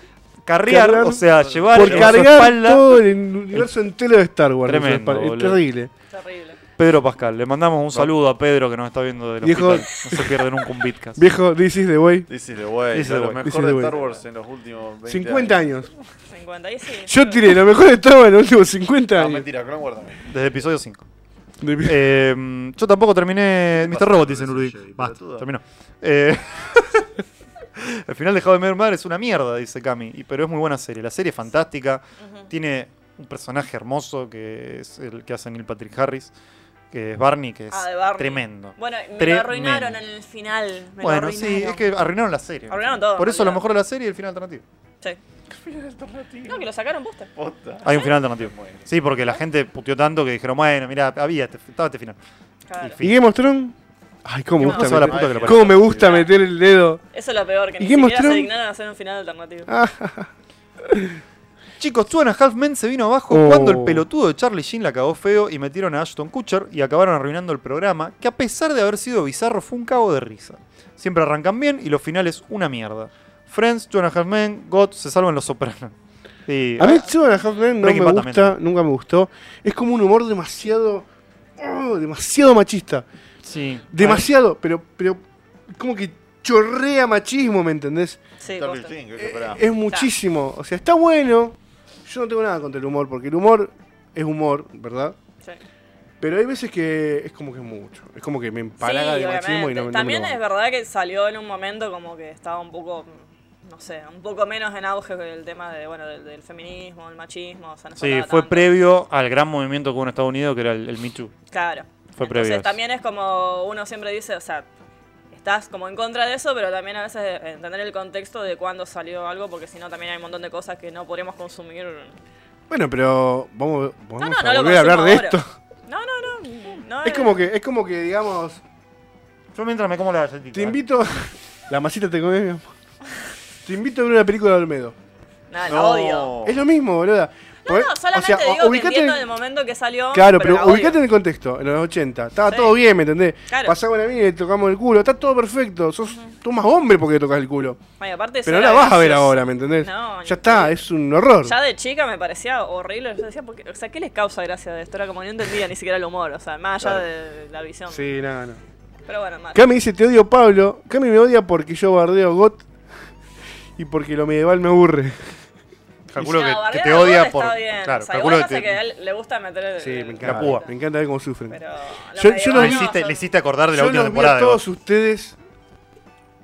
S1: carrear,
S2: Cargar-
S1: o sea, llevar
S2: por
S1: en su
S2: cargar
S1: espalda.
S2: todo el universo entero de Star Wars. en su
S1: Tremendo,
S2: espalda. es
S1: boludo.
S2: terrible.
S3: Terrible.
S1: Pedro Pascal. Le mandamos un saludo a Pedro que nos está viendo del
S2: Viejo-
S1: hospital. No se pierde nunca un Bitcast.
S2: Viejo, this is the way.
S4: This is the way.
S1: This is the
S4: lo
S1: way.
S2: This
S4: mejor
S2: is the
S4: de
S2: way.
S4: Star Wars en los últimos 20
S2: 50 años.
S3: 50 y sí.
S2: Yo tiré lo mejor de todo en los últimos 50
S4: No,
S2: años.
S4: Ah, mentira, Clone
S3: <laughs>
S4: Wars también.
S1: Desde episodio 5.
S2: De mi-
S1: Eh, yo tampoco terminé Mr. Robot, dice Nurdi. Basta, terminó. Eh, <laughs> el final de How I Met Your Mother es una mierda, dice Cami. y- Pero es muy buena serie. La serie es fantástica. Tiene un personaje hermoso que es el que hace Neil Patrick Harris. Que es Barney, que es
S3: Ah, de Barney.
S1: tremendo.
S3: Bueno, me
S1: Tremendo.
S3: lo arruinaron en el final. Me lo
S1: Bueno,
S3: arruinaron.
S1: sí, es que arruinaron la serie.
S3: Arruinaron todo,
S1: Por eso
S3: en
S1: lo
S3: realidad.
S1: mejor de la serie es el final alternativo.
S3: Sí. No, que lo sacaron posta.
S4: Posta.
S3: Ah.
S1: Hay un final alternativo. Sí, porque la gente puteó tanto que dijeron, bueno, mira, había este, estaba este final.
S3: Claro.
S2: ¿Y Game of Thrones? Ay, cómo me
S1: Game of
S2: gusta,
S1: Thrones a la
S2: meter-
S1: puta que lo
S2: cómo me gusta meter el dedo.
S3: Eso es lo peor, que
S2: ¿Y
S3: ni
S2: qué Ah.
S3: siquiera se
S2: mostraron?
S3: dignaron a hacer un final alternativo.
S1: Chicos, Two and a Half Men se vino abajo
S2: Oh.
S1: cuando el pelotudo de Charlie Sheen la cagó feo y metieron a Ashton Kutcher y acabaron arruinando el programa, que a pesar de haber sido bizarro fue un cabo de risa. Siempre arrancan bien y los finales una mierda. Friends, Two and a Half Men, God, se salvan los sopranos. Sí,
S2: A mí
S1: ah,
S2: Two and a Half Men no
S1: Breaking
S2: me
S1: Bad
S2: gusta, nunca me gustó. Es como un humor demasiado... oh, demasiado machista.
S1: sí.
S2: Demasiado, pero, pero... Como que chorrea machismo, ¿me entendés?
S3: Sí,
S4: Charlie
S3: posta.
S4: Sheen, creo que
S2: Eh,
S4: pará.
S2: es muchísimo. O sea, está bueno. Yo no tengo nada contra el humor, porque el humor es humor, ¿verdad?
S3: Sí.
S2: Pero hay veces que es como que es mucho. Es como que me empalaga
S3: Sí,
S2: de machismo y
S3: obviamente.
S2: no me no me lo
S3: También
S2: banco.
S3: es verdad que salió en un momento como que estaba un poco, mm, no sé, un poco menos en auge que el tema de, bueno, del, del feminismo, el machismo. O sea, no se
S1: Sí,
S3: hablaba
S1: fue
S3: tanto.
S1: previo al gran movimiento que hubo en Estados Unidos, que era el, el Me Too.
S3: Claro.
S1: Fue previo a
S3: Entonces
S1: eso.
S3: también es como uno siempre dice, o sea, estás como en contra de eso, pero también a veces eh, entender el contexto de cuándo salió algo, porque si no también hay un montón de cosas que no podríamos consumir.
S2: Bueno, pero vamos,
S3: No,
S2: vamos
S3: no, no
S2: a
S3: lo
S2: volver a hablar de
S3: consumo
S2: esto.
S3: ahora. No, no, no. no,
S2: Es
S3: no.
S2: como que, es como que digamos,
S1: Yo mientras me como la galletita. ¿eh?
S2: te invito. La masita te comes, mi amor. Te invito a ver una película de Olmedo.
S3: No, la
S4: No.
S3: odio.
S2: Es lo mismo, boluda.
S3: No, no, solamente digo que entiendo en el momento que salió.
S2: Claro, pero,
S3: la odio.
S2: ubicate en el contexto, en los 80. Estaba
S3: Sí.
S2: todo bien, ¿me entendés?
S3: Claro.
S2: Pasaba una mina y le tocamos el culo. Está todo perfecto. Sos tú más hombre porque le tocas el culo.
S3: Ay, aparte
S2: Pero
S3: eso
S2: no la
S3: era
S2: vas a ver
S3: gracioso.
S2: ahora, ¿me entendés?
S3: No,
S2: ya
S3: ni-
S2: está, es un horror.
S3: Ya de chica me parecía horrible. Yo decía, ¿por qué? o sea, ¿qué les causa gracia de esto? Era como no entendía ni siquiera el humor, o sea, más allá de la visión.
S2: Sí, nada, no.
S3: Pero bueno, más.
S2: Cami dice, te odio Pablo. Cami me odia porque yo bardeo GOT y porque lo medieval me aburre.
S1: Calculo
S3: No,
S1: que, que
S3: bardear
S1: te
S3: a Duda
S1: odia
S3: está
S1: por.
S3: bien.
S1: Claro,
S3: O sea,
S1: calculo
S3: igual
S1: que
S3: pasa
S1: te.
S3: que a él le gusta meter el,
S2: Sí, me
S1: La
S2: encanta.
S1: púa.
S2: Me encanta ver cómo sufren.
S3: Pero
S2: Yo- yo
S1: Le hiciste, le hiciste acordar de la
S2: yo
S1: última
S2: los vi
S1: temporada.
S2: a
S1: de
S2: todos ustedes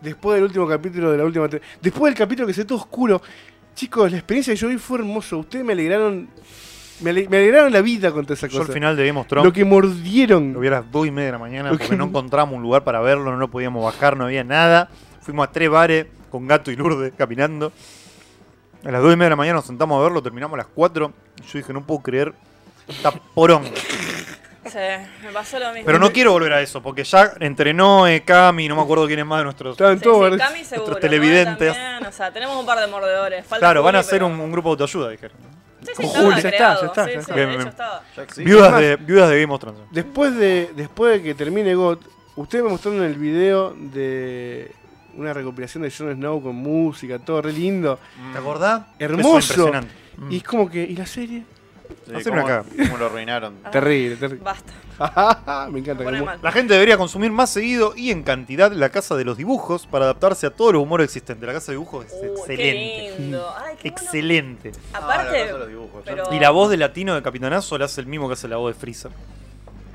S2: después del último capítulo de la última te- Después del capítulo que se ve todo oscuro. Chicos, la experiencia que yo vi fue hermoso. Ustedes me alegraron. Me, ale- me alegraron la vida con toda esa
S1: Yo al
S2: cosa.
S1: final de Game of Thrones
S2: Lo que mordieron.
S1: lo vi a las 2 y media de la mañana porque no encontramos un lugar para verlo, no lo podíamos bajar, no había nada. Fuimos a tres bares con gato y Lourdes caminando. A las 2 y media de la mañana nos sentamos a verlo, terminamos a las 4. Y yo dije, no puedo creer, está porón.
S3: Sí, me pasó lo mismo.
S1: Pero no quiero volver a eso porque ya entrenó eh, Cami, no me acuerdo quién es más de nuestros.
S2: Estaban
S3: Sí,
S2: todos
S3: sí,
S2: verdes.
S3: Cami seguro. ¿no?
S1: televidentes.
S3: También, o sea, tenemos un par de mordedores. Falta
S1: Claro, van a
S3: Juli,
S1: hacer
S3: pero-
S1: un, un grupo de autoayuda, dijeron.
S3: Sí, sí,
S2: con
S3: estaba
S2: Juli, ya está,
S3: creado,
S2: ya está,
S3: sí,
S2: ya
S3: sí,
S2: está.
S3: de
S1: Bien,
S3: hecho
S1: bien.
S3: estaba.
S4: Ya existe.
S1: Viudas,
S2: Es más-
S1: de, viudas de Game of Thrones.
S2: Después de, después de que termine GOT, ustedes me mostraron el video de una recopilación de Jon Snow con música, todo re lindo.
S1: ¿Te acordás?
S2: Hermoso.
S1: Mm. Eso, impresionante. Mm.
S2: Y es como que, ¿y la serie?
S4: Sí,
S1: Hacer
S4: ¿cómo-
S1: una acá.
S4: ¿Cómo lo arruinaron?
S2: Terrible, terrible.
S3: Basta.
S2: Ah. <laughs> me
S3: Me
S2: encanta.
S3: pone
S2: que-
S3: mal.
S1: La gente debería consumir más seguido y en cantidad la casa de los dibujos para adaptarse a todos los humores existentes. La casa de dibujos es
S3: Uy,
S1: excelente.
S3: Qué lindo. Ay, qué bueno.
S1: Excelente.
S4: Ah,
S3: Aparte.
S4: la cosa de los dibujos. Yo-
S3: pero-
S1: Y la voz de latino de Capitanazo la hace el mismo que hace la voz de Freezer.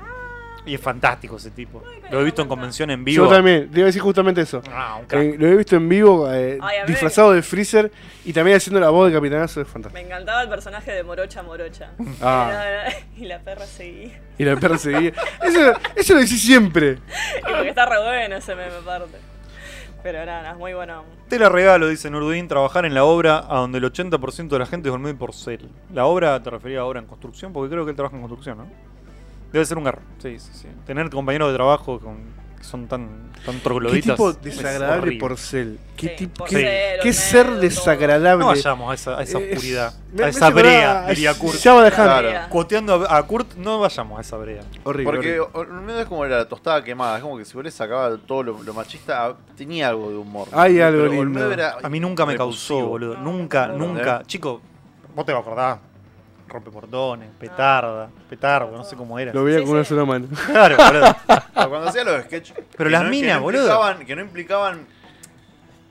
S3: Ah.
S1: Y es fantástico ese tipo. Lo he visto en convención en vivo.
S2: Yo también, te iba a decir justamente eso.
S1: Ah, un crack.
S2: Eh, lo he visto en vivo, eh,
S3: Ay, a ver.
S2: disfrazado de Freezer y también haciendo la voz de Capitanazo, es fantástico.
S3: Me encantaba el personaje de Morocha Morocha.
S2: Ah.
S3: Era- Y la perra seguía.
S2: Y la perra seguía. Eso, eso lo decís siempre.
S3: Y porque está re bueno ese meme parte. Pero nada, nada, es muy bueno.
S1: Te la regalo, dice Nurdin, trabajar en la obra a donde el 80% de la gente es dormida por cel. La obra, te refería a obra en construcción, porque creo que él trabaja en construcción, ¿no? Debe ser un garro. Sí, sí, sí. Tener compañeros de trabajo con- que son tan, tan
S2: Qué
S1: trogloditas.
S2: tipo
S1: es
S2: desagradable
S1: horrible.
S2: porcel. Qué,
S3: Sí,
S2: tip-
S3: Porcel,
S2: qué,
S3: Olmedo,
S2: qué ser
S3: todo.
S2: desagradable.
S1: No vayamos a esa, a esa
S2: Eh,
S1: oscuridad,
S2: me-
S1: a
S2: me
S1: esa
S2: hace
S1: brea,
S2: acordar a- <laughs>
S1: diría Kurt.
S2: Ya va a dejar.
S4: Claro.
S3: Mira.
S1: Cuoteando a, a Kurt, no vayamos a esa brea.
S2: Horrible.
S4: Porque
S2: horrible.
S4: o- no es como la tostada quemada, es como que si vos le sacabas todo lo, lo machista, ah, tenía algo de humor.
S2: Hay algo
S4: Pero
S2: lindo.
S4: Olmedo era
S1: A mí nunca me causó,
S4: repulsivo.
S1: boludo.
S3: No,
S1: Nunca,
S3: no,
S4: no.
S1: nunca. Chico, vos te lo acordás. rompeportones, petarda, petardo, no sé cómo era. <laughs>
S2: Lo veía
S3: Sí,
S2: con una
S3: sí.
S2: sola mano.
S1: Claro, boludo.
S4: Pero cuando hacía los sketches.
S1: <laughs> Pero
S4: que
S1: las
S4: no- que
S1: minas,
S4: no
S1: boludo.
S4: implicaban- Que no implicaban.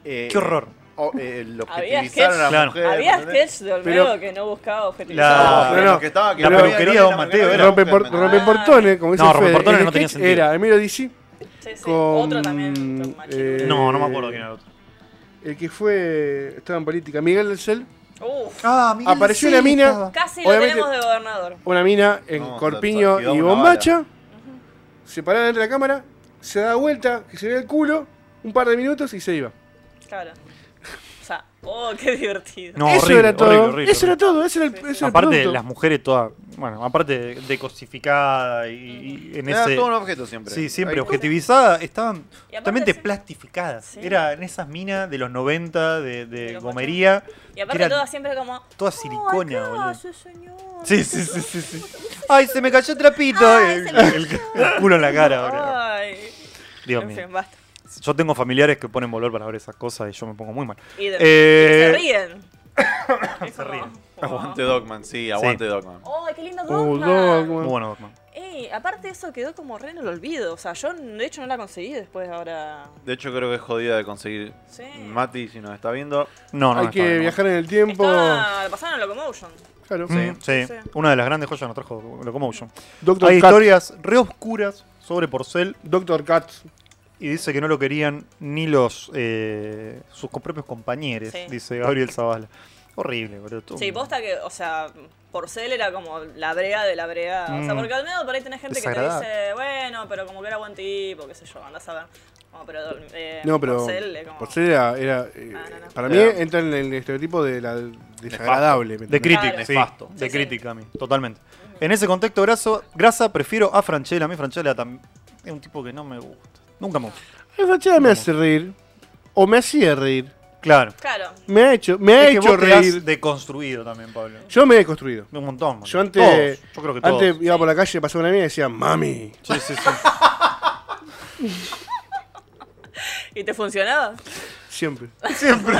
S4: eh,
S1: Qué horror.
S4: o- eh, el
S3: Había
S4: objetivizar a la
S1: sketch.
S4: mujer.
S3: Había
S4: ¿entendés?
S3: sketch de Olmedo
S2: Pero-
S3: que no buscaba objetivizar.
S1: La-
S4: No,
S2: No,
S4: pero
S2: no.
S4: que estaba- que
S1: La
S4: no había
S1: peluquería
S4: novia
S1: Don
S4: en la
S1: Mateo
S4: mañana,
S1: era-
S4: la
S2: Rompe,
S4: mujer,
S2: por,
S4: ¿entendés?
S2: rompe portones, como dice
S1: No,
S2: Fede.
S1: rompeportones
S2: El
S1: no tenía
S2: sketch
S1: sentido.
S2: Era Emilio DC,
S3: Sí, sí.
S2: con-
S3: Otro también. con Machín.
S2: eh,
S1: No, no me acuerdo quién era el otro.
S2: el que fue. Estaba en política. Miguel del Cel.
S3: Uf,
S1: Ah,
S2: Apareció una mina.
S3: casi
S2: obviamente-
S3: lo tenemos de gobernador.
S2: Una mina en
S4: No,
S2: corpiño
S4: se- se- se-
S2: y
S4: una
S2: bombacha. Se paraba delante de la cámara. Se da vuelta, que se ve el culo. Un par de minutos y se iba.
S3: Claro. O sea, oh, qué divertido.
S1: No,
S2: eso
S1: horrible,
S2: era todo.
S1: horrible, horrible,
S2: eso era todo. Ese era el, ese era el
S1: Aparte,
S2: producto.
S1: las mujeres todas. Bueno, aparte de cosificada y, y en
S4: Era
S1: ese.
S4: todo un objeto siempre.
S1: Sí, siempre
S4: Ahí-
S1: objetivizada, estaban
S3: Y aparte
S1: totalmente
S3: sí.
S1: plastificadas.
S3: Sí.
S1: Eran esas minas de los 90 de, de
S3: De los
S1: gomería.
S3: Y
S1: que
S3: aparte
S1: eran
S3: todas siempre como.
S1: todas silicona,
S3: "Ay, ¿qué
S1: boludo.
S3: hace, señor?
S1: Sí, sí, sí, sí, sí. Ay, se me cayó el trapito.
S3: Ay,
S1: el,
S3: se
S1: <laughs>
S3: me
S1: el- el culo en la cara, boludo.
S3: Ay.
S1: Dios
S3: En
S1: mío.
S3: fin, basta.
S1: Yo tengo familiares que ponen valor para ver esas cosas y yo me pongo muy mal.
S3: Y de-
S1: Eh,
S3: se ríen. Es
S1: se
S3: <coughs> como,
S1: ríen.
S3: wow.
S4: Aguante Dogman, sí, aguante Dogman.
S3: Ay, qué lindo
S2: Oh,
S3: Dogma.
S2: Dogman.
S1: Muy bueno, Dogman.
S3: Ey, aparte eso quedó como re en el olvido. O sea, yo de hecho no la conseguí después ahora.
S4: De hecho, creo que es jodida de conseguir.
S3: Sí.
S4: Mati, si nos está viendo.
S1: No, no,
S2: Hay
S1: no
S2: que
S1: está, no.
S2: viajar en el tiempo.
S3: Estaba, la pasaron en Locomotion.
S2: Claro.
S1: Mm, sí.
S3: Sí.
S1: una de las grandes joyas nos trajo Locomotion.
S2: Doctor
S1: Hay
S2: Cat.
S1: historias re oscuras sobre Porcel
S2: Doctor Cat.
S1: y dice que no lo querían ni los eh, sus co- propios compañeros,
S3: Sí.
S1: dice Gabriel Zavala. Horrible, boludo. todo
S3: Sí,
S1: un-
S3: posta que, o sea, Porcel era como la brea de la brea. O sea,
S1: Mm.
S3: porque Olmedo por ahí tenés gente que te
S1: Desagradable.
S3: dice, bueno, pero como que era buen tipo, qué sé yo, andás a ver. No, pero, eh,
S2: No, pero.
S3: Porcel es como...
S2: Porcel era. era, eh,
S3: Ah, no, no.
S2: Para mí
S4: Era-
S2: entra en el estereotipo de la desagradable.
S1: De
S2: ¿me entendés?
S1: crítica,
S3: Claro.
S1: sí,
S4: Nefasto.
S1: De
S3: Sí, sí.
S1: crítica a mí, totalmente. En ese contexto, graso, grasa, prefiero a Franchella. A mí Franchella también es un tipo que no me gusta. Nunca me gusta.
S2: Ay, fachada me hace reír. O me hacía reír.
S1: Claro.
S3: Claro,
S2: Me ha hecho, me ha
S1: Es que
S2: hecho
S1: vos te has
S2: reír.
S1: deconstruido también, Pablo.
S2: Yo me he construido.
S1: Un montón. boludo.
S2: Yo antes,
S1: Todos, yo creo que todos.
S2: antes iba por la calle, pasaba una mía y decía, mami.
S1: Sí, sí,
S2: <laughs>
S1: sí.
S3: ¿y te funcionaba?
S2: Siempre.
S1: Me
S2: siempre,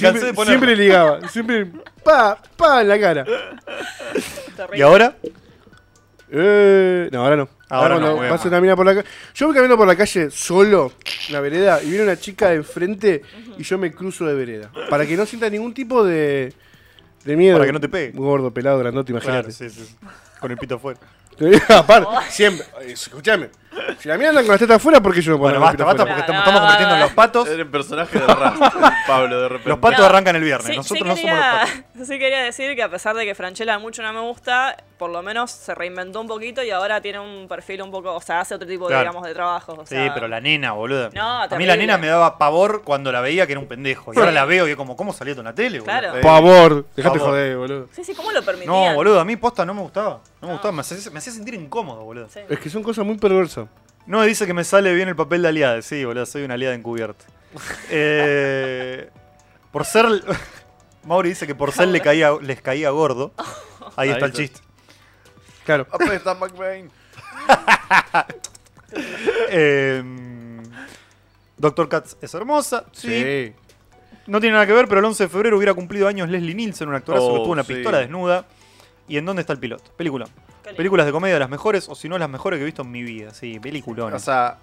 S1: cansé de poner.
S2: siempre ligaba. Siempre. Pa, pa en la cara.
S1: ¿Y ahora?
S2: Eh, no, ahora no.
S1: Ahora no,
S2: cuando
S1: bueno.
S2: paso una mina por la calle. Yo voy caminando por la calle solo, en la vereda, y viene una chica de enfrente y yo me cruzo de vereda. Para que no sienta ningún tipo de, de miedo.
S1: Para que no te pegue.
S2: Gordo, pelado, grandote,
S1: Claro,
S2: imagínate.
S1: sí, sí. Con el pito afuera.
S2: <laughs> Aparte, siempre. eh, Escuchame. Si la mina anda con las tetas afuera, ¿por qué yo no puedo
S1: Bueno,
S2: andar
S1: basta,
S2: con las
S1: basta,
S2: tetas
S1: porque
S3: afuera.
S1: estamos, estamos convirtiendo en los patos.
S4: Era el personaje de Rust, Pablo, de repente.
S1: Los patos
S3: No.
S1: arrancan el viernes,
S3: Sí,
S1: nosotros
S3: sí
S1: no somos los
S3: quería,
S1: patos.
S3: <laughs> sí quería decir que a pesar de que Franchella mucho no me gusta, por lo menos se reinventó un poquito y ahora tiene un perfil un poco, o sea, hace otro tipo, de,
S1: Claro.
S3: digamos, de trabajos. o
S1: Sí,
S3: sea,
S1: pero la nena, boludo.
S3: No,
S1: a mí
S3: terrible.
S1: la nena me daba pavor cuando la veía que era un pendejo. Y ahora la veo y es como, ¿cómo salió esto en la tele, boludo?
S3: <laughs> Claro.
S2: Por favor, dejate
S1: Pavor.
S2: joder, boludo.
S3: Sí, sí, ¿cómo lo permitían?
S1: No, boludo, a mí posta no me gustaba. No me gustaba, me hacía, me hacía sentir incómodo, boludo.
S3: Sí.
S2: Es que son cosas muy perversas.
S1: No, dice que me sale bien el papel de aliada. Sí, boludo, soy una aliada <laughs> encubierta. Eh, por ser. <laughs> Mauri dice que por ser le caía, les caía gordo. Ahí está el
S4: está.
S1: chiste.
S2: Claro.
S1: <laughs>
S4: Apesta McBain.
S1: Em, Doctor Katz es hermosa. sí.
S2: Sí.
S1: No tiene nada que ver, pero el 11 de febrero hubiera cumplido años Leslie Nielsen, un actorazo que
S4: Oh,
S1: tuvo una
S4: sí.
S1: pistola desnuda. ¿Y en dónde está el piloto? Película.
S3: Qué lindo.
S1: Películas de comedia las mejores, o si no, las mejores que he visto en mi vida. Sí,
S4: O
S1: peliculones.
S4: sea,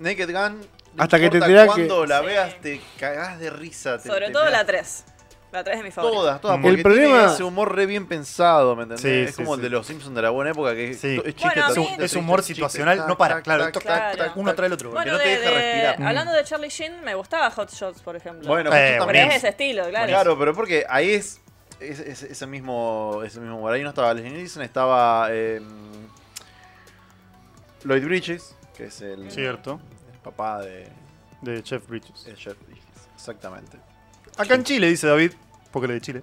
S4: Naked Gun. no
S2: Hasta que te
S4: importa
S2: enterás que-
S4: Cuando la
S3: Sí.
S4: veas, te cagás de risa. te-
S3: Sobre
S4: te
S3: todo
S4: mirás
S3: la 3. La 3 es mi favorita.
S4: Todas, todas.
S1: Mm.
S4: Porque
S2: El problema-
S4: Tiene ese humor re bien pensado, ¿me entendés?
S1: Sí,
S4: es
S1: sí,
S4: como el
S1: sí.
S4: de los Simpsons de la buena época, que es-
S1: Sí.
S4: es chiste.
S3: Bueno, a
S4: tras
S3: mí-
S4: chiste,
S1: es
S4: chiste,
S1: humor
S4: chiste,
S1: situacional,
S4: tac,
S1: no para,
S4: tac,
S1: claro,
S4: tac,
S1: toc,
S3: tac,
S4: tac,
S1: uno
S4: tac,
S1: trae al otro,
S4: que
S3: Bueno,
S4: no te
S3: de-
S4: deja
S3: de-
S4: respirar.
S3: hablando de Charlie Sheen, me gustaba Hot Shots, por ejemplo.
S4: Bueno,
S1: Eh,
S4: justamente-
S3: pero es
S1: buenísimo.
S3: ese estilo, claro.
S4: Claro, pero porque ahí es, es- es- ese mismo ese mismo humor. Ahí no estaba Leslie Nielsen, estaba eh, Lloyd Bridges, que es el,
S1: Cierto,
S4: el papá de,
S1: de Jeff Bridges.
S4: de Jeff Bridges. Exactamente.
S1: Acá en Chile, dice David, porque le de Chile.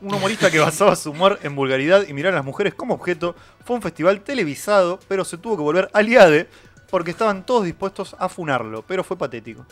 S1: Un humorista que basaba su humor en vulgaridad y mirar a las mujeres como objeto fue un festival televisado, pero se tuvo que volver aliade E porque estaban todos dispuestos a funarlo, pero fue patético.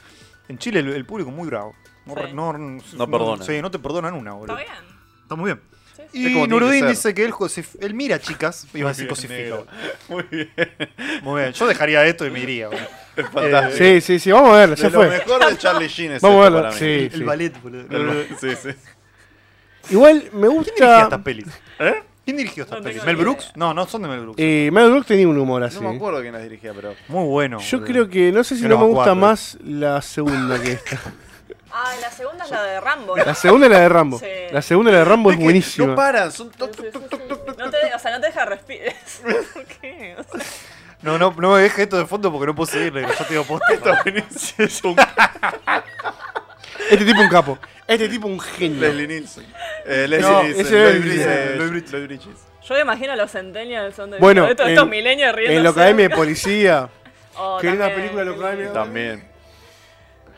S1: En Chile el, el público muy bravo. No,
S3: Sí.
S1: re- no,
S4: perdona.
S1: Sí, no te perdonan una,
S3: Está
S1: boludo.
S3: bien.
S1: Está muy bien.
S3: Sí,
S1: Y
S3: sí.
S4: Es como tiene que
S1: Nurudin
S4: ser.
S1: dice que él, josef- él mira
S4: <laughs>
S1: chicas, iba a decir cosifica.
S4: negro.
S1: boludo.
S4: <laughs> Muy bien.
S1: Muy bien, yo dejaría esto y me iría. boludo.
S4: Es <laughs> fantástico.
S2: Eh, Sí, sí, sí, vamos a verla,
S4: De
S2: ya
S4: lo
S2: fue.
S4: mejor de Charlie Sheen es
S2: Vamos a
S4: esto
S2: verla.
S4: para mí.
S2: Sí,
S1: El
S2: sí. <laughs>
S1: ballet, boludo.
S4: El- sí, sí.
S2: Igual me
S1: ¿Quién dirigía
S2: gusta.
S1: estas pelis?
S4: ¿Eh?
S1: ¿Quién ¿Quién dirigió estas
S3: No
S1: pelis?
S3: tengo
S1: ¿Mel
S3: ni
S1: Brooks?
S3: idea.
S1: No, no son de Mel Brooks.
S2: Eh, Mel Brooks tenía un humor así.
S4: No me acuerdo quién las dirigía, pero.
S1: Muy bueno.
S2: Yo
S1: boludo.
S2: creo que, no sé si
S1: Pero
S2: no me
S1: más
S2: gusta
S1: cuatro.
S2: más la segunda que esta.
S3: Ah, la segunda es la de Rambo.
S2: La segunda es la de Rambo.
S3: Sí.
S2: La segunda es la de Rambo es
S4: que
S2: Pues
S4: No
S2: buenísima.
S4: paran, son. toc,
S3: Sí, sí,
S4: toc, toc,
S3: sí,
S4: toc,
S3: sí.
S4: toc,
S3: No
S4: toc,
S3: te, o sea, no te deja respirar. <laughs> ¿Por qué? O sea,
S1: No, no, no me dejes esto de fondo porque no puedo seguirle. Yo te digo <laughs> posta. Está buenísimo. Es un-
S2: Este tipo un capo. Este tipo un genio.
S4: Leslie Nielsen. Eh,
S2: No,
S4: Leslie
S2: ese
S4: Nielsen.
S2: era
S4: Lloyd
S2: el-
S4: Bridges,
S1: Lloyd
S4: Lloyd Bridges.
S3: yo me imagino a los centennials son de
S2: Bueno,
S3: estos,
S2: en-
S3: estos Oh, milenios riendo.
S2: En la academia de <laughs> policía. que era una película de la academia.
S4: También.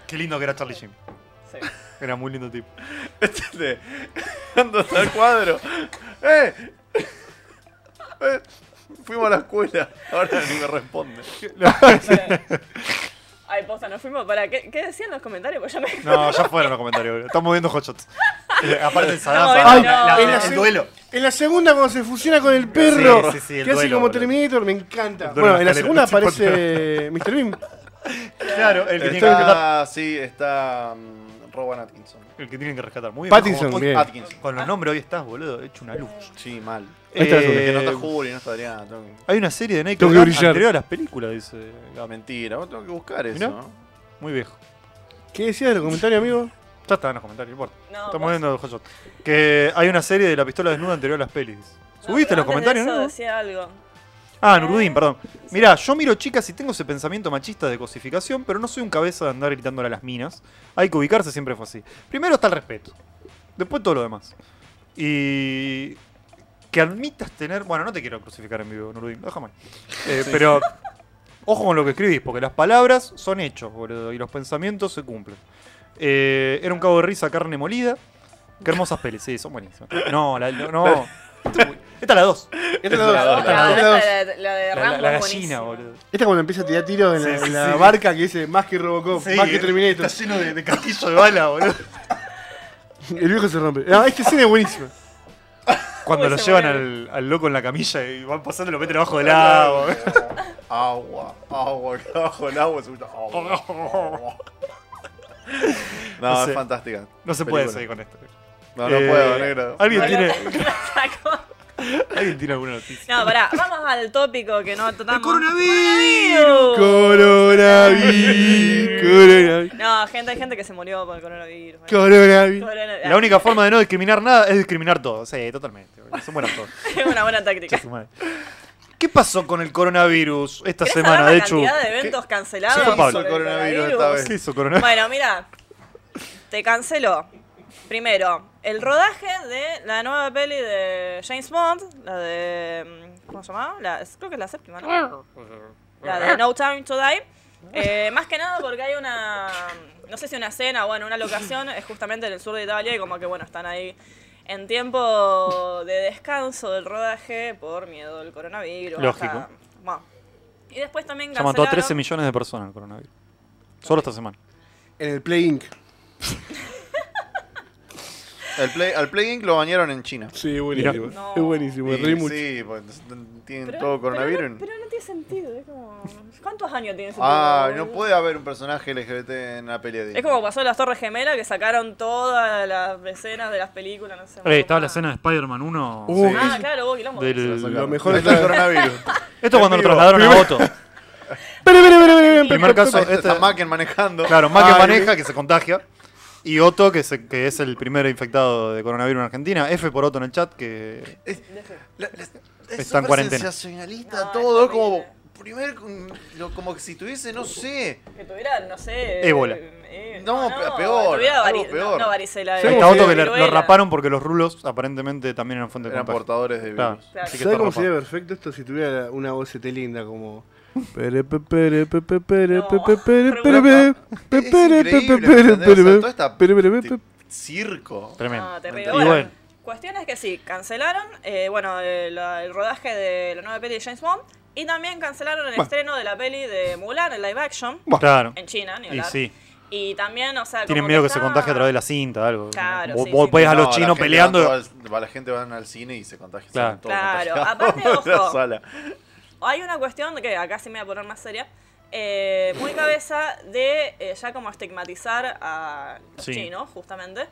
S1: Qué lindo que era Charlie Sheen. Era muy lindo tipo.
S4: <laughs> Este. Ando hasta el cuadro. ¡Eh! <laughs> Eh, Fuimos a la escuela, ahora ni me responde.
S3: Ay, posta, nos fuimos. Para, ¿qué, qué decían los comentarios? Pues ya me.
S1: No, ya fueron los comentarios. boludo. Estamos viendo hot shots. Eh, aparte el Saddam. Saddam,
S3: Estamos viendo-
S1: la-
S3: no.
S1: la-
S2: En la
S1: el
S2: seg-
S1: duelo.
S2: En la segunda cuando se fusiona con el perro.
S1: Sí, sí, sí, el
S2: que hace
S1: duelo,
S2: como
S1: boludo.
S2: Terminator, me encanta.
S1: El duelo
S2: Bueno,
S1: en
S2: en la
S1: la
S2: segunda
S1: escalera.
S2: aparece Mr. Bean.
S1: Claro, el que tiene que rescatar.
S4: Está, sí, está mm, Rowan Atkinson.
S1: El que tienen que rescatar. Muy bien.
S2: Pattinson,
S1: Vamos,
S2: bien.
S4: Atkinson.
S1: Con los nombres hoy estás, boludo. He hecho una luz.
S4: Sí, mal.
S2: Ahí está la
S1: Eh,
S2: segunda.
S4: Este Que no está Juli, no está Adriana. tengo que-
S1: Hay una serie de Naked
S2: Tengo que
S1: Gun
S2: brillar.
S1: anterior a las películas, dice
S4: Ah,
S1: Gamen.
S4: mentira, vos tengo que buscar eso.
S1: Mirá.
S4: ¿no?
S1: Muy viejo.
S2: ¿Qué decías de los comentarios, amigo?
S1: Ya está en los comentarios, no importa.
S3: No,
S1: Estamos
S3: vos-
S1: viendo hot shots. Que hay una serie de la pistola desnuda anterior a las pelis.
S3: No,
S1: ¿Subiste
S3: pero
S1: los
S3: antes de
S1: comentarios,
S3: eso
S1: no?
S3: decía algo.
S1: Ah, Nurudin, perdón. Mirá, yo miro chicas y tengo ese pensamiento machista de cosificación, pero no soy un cabeza de andar gritándole a las minas. Hay que ubicarse, siempre fue así. Primero está el respeto. Después todo lo demás. Y. Que admitas tener. Bueno, no te quiero crucificar en vivo, Nurudin, déjame. Eh, Pero. Ojo con lo que escribís, porque las palabras son hechos, boludo, y los pensamientos se cumplen. Eh, era un cabo de risa, carne molida. Qué hermosas pelis, sí, son buenísimas. No, la, no. Esta es la 2.
S2: Esta es la dos.
S4: la
S2: Esta
S4: dos,
S2: es la
S3: la,
S2: dos.
S3: esta de- la de
S1: La,
S3: Rambo
S1: la- la
S3: es
S1: gallina,
S3: buenísima.
S1: boludo.
S2: Esta cuando empieza a tirar tiros en, la,
S1: Sí,
S2: en la
S1: sí.
S2: barca que dice más que Robocop, más que Terminator.
S1: Está lleno de, de casquillo de bala, boludo.
S2: El viejo se rompe. Ah, esta escena es buenísima.
S1: Cuando
S3: Uy,
S1: lo
S3: se
S1: llevan
S3: murió.
S1: al, al loco en la camilla y van pasando y lo meten abajo del agua.
S4: <laughs> Agua, agua, que abajo el agua se escucha agua,
S1: <laughs>
S4: agua. No,
S1: No sé.
S4: es fantástica.
S1: No se puede
S4: Película.
S1: seguir con esto.
S4: No, no
S1: Eh,
S4: puedo, negro.
S1: ¿alguien
S3: No,
S1: tiene,
S3: la- la sacó.
S1: ¿Alguien tiene alguna noticia?
S3: No, pará, vamos al tópico que no tratamos. ¡Coronavirus!
S2: Coronavirus. Coronavirus.
S3: No, gente, hay gente que se murió por el coronavirus. ¿eh?
S2: Coronavirus.
S3: Coronavirus.
S1: La única forma de no discriminar nada es discriminar todo. Sí, totalmente. boludo. Son buenas todos.
S3: <laughs> Es una buena táctica.
S1: Che, su madre. ¿Qué pasó con el coronavirus esta
S3: ¿Querés
S1: semana?
S3: saber
S1: De
S3: la
S1: hecho,
S3: cantidad de eventos cancelados.
S1: Sí, fue Pablo.
S3: por
S4: El coronavirus esta vez.
S1: ¿qué hizo coronavirus?
S3: Bueno, mira, te canceló. Primero, el rodaje de la nueva peli de James Bond, la de. mm, ¿Cómo se llamaba? La- es- creo que es la séptima, ¿no? La de No Time to Die. Eh, más que nada porque hay una. No sé si una escena, bueno, una locación, es justamente en el sur de Italia y como que, bueno, están ahí en tiempo de descanso del rodaje por miedo al coronavirus.
S1: Lógico.
S3: hasta- bueno. Y después también
S1: Ya mató a 13
S3: cancelaron.
S1: millones de personas el coronavirus. Solo esta semana.
S2: En el Play Inc.
S4: El play, al Play Inc. lo bañaron en China.
S2: Sí, buenísimo.
S3: No.
S2: Es buenísimo, me
S4: Y
S2: reí mucho.
S4: sí, pues entonces tienen
S3: Pero-
S4: todo coronavirus.
S3: Pero no, pero no tiene sentido, es como. ¿Cuántos años tiene ese
S4: ah,
S3: tipo,
S4: no
S3: boludo?
S4: puede haber un personaje LGBT en la pelea de
S3: Es como pasó en las Torres Gemelas que sacaron todas las escenas de las películas, no sé.
S1: Eh,
S3: como
S1: estaba la
S3: nada.
S1: escena de Spider-Man 1.
S2: Uh,
S4: Sí.
S3: Ah, claro, hubo quilombo.
S1: Del-
S3: Eso.
S1: del-
S2: Lo mejor es
S4: es el
S2: <laughs>
S4: coronavirus.
S1: Esto cuando lo
S4: Amigo,
S1: trasladaron a
S4: <laughs>
S1: Otto.
S2: Espera, espera, espera, espera, espera.
S1: Primer caso,
S4: Este
S1: este,
S4: está Macken manejando. Ah,
S1: Claro, más que
S2: Ay,
S1: maneja, que se contagia. Y Otto, que, se- que es el primer infectado de coronavirus en Argentina. F por Otto en el chat, que
S4: La- la- es
S1: Está en
S4: súper
S1: cuarentena.
S4: sensacionalista
S3: No,
S4: todo,
S3: es
S4: como
S3: horrible.
S4: primer con- lo- como que si tuviese, no sé.
S3: Que tuvieran, no sé.
S1: Ébola.
S3: eh,
S4: No, pe- peor,
S3: tuviera
S4: algo
S3: vari-
S4: peor.
S3: No, no varicela.
S2: Sí,
S1: ahí
S3: eh,
S1: está
S2: como
S1: Otto
S2: si-
S1: que le- lo
S3: viruela.
S1: raparon porque los rulos aparentemente también eran fuente de
S4: Eran
S1: contagio.
S4: portadores de virus.
S1: Claro.
S3: Claro.
S1: Así que
S2: ¿Sabes
S1: todo
S2: cómo
S1: rapado.
S2: sería perfecto esto si tuviera una vocete linda como...
S4: Es increíble, ¿entendés? O sea, toda esta este circo.
S1: Tremendo.
S3: No, Ah, terrible.
S1: Y
S3: Bueno,
S1: bueno,
S3: cuestión es que sí, cancelaron eh, bueno, el, el rodaje de la nueva peli de James Bond y también cancelaron el
S2: Bueno.
S3: estreno de la peli de Mulan, el live action,
S1: claro.
S3: en China, ni
S1: Y
S3: hablar.
S1: sí,
S3: Y también, o sea,
S1: tienen
S3: como
S1: miedo que se
S3: está-
S1: contagie a través de la cinta, algo.
S3: Claro,
S1: vos
S3: sí,
S1: vos
S3: sí.
S1: ves a los
S4: No, la
S1: chinos
S4: gente
S1: peleando.
S4: va todo al- la gente va al cine y se contagia. se
S1: Claro.
S4: van todos
S3: Claro,
S4: contagiados <laughs>
S3: aparte,
S4: en la
S3: ojo.
S4: sala.
S3: Hay una cuestión que acá sí me voy a poner más seria. eh, muy cabeza de eh, ya como estigmatizar a los
S1: Sí.
S3: chinos, justamente.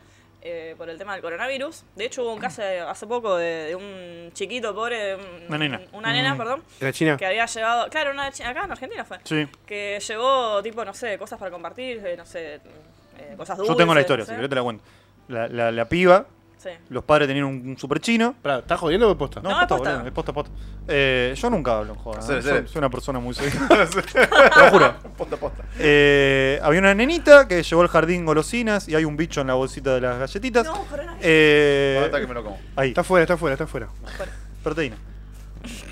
S3: eh, por el tema del coronavirus. De hecho, hubo un caso de- hace poco de, de un chiquito pobre, un-
S1: Una nena.
S3: una nena,
S1: Mm.
S3: perdón,
S2: ¿La China?
S3: que había llevado, claro, una chi- acá en Argentina fue,
S1: Sí.
S3: que llevó tipo, no sé, cosas para compartir, eh, no sé, eh, cosas dulces.
S1: Yo tengo la historia,
S3: no
S1: si
S3: sé.
S1: querés te la cuento. La, la, la piba,
S3: Sí.
S1: los padres tenían un, un super chino.
S2: Pará, ¿Estás jodiendo o posta?
S1: No,
S3: No,
S1: es
S3: es
S1: posta,
S3: posta.
S1: boludo, es posta, es posta. Eh, yo nunca hablo en joda.
S4: Hacele,
S1: ¿no?
S4: hacele.
S1: Soy, soy una persona muy seria. <laughs> Te lo juro.
S4: Posta, posta.
S1: Eh, había una nenita que llevó al jardín golosinas y hay un bicho en la bolsita de las galletitas.
S3: No, coronavirus.
S1: Eh,
S4: Ahora que me lo como.
S1: ahí,
S2: Está fuera, está fuera, está fuera.
S1: proteína.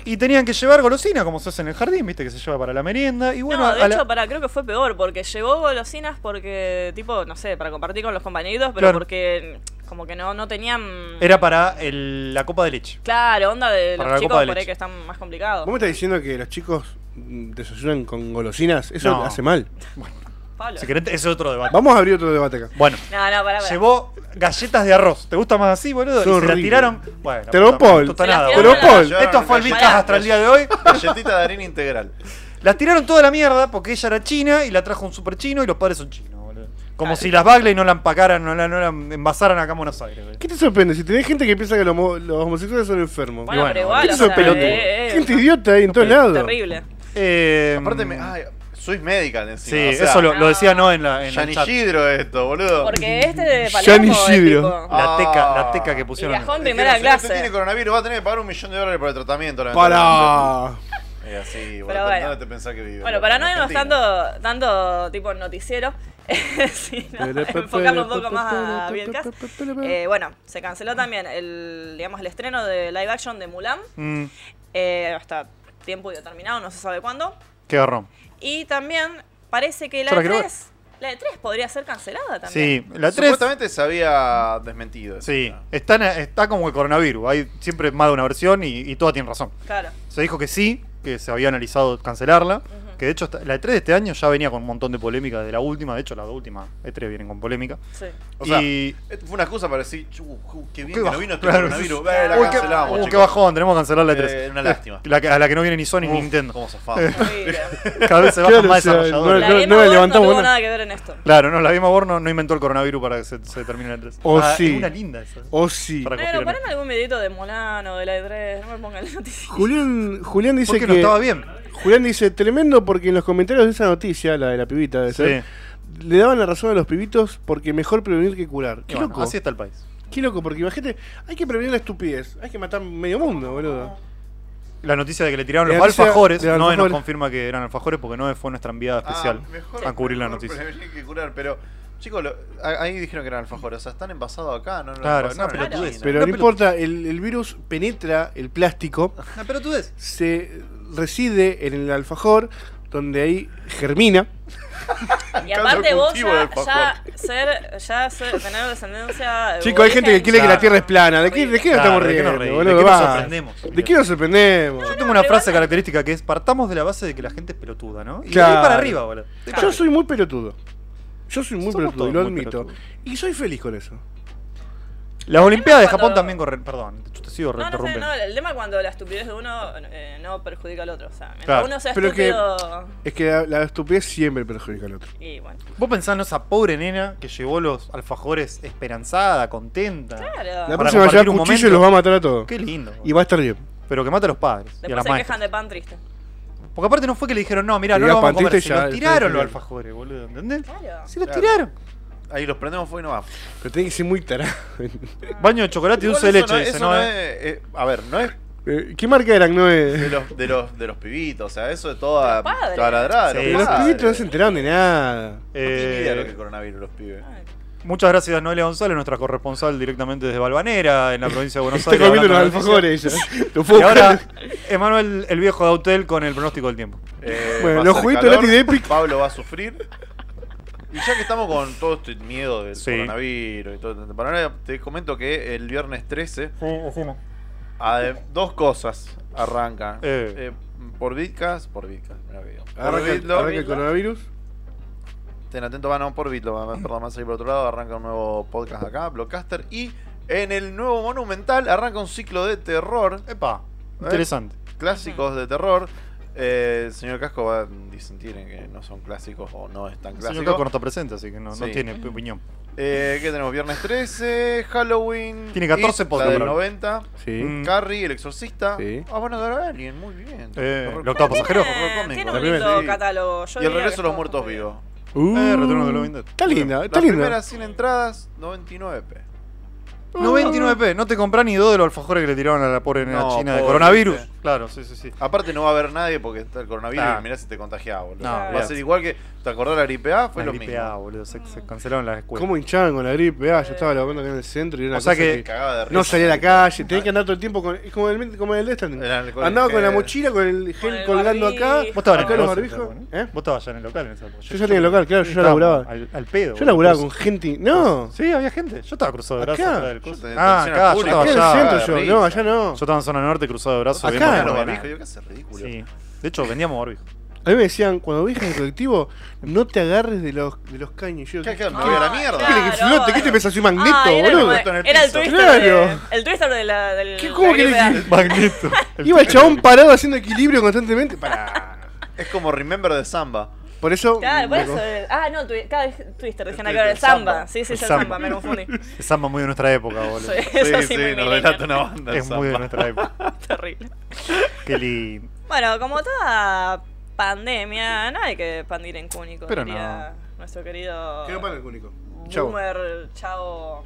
S1: Y tenían que llevar golosina, como se hace en el jardín, viste, que se lleva para la merienda. Y bueno,
S3: no, de
S1: a
S3: hecho,
S1: la-
S3: para, creo que fue peor, porque llevó golosinas porque, tipo, no sé, para compartir con los compañeritos, pero
S1: Claro.
S3: porque mm, como que no, no tenían...
S1: era para el- la copa de leche.
S3: Claro, onda de
S1: Para la
S3: los
S1: copa
S3: chicos
S1: de
S3: por ahí
S1: leche.
S3: que están más complicados.
S2: ¿Vos me estás diciendo que los chicos mm, desayunan con golosinas? Eso
S1: No.
S2: hace mal.
S3: Pablo.
S1: Si querés, ese es otro debate.
S2: Vamos a abrir otro debate acá.
S1: Bueno,
S3: No, no, pará, pará.
S1: llevó galletas de arroz. ¿Te gusta más así, boludo?
S2: Son
S1: y se la
S2: horribles.
S1: tiraron. Bueno,
S2: Te lo
S1: puta madre,
S2: Paul.
S1: no está
S3: Se la
S1: nada,
S3: tiraron
S1: boludo.
S2: Pero
S3: a la-
S2: Paul,
S4: Llevaron
S1: Esto fue el
S4: gallet-
S1: Bitcast hasta el día de hoy.
S4: Galletita de harina integral.
S1: Las tiraron toda la mierda porque ella era china y la trajo un super chino y los padres son chinos, boludo. Como
S3: Claro.
S1: si las Bagley no la empacaran, no la, no la envasaran acá en Buenos Aires. boludo.
S2: ¿Qué te sorprende? Si tenés gente que piensa que los, homo- los homosexuales son enfermos.
S3: Bueno,
S1: bueno,
S3: pero igual,
S2: ¿Qué
S1: eso
S3: o
S2: te
S1: es
S3: sea,
S2: sorprende?
S3: eh, eh,
S2: gente
S3: no,
S2: idiota ahí en todos lados.
S3: Terrible.
S1: Eh,
S4: Aparte, me, ay, sois medical encima.
S1: sí,
S4: o sea,
S1: eso lo, lo
S3: no.
S1: decía no en la, en
S4: Ya
S1: el
S4: ni
S1: chat.
S4: Yidro esto, boludo.
S3: Porque este de
S2: Gianni
S3: Palermo es
S2: Sidrio.
S3: tipo...
S1: La teca, la
S4: Ah.
S1: teca que
S3: Y
S1: pusieron.
S3: viajó en
S4: Dijeron,
S3: primera
S4: "Señor, usted tiene
S3: clase.
S4: coronavirus, va a tener que pagar un millón de dólares por el tratamiento.
S3: <laughs>
S4: lamentablemente".
S2: Para.
S4: Es así,
S3: Pero
S4: boludo.
S3: bueno.
S4: ¿Dónde te pensás que vive?
S3: Bueno, para no irnos
S4: Argentina.
S3: tanto, tanto tipo noticiero, <laughs> sino <laughs> enfocarlo un poco más a Bielcast. Eh, bueno, se canceló también el, digamos, el estreno de live action de Mulan.
S1: Mm,
S3: eh, hasta tiempo determinado, no se sabe cuándo.
S1: qué garrón.
S3: Y también parece que la
S1: Yo la quiero ver.
S3: E3, la E3 podría ser cancelada también.
S1: Sí, la 3.
S4: Supuestamente se había desmentido. eso,
S1: Sí,
S4: ¿no?
S1: está, en- está como el coronavirus. Hay siempre más de una versión y, y todas tienen razón.
S3: Claro.
S1: Se dijo que sí, que se había analizado cancelarla. Que de hecho, esta- la E3 de este año ya venía con un montón de polémica de la última. De hecho, la última E3 vienen con polémica.
S2: <laughs>
S3: Sí.
S4: O sea,
S1: y.
S4: Esto fue una excusa para decir, "Chu, ju, qué bien
S1: Qué
S4: que
S1: bajo-
S4: no vino este
S1: claro.
S4: coronavirus. Eh, la
S1: Uy, qué,
S4: cancelamos,
S1: uy, qué
S4: chicos.
S1: bajón, tenemos que cancelar la
S4: Eh,
S1: 3.
S4: una lástima.
S1: La, que- a la que no viene ni Sony ni
S4: Uf,
S1: Nintendo.
S4: Cómo zafamos.
S3: Horrible.
S1: Cada vez se bajan
S2: Claro,
S1: más
S2: o sea,
S1: desarrolladores.
S2: no-
S3: la
S2: no
S3: Game
S2: le
S3: Awards
S2: levantamos
S3: no tuvo
S2: una.
S3: nada que ver en esto.
S1: Claro, no, la misma Borno no inventó el coronavirus para que se, se termine la E 3.
S2: Oh, sí.
S1: Una linda esa.
S2: O Oh, sí.
S1: Para
S3: Pero
S1: copiar.
S3: ponen algún videito de Mulan o de la E3, no me pongan
S2: <laughs>
S3: la noticia.
S2: Julián, Julián dice
S1: Porque
S2: que.
S1: no estaba bien.
S2: Julián dice, tremendo porque en los comentarios de esa noticia, la de la pibita de ser, le daban la razón a los pibitos porque mejor prevenir que curar.
S1: Y
S2: Qué
S1: bueno,
S2: loco.
S1: Así está el país.
S2: Qué loco, porque imagínate, hay que prevenir la estupidez. Hay que matar medio mundo, boludo.
S1: La noticia de que le tiraron
S2: La
S1: los
S2: noticia
S1: alfajores,
S2: de los
S1: no nos
S2: alfajores.
S1: confirma que eran alfajores porque no fue nuestra enviada <laughs> especial
S4: Ah, mejor-
S1: a cubrir la
S4: mejor
S1: noticia.
S4: prevenir que curar, pero. Chicos, lo- a- ahí dijeron que eran alfajores. O sea, están envasados acá, no lo
S1: Claro,
S4: envasaron
S1: es una
S4: en la
S1: pelotudez.
S4: China.
S1: No,
S2: Pero no,
S1: pero-
S2: importa, el, el virus penetra el plástico,
S1: pero tú ves.
S2: se reside en el alfajor, donde ahí germina.
S3: Y aparte vos
S4: cultivo del
S3: ya,
S4: alfajor.
S3: ya ser, ya ser, tener descendencia. eh,
S2: Chicos, hay gente que quiere
S3: aborigen.
S2: que la
S1: Claro.
S2: Tierra es plana. ¿De qué, de qué
S1: Claro,
S2: nos estamos
S1: ¿de qué nos
S2: riendo,
S1: reímos?
S2: boludo?
S1: ¿De qué nos
S2: Va.
S1: sorprendemos?
S2: ¿De qué nos sorprendemos?
S1: Yo tengo una
S3: pero
S1: frase
S3: igual-
S1: característica que es partamos de la base de que la gente es pelotuda, ¿no? Y de ahí
S2: Claro.
S1: para arriba, boludo.
S2: Yo soy muy pelotudo. Yo soy muy
S1: Somos
S2: pelotudo, y
S1: todos
S2: lo
S1: muy
S2: admito.
S1: pelotudos.
S2: Y soy feliz con eso.
S1: Las Olimpiadas de
S3: cuando-
S1: Japón también corren. Perdón, yo te sigo
S3: No, no sé,
S1: interrumpiendo.
S3: no, el tema es cuando la estupidez de uno eh, no perjudica al otro. O sea, mientras
S1: Claro.
S3: uno sea
S2: Pero que-
S3: estúpido.
S2: Es que la, la estupidez siempre perjudica al otro.
S3: Y bueno.
S1: Vos pensás en esa pobre nena que llevó los alfajores esperanzada, contenta.
S2: La
S3: Claro.
S1: Para
S2: próxima va a llevar
S1: compartir un
S2: cuchillo
S1: momento.
S2: y los va a matar a todos.
S1: Qué lindo.
S2: Y va a estar bien.
S1: Pero que mata a los padres y a
S3: Después
S1: las
S3: se
S1: maestras.
S3: quejan de pan triste.
S1: Porque aparte no fue que le dijeron, no, mira,
S2: Le
S1: no lo
S2: digas
S1: vamos a comer.
S2: pantiste
S1: Se
S2: y ya,
S1: los tiraron los
S2: después-
S1: alfajores, boludo. ¿Entendés?
S3: Claro.
S1: Se los
S4: Claro.
S1: tiraron.
S4: Ahí los prendemos fuego y no va.
S2: Pero tiene que ser muy tarado.
S1: Baño de chocolate y
S4: Igual
S1: dulce de
S4: eso
S1: leche.
S4: no-
S1: dice
S4: eso no
S1: Noé.
S4: es- eh, A ver, no es
S2: Eh, ¿Qué marca eran? No es.
S4: de los, de los, de los pibitos, o sea, eso es toda
S3: Los padres.
S4: taladrada.
S1: Sí,
S2: Pero los
S1: Madre.
S2: pibitos no se enteraron de nada.
S4: Tiene idea de lo que
S1: Eh,
S4: es coronavirus los pibes.
S3: Ay.
S1: muchas gracias, Noelia González, nuestra corresponsal directamente desde Balvanera, en la provincia de Buenos
S2: Está
S1: Aires.
S2: comiendo los
S1: hablando de noticias. <laughs>
S2: alfajores ella. Los puedo
S1: Y ahora,
S2: creer.
S1: Emanuel, el viejo de Autel, con el pronóstico del tiempo.
S4: Eh,
S2: Bueno,
S4: va a
S2: los
S4: hacer
S2: juguitos
S4: calor,
S2: Nati de Epic.
S4: Pablo va a sufrir. Y ya que estamos con todo este miedo del
S1: Sí.
S4: coronavirus y todo este panorama, te comento que el viernes 13, ade- dos cosas arrancan.
S1: Eh.
S4: Eh, por Bitcast, por Bitcast, mirá que digo. Por
S2: Arranca, el-
S4: Bitlo,
S2: arranca el coronavirus.
S4: Ten atento, van no, por Bitlo, va- perdón, más ahí por otro lado, arranca un nuevo podcast acá, Blockcaster. Y en el nuevo Monumental arranca un ciclo de terror.
S1: Eh, Epa, interesante.
S4: clásicos de terror. Eh, el señor Casco va a disentir en que no son clásicos o no es tan
S1: Señor
S4: clásico.
S1: Caco no está presente, así que no, no
S4: Sí.
S1: tiene opinión.
S4: Eh, ¿Qué tenemos? Viernes 13, Halloween.
S1: Tiene 14
S4: It,
S1: por
S4: la del
S1: nombrar.
S4: 90.
S2: Sí.
S1: Mm.
S4: Carrie, el exorcista.
S2: Sí.
S4: Ah, van a dar a Alien, muy bien.
S1: Eh,
S4: Horror
S1: el octavo
S4: Comics.
S1: pasajero.
S4: Horror
S3: Tiene,
S4: Comics.
S3: tiene
S4: La
S3: un
S4: primera,
S3: lindo
S4: sí.
S3: catálogo. Yo
S4: Y el
S3: diría
S4: regreso
S3: que
S4: de los
S3: está
S4: muertos Mm.
S3: bastante
S4: vivos.
S1: Eh, Retorno de los Living Dead.
S2: Uh. Está linda, está
S4: Las
S2: linda. Ah.
S4: primeras 100 entradas, 99p.
S1: 99p, no te compras ni dos de los alfajores que le tiraron a la pobre nena
S4: No,
S1: china de
S4: pobre,
S1: coronavirus.
S4: viste.
S1: Claro, sí, sí, sí.
S4: Aparte no va a haber nadie porque está el coronavirus
S1: Nah.
S4: y mirá si te contagiaba, boludo.
S1: No,
S4: va a
S1: olvidate.
S4: ser igual que, ¿te acordás de la gripe A? Fue
S1: La
S4: lo
S1: gripe
S4: mismo.
S1: A, boludo, se, se cancelaron las escuelas.
S2: ¿Cómo hinchaban con la gripe? Ah, yo estaba laburando acá en el centro y era una
S1: O sea
S2: cosa
S1: que-
S4: Cagaba de risa.
S2: no salía a la calle, tenía que andar todo el tiempo con. Es como el, como el de esta.
S4: Era el-
S2: Andaba con la
S4: eh,
S2: mochila, con el gel
S3: Con el
S2: colgando acá.
S3: barbijo.
S1: ¿Vos estabas en
S2: acá
S1: el
S2: los
S1: local?
S2: barbijos. ¿Eh?
S1: Vos estabas ya en el local en esa época.
S2: Yo ya tenía el local, claro, yo ya laburaba.
S1: Al, al pedo.
S2: Yo
S1: boludo.
S2: laburaba con gente. No,
S1: Sí, había gente. Yo estaba cruzado de brazos.
S2: Acá.
S1: atrás del coso.
S4: Yo tenía
S1: Ah,
S4: atención
S1: acá,
S4: al
S1: yo estaba
S4: público.
S2: acá en
S4: Cagaba
S1: allá.
S2: el
S4: de
S2: centro
S4: risa.
S2: yo. No, allá no.
S1: Yo estaba en zona norte cruzado de brazos.
S2: Acá.
S1: viendo
S4: Cagaba
S1: cómo
S4: los
S1: era.
S4: barbijos, yo qué hace ridículo.
S1: Sí. De hecho, vendíamos barbijos.
S2: A mí me decían, cuando viajes en el colectivo, no te agarres de los, de los caños. Yo,
S4: ¿Qué, qué,
S2: ¿qué
S4: me voy a la
S3: Ah,
S4: mierda?
S3: claro.
S2: que flote? ¿Qué te pensás? Soy magneto,
S3: Ah, era,
S2: boludo.
S3: como-
S4: Esto en el
S3: era el
S4: piso.
S3: twister.
S2: Claro.
S3: De, el twister de la. Del,
S2: ¿Qué- cómo
S3: la
S2: que le
S3: gripe A.
S2: dijiste? <laughs>
S1: Magneto.
S2: Iba el chabón parado haciendo equilibrio constantemente. Pará.
S4: Es como Remember de Samba.
S2: Por eso.
S3: Claro, por
S2: me
S3: eso.
S2: co-
S3: <laughs> el- Ah, no, twi- cada vez twister,
S4: El
S3: dejan acá
S4: twister,
S3: el samba.
S4: samba.
S3: Sí, sí,
S1: El
S3: es el
S1: samba.
S3: samba, me
S4: <laughs>
S3: confundí.
S1: Es samba muy de nuestra época, boludo.
S3: Soy- eso sí, me
S4: nos
S3: millennial.
S4: relata una banda. de
S1: Es muy de
S4: Samba.
S1: nuestra época.
S3: <laughs> Terrible.
S1: Qué lindo.
S3: Bueno, como toda pandemia, no hay que pandir en cúnico,
S1: Pero
S3: diría nuestro querido
S2: Quedó para el cúnico. Chau.
S3: boomer, chavo.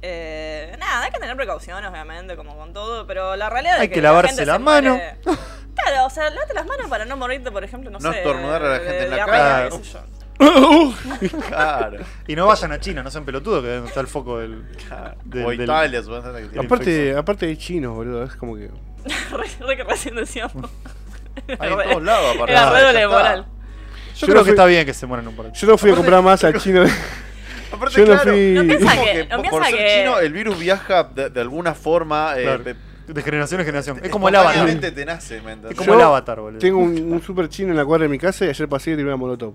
S3: Eh, nada, hay que tener precaución, obviamente, como con todo, pero la realidad
S1: Hay
S3: es
S1: que
S3: que,
S1: lavarse
S3: gente
S1: la
S3: se
S1: mano.
S3: muere. Claro, o sea, lávate las manos para no morirte, por ejemplo, no,
S4: No
S3: sé.
S4: estornudar a la
S3: de-
S4: gente en la
S3: de
S4: cara.
S3: diarrea, qué sé yo.
S4: Claro.
S1: Y no vayan a China, no sean pelotudos, que está el foco del. <laughs> del-
S4: o
S1: del-
S4: Italia, supongo que tiene.
S2: Aparte, aparte de chinos, boludo. Es como que.
S3: <laughs> Re- re que recién decíamos. <laughs>
S4: Hay en todos lados, aparte.
S3: Era
S4: Ah,
S3: re
S4: Ya
S3: doble
S4: está.
S3: moral.
S1: Yo,
S2: Yo
S1: creo
S2: no
S1: que
S2: fui-
S1: está bien que se mueran un par de
S2: Yo no fui a comprar más al chino.
S4: Aparte,
S2: Yo no
S4: claro,
S2: fui-
S3: No
S4: es
S3: piensa
S4: como
S3: que,
S4: que,
S3: no
S4: por-
S3: piensa
S4: por ser
S3: que
S4: chino, el virus viaja de, de alguna forma. eh,
S1: Claro.
S4: pe-
S1: De generación en generación. Es como el avatar.
S4: espontáneamente te nace, ¿me
S1: Es
S4: entendés?
S1: como el avatar, boludo. <laughs>
S2: Tengo un, un super chino en la cuadra de mi casa y ayer pasé y tiré una molotov.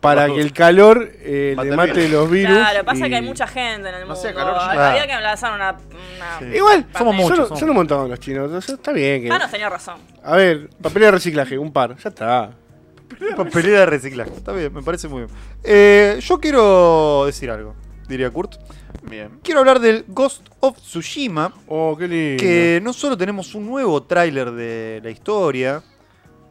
S2: Para que el calor eh,
S4: Mate
S2: le
S4: el
S2: mate
S4: virus.
S2: los virus.
S3: Claro, pasa que hay
S2: y-
S3: mucha gente en el
S4: No
S3: mundo.
S4: hacía calor,
S1: ya.
S3: Había que abrazar una. una-
S1: Sí.
S2: Igual,
S1: Somos
S2: somos
S1: muchos,
S2: Son,
S1: somos
S2: son un montón los chinos. o sea, está bien que.
S3: Ah, no, tenía razón.
S2: A ver, papel de reciclaje, un par. Ya está.
S1: Papelera de reciclaje. Está bien, me parece muy bien. Eh, yo quiero decir algo, diría Kurt.
S4: Bien.
S1: Quiero hablar del Ghost of Tsushima,
S2: Oh, qué lindo.
S1: que no solo tenemos un nuevo tráiler de la historia,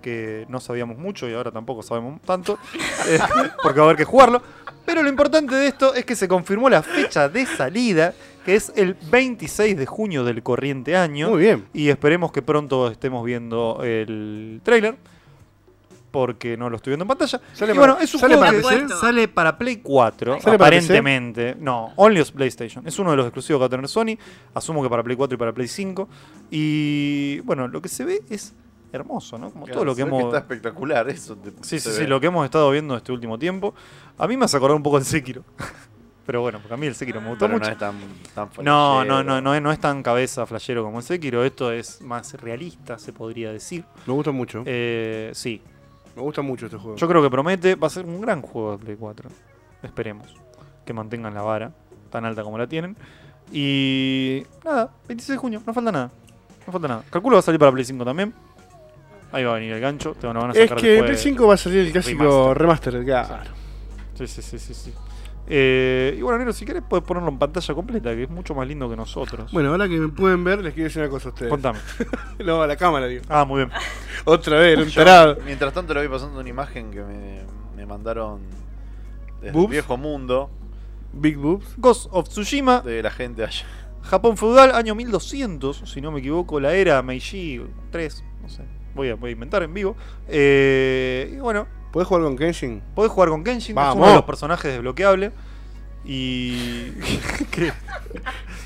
S1: que no sabíamos mucho y ahora tampoco sabemos tanto, <laughs> eh, porque va a haber que jugarlo, pero lo importante de esto es que se confirmó la fecha de salida, que es el 26 de junio del corriente año.
S2: Muy bien.
S1: Y esperemos que pronto estemos viendo el tráiler. Porque no lo estoy viendo en pantalla.
S2: Sale
S1: y bueno,
S2: para-
S1: es un
S2: sale
S1: juego
S2: para
S1: que
S3: PC.
S1: sale para Play 4,
S2: ¿Sale para
S1: aparentemente. no, only on PlayStation. Es uno de los exclusivos que va a tener Sony. Asumo que para Play 4 y para Play 5. Y bueno, lo que se ve es hermoso, ¿no? Como todo lo que
S4: Se ve
S1: hemos...
S4: Está espectacular eso. te-
S1: Sí,
S4: se
S1: sí, sí,
S4: ve.
S1: lo que hemos estado viendo este último tiempo. A mí me hace acordar un poco el Sekiro. <laughs> Pero bueno, porque a mí el Sekiro me gustó
S4: Pero
S1: mucho.
S4: no es tan, tan
S1: No,
S4: flashero.
S1: no, no, no es, no es tan cabeza flashero como el Sekiro. Esto es más realista, se podría decir.
S2: Me gusta mucho.
S1: Eh, sí,
S2: Me gusta mucho este juego.
S1: yo creo que promete. Va a ser un gran juego de Play 4. Esperemos que mantengan la vara tan alta como la tienen. Y nada, 26 de junio, no falta nada. No falta nada. Calculo va a salir para Play 5 también. Ahí va a venir el gancho. Te van van a
S2: es
S1: sacar
S2: que en
S1: después-
S2: Play 5 va a salir el clásico remaster. claro.
S1: Sí, sí, sí, sí. sí. Eh, y bueno, Nero, si querés puedes ponerlo en pantalla completa, que es mucho más lindo que nosotros.
S2: Bueno, ahora que me pueden ver, les quiero decir una cosa a ustedes.
S1: Contame.
S2: <laughs> No, a la cámara, digo.
S1: Ah, muy bien.
S2: Otra
S1: <laughs>
S2: vez, era un
S4: Yo,
S2: tarado.
S4: mientras tanto, le voy pasando una imagen que me, me mandaron desde el
S2: ¿Boobs?
S4: viejo mundo
S2: Big Boobs.
S1: Ghost of Tsushima,
S4: de la gente allá.
S1: Japón feudal, año 1200, si no me equivoco, la era Meiji 3, no sé, voy a, voy a inventar en vivo. Eh, y bueno,
S2: ¿Podés jugar con Kenshin?
S1: podés jugar con Kenshin, que es uno
S2: Vamos.
S1: de los personajes desbloqueables. Y. <laughs> que-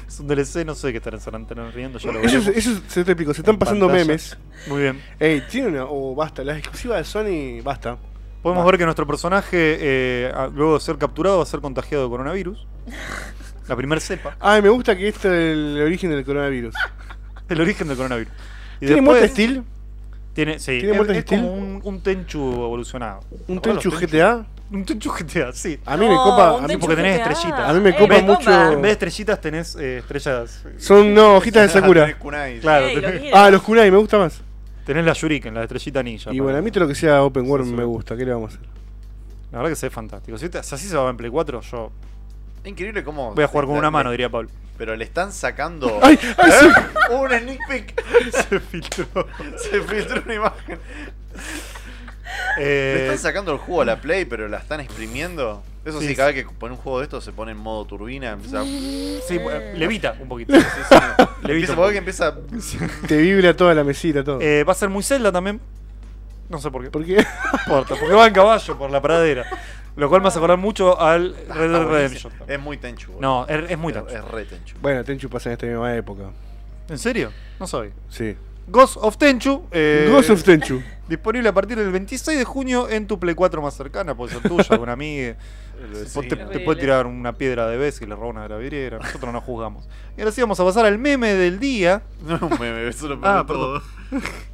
S1: es un DLC, no sé qué estarán, estarán riendo, ya lo
S2: Eso,
S1: veremos.
S2: es- eso es- se te pico, se están pasando
S1: pantalla.
S2: memes.
S1: Muy bien.
S2: Ey, tiene una. O basta, las exclusivas de Sony, basta.
S1: Podemos ver que nuestro personaje, eh, a- luego de ser capturado, va a ser contagiado de coronavirus. La primer cepa.
S2: Ay, Ah, me gusta que esto es el origen del coronavirus.
S1: El origen del coronavirus. Y
S2: ¿Tiene
S1: después-
S2: muerte Steel?
S1: Tiene, sí,
S2: ¿Tiene
S1: es-
S2: muerte
S1: es,
S2: de
S1: como
S2: Steel?
S1: un, un Tenchu evolucionado.
S2: ¿Un
S1: Bueno,
S2: Tenchu GTA?
S1: Un Tenchu GTA, sí.
S2: A mí me
S3: No,
S2: copa.
S3: un
S2: a mí-
S3: Tenchu
S1: porque tenés
S3: GTA.
S1: estrellitas.
S2: A mí me
S3: Eh,
S2: copa
S3: me
S2: mucho-
S3: copa.
S1: En vez de estrellitas tenés eh, estrellas. eh,
S4: <laughs>
S1: <laughs>
S2: Son no, hojitas de Sakura.
S4: Kunai.
S1: Claro,
S3: Ey, lo
S1: tenés-
S3: quiero.
S2: Ah, los Kunai, me gusta más.
S1: Tenés la Shuriken, la estrellita ninja.
S2: Y
S1: para-
S2: bueno, a mí todo lo que sea Open World
S1: Sí, sí.
S2: me gusta, ¿qué le vamos a hacer?
S1: La verdad que se ve fantástico. Si, te- si así se va en Play 4, yo
S4: Increíble cómo.
S1: voy a jugar con
S4: le-
S1: una
S4: le-
S1: mano, diría Pablo.
S4: Pero le
S1: <laughs>
S4: están sacando. ¿Eh?
S2: ¡Ay! ¡Ay, sí!
S4: Un sneak peek.
S1: Se filtró.
S4: Se filtró una imagen. Le
S1: Eh,
S4: están sacando el juego a la Play, pero la están exprimiendo. Eso sí,
S1: Sí,
S4: cada vez que pone un juego de estos se pone en modo turbina. Empieza.
S1: sí, bueno, levita un
S2: <laughs>
S1: poquito.
S4: <laughs> empieza
S1: un
S4: a que empieza.
S1: <laughs>
S2: Te vibra toda la mesita, todo.
S1: Eh, va a ser muy Zelda también. No sé por qué.
S2: ¿Por qué? <laughs>
S1: importa, porque va en caballo por la pradera. Lo cual me hace acordar mucho al Red
S4: Ah,
S1: Dead
S4: buenísimo.
S1: Redemption.
S4: es muy tenchu. boludo.
S1: No, es, es muy
S4: Es-
S1: Tenchu.
S4: Es re tenchu.
S2: bueno, Tenchu pasa en esta misma época.
S1: ¿En serio? No sabía.
S2: Sí.
S1: Ghost of Tenchu. eh,
S2: Ghost of Tenchu.
S1: Disponible a partir del 26 de junio en tu Play 4 más cercana. Puede ser <laughs> tuya, alguna amiga.
S4: Sí,
S1: te,
S4: no.
S1: te puede tirar una piedra de vez y le roba una vidriera. Nosotros no juzgamos. Y ahora sí vamos a pasar al meme del día.
S4: No es un meme, eso lo
S1: Ah,
S4: ah, todo.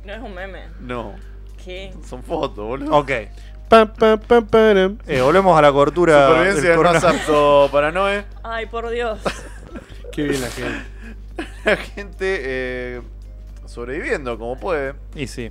S3: No es un meme.
S4: No,
S3: ¿Qué?
S4: son fotos, boludo.
S1: Ok.
S2: Pam, pam, pam, param.
S1: eh, volvemos a la cobertura.
S4: Supervivencia
S1: del
S4: es más
S1: coronavirus.
S4: apto para Noé. <laughs>
S3: Ay, por Dios.
S2: Qué bien la gente.
S4: La gente eh, sobreviviendo como puede.
S1: Y sí.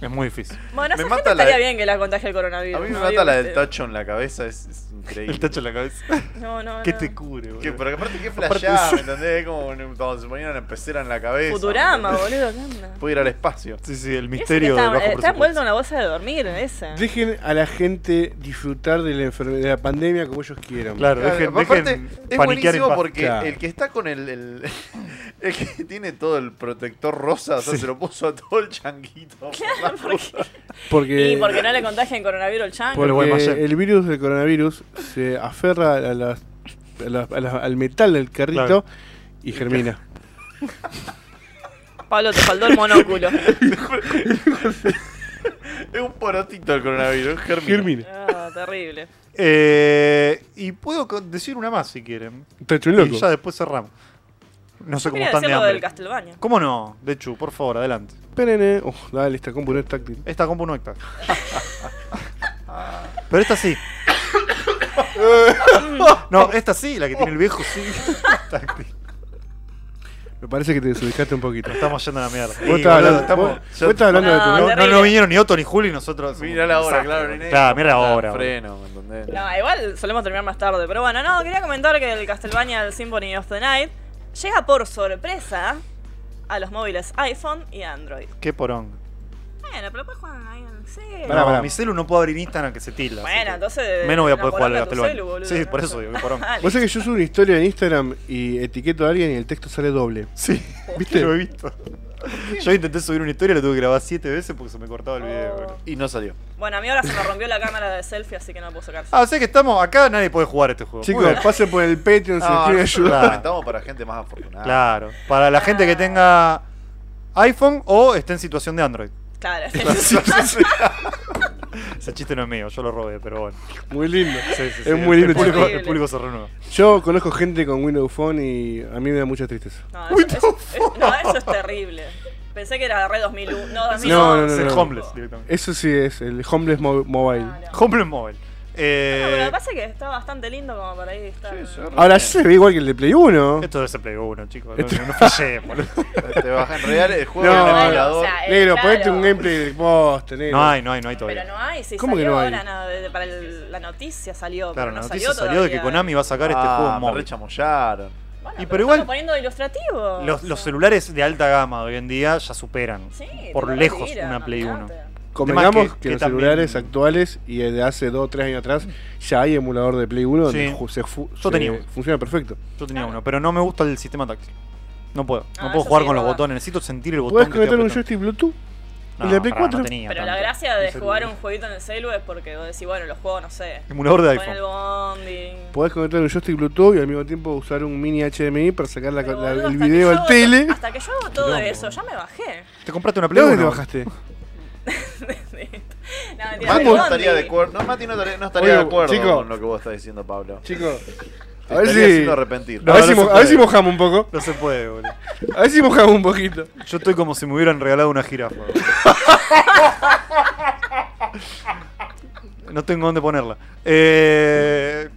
S1: Es muy difícil.
S3: Bueno, esa
S4: mata
S3: gente
S4: la
S3: estaría
S4: de-
S3: bien que la contagie el coronavirus.
S4: A mí me
S3: ¿no?
S4: mata
S3: Digo,
S4: la del
S3: este-
S4: tacho en la cabeza, es, es increíble.
S1: El tacho en la cabeza.
S3: No, no,
S1: ¿Qué
S3: no.
S1: te cubre,
S4: <laughs> Que,
S1: boludo?
S4: pero que aparte que
S1: Aparte
S4: flasheada,
S1: eso.
S4: ¿me entendés? Como en- cuando se ponían una pecera en la cabeza.
S3: Futurama,
S4: ¿me entendés?
S3: boludo, ¿qué onda?
S4: Puedo ir al espacio.
S1: Sí, sí, el
S3: Ese que
S1: misterio
S3: está,
S1: de bajo
S3: eh, Está envuelto
S1: presupuesto.
S3: en una bolsa de dormir, esa.
S2: Dejen a la gente disfrutar de la, enferme- de la pandemia como ellos quieran.
S1: Claro, dejen,
S4: Claro, aparte,
S1: dejen
S4: es
S1: paniquear en
S4: buenísimo
S1: paz.
S4: porque
S2: Claro.
S4: el que está con el, el- <laughs> el que tiene todo el protector rosa, o sea,
S1: Sí.
S4: se lo puso a todo el changuito.
S3: Claro, porque-
S2: Porque,
S3: Y porque no le contagien coronavirus el chango.
S2: porque
S1: Pero bueno, ayer.
S2: el virus del coronavirus se aferra a las- a las- a las- al metal del carrito
S1: Claro.
S2: y germina.
S3: Pablo, te faltó el monóculo.
S4: Es un porotito el coronavirus, germina.
S2: Germina.
S3: Ah, terrible.
S1: Eh, y puedo co- decir una más si quieren.
S2: Está hecho un
S1: Y
S2: loco.
S1: ya después cerramos. No sé cómo
S3: Quería
S1: están
S3: decir
S1: de
S3: lo del
S1: hambre.
S3: Castlevania.
S1: ¿Cómo no? De hecho, por favor, adelante.
S2: Perene. Oh, dale, esta compu no es táctil.
S1: Esta compu no está. Pero esta
S4: <coughs>
S1: sí. no, esta sí, la que tiene el viejo sí.
S2: Me parece que te desubicaste un poquito.
S1: Estamos yendo a la mierda.
S2: vos
S1: Sí,
S2: estás
S1: boludo,
S2: hablando,
S1: estamos-
S2: vos- vos estás hablando de tu
S1: no,
S3: No,
S2: novia.
S1: no, no
S3: Terrible.
S1: vinieron ni Otto ni Juli, nosotros.
S4: Mira la hora,
S1: Exacto.
S4: claro. nene.
S1: Claro, mira la
S4: Ah,
S1: hora. boludo.
S4: Freno, ¿me entendés?
S3: No, igual solemos terminar más tarde, pero bueno, no, quería comentar que el Castlevania el Symphony of the Night llega por sorpresa a los móviles iPhone y Android.
S1: Qué porón.
S3: Bueno, pero puedes jugar ahí en sí.
S2: Pará,
S1: No,
S2: pará.
S1: Mi celu no puedo abrir Instagram que se tilda. así
S3: Bueno,
S1: que-
S3: entonces.
S1: Menos voy a poder
S3: enamorate
S1: jugar al
S3: a tu
S1: Castlevania.
S3: celu, boludo,
S1: Sí,
S3: no
S1: por
S3: sé.
S1: eso digo, qué
S3: <laughs>
S1: porón.
S3: Dale.
S2: Vos sabés que yo subo una historia en Instagram y etiqueto a alguien y el texto sale doble.
S1: Sí,
S2: ¿Viste?
S1: lo he visto. Yo intenté subir una historia, la tuve que grabar siete veces porque se me cortaba el video.
S3: Oh.
S1: boludo.
S4: Y no salió.
S3: Bueno, a mí ahora se me rompió la cámara de selfie, así que no puedo sacarse.
S1: Ah, o sea que estamos acá, nadie puede jugar este juego.
S2: Chicos,
S1: Muy bien.
S2: pasen por el Patreon si
S4: No,
S1: Ah,
S2: les quieren
S4: nosotros lo
S2: ayudar.
S4: comentamos para gente más afortunada.
S1: claro. Para la gente que tenga iPhone o esté en situación de Android. <laughs>
S3: Claro.
S1: Ese chiste no es mío, yo lo robé, pero bueno.
S2: Muy lindo.
S1: Sí, sí, sí,
S2: Es muy lindo,
S1: El público,
S3: chicos.
S1: el público se renueva.
S2: Yo conozco gente con Windows Phone y a mí me da mucha tristeza.
S3: <laughs> No, eso, eso- es- no, eso es terrible. Pensé que era re 2001. No, 2011.
S2: No, no, no,
S1: Ser
S2: no.
S1: homeless directamente.
S2: Eso sí es, el Homeless mo- Mobile.
S3: Claro.
S1: Homeless Mobile. Eh,
S3: No, pero lo que pasa es que está bastante lindo como para ahí estar.
S4: Sí, sí, re
S2: Ahora
S4: bien.
S2: sí se ve igual que el de Play 1.
S1: Esto debe ser Play 1, chicos. No, no fallemos, boludo.
S4: Este, Te bajan real el juego
S2: No,
S4: en el
S2: bueno,
S4: emulador.
S3: o sea, eh,
S2: negro,
S3: claro.
S2: ponete un gameplay del poste, negro.
S1: No hay, no hay, no hay
S3: Pero
S1: todavía.
S3: no hay, si
S2: ¿Cómo que
S3: salió
S2: no hay?
S3: ahora nada, de- para el- la noticia salió.
S1: Claro,
S3: pero
S1: la
S3: no
S1: noticia
S3: salió,
S1: salió de que
S3: todavía.
S1: Konami va a sacar este
S4: Ah,
S1: juego en
S4: me
S1: móvil.
S4: rechamollaron.
S3: Bueno,
S1: Y
S3: pero
S1: pero
S3: estamos
S1: igual-
S3: poniendo ilustrativo.
S1: Los, los celulares de alta gama de hoy en día ya superan
S3: Sí,
S1: por
S3: te
S1: lejos
S3: tira,
S1: una Play 1.
S3: olvidate.
S2: Convengamos
S1: Además que-
S2: que,
S1: que
S2: los
S1: también-
S2: celulares actuales y de hace 2 o 3 años atrás ya hay emulador de Play 1 donde
S1: Sí.
S2: ju- se, fu-
S1: Yo
S2: se
S1: tenía uno.
S2: funciona perfecto.
S1: Yo tenía
S3: Claro.
S1: uno, pero no me gusta el sistema táctil. No puedo. No
S3: Ah,
S1: puedo
S3: eso
S1: jugar
S3: sí,
S1: con los
S3: verdad.
S1: botones. Necesito sentir el botón.
S2: ¿Puedes
S1: que estoy
S2: conectar un
S1: apretando.
S2: joystick Bluetooth?
S1: No,
S2: en la Play
S1: pará, no
S2: 4?
S1: tenía
S3: Pero la
S1: tanto.
S3: gracia de
S1: Un
S3: jugar
S1: celular.
S3: un juguito en el celu es porque vos decís, bueno, los juegos, no sé.
S1: Emulador de
S3: Con el
S1: iPhone.
S3: bonding.
S2: Podés conectar un joystick Bluetooth y al mismo tiempo usar un mini HDMI para sacar la-
S3: Pero,
S2: la-
S3: boludo,
S2: el
S3: hasta que
S2: video
S3: yo
S2: al
S3: hago-
S2: tele.
S3: Hasta que yo hago todo
S1: Quilombo,
S3: eso, ya me bajé. <laughs>
S1: ¿Te compraste una Play
S2: ¿Dónde te
S1: 1?
S2: bajaste?
S3: no, mentira,
S4: Mati
S3: el
S4: no
S3: bondi.
S4: estaría de acuerdo. No, Mati no estaría, no estaría
S2: Oye,
S4: de acuerdo
S2: chico.
S4: con lo que vos estás diciendo, Pablo.
S2: Chicos,
S4: Te
S2: a ver
S4: estaría
S2: si.
S4: haciendo arrepentir.
S1: No,
S2: a ver si
S1: no
S2: mo-
S1: se
S2: a ver si
S1: puede.
S2: mojamos un poco.
S1: No se puede, boludo.
S2: A ver si mojamos un poquito.
S1: Yo estoy como si me hubieran regalado una jirafa. boludo. No tengo dónde ponerla. Eh,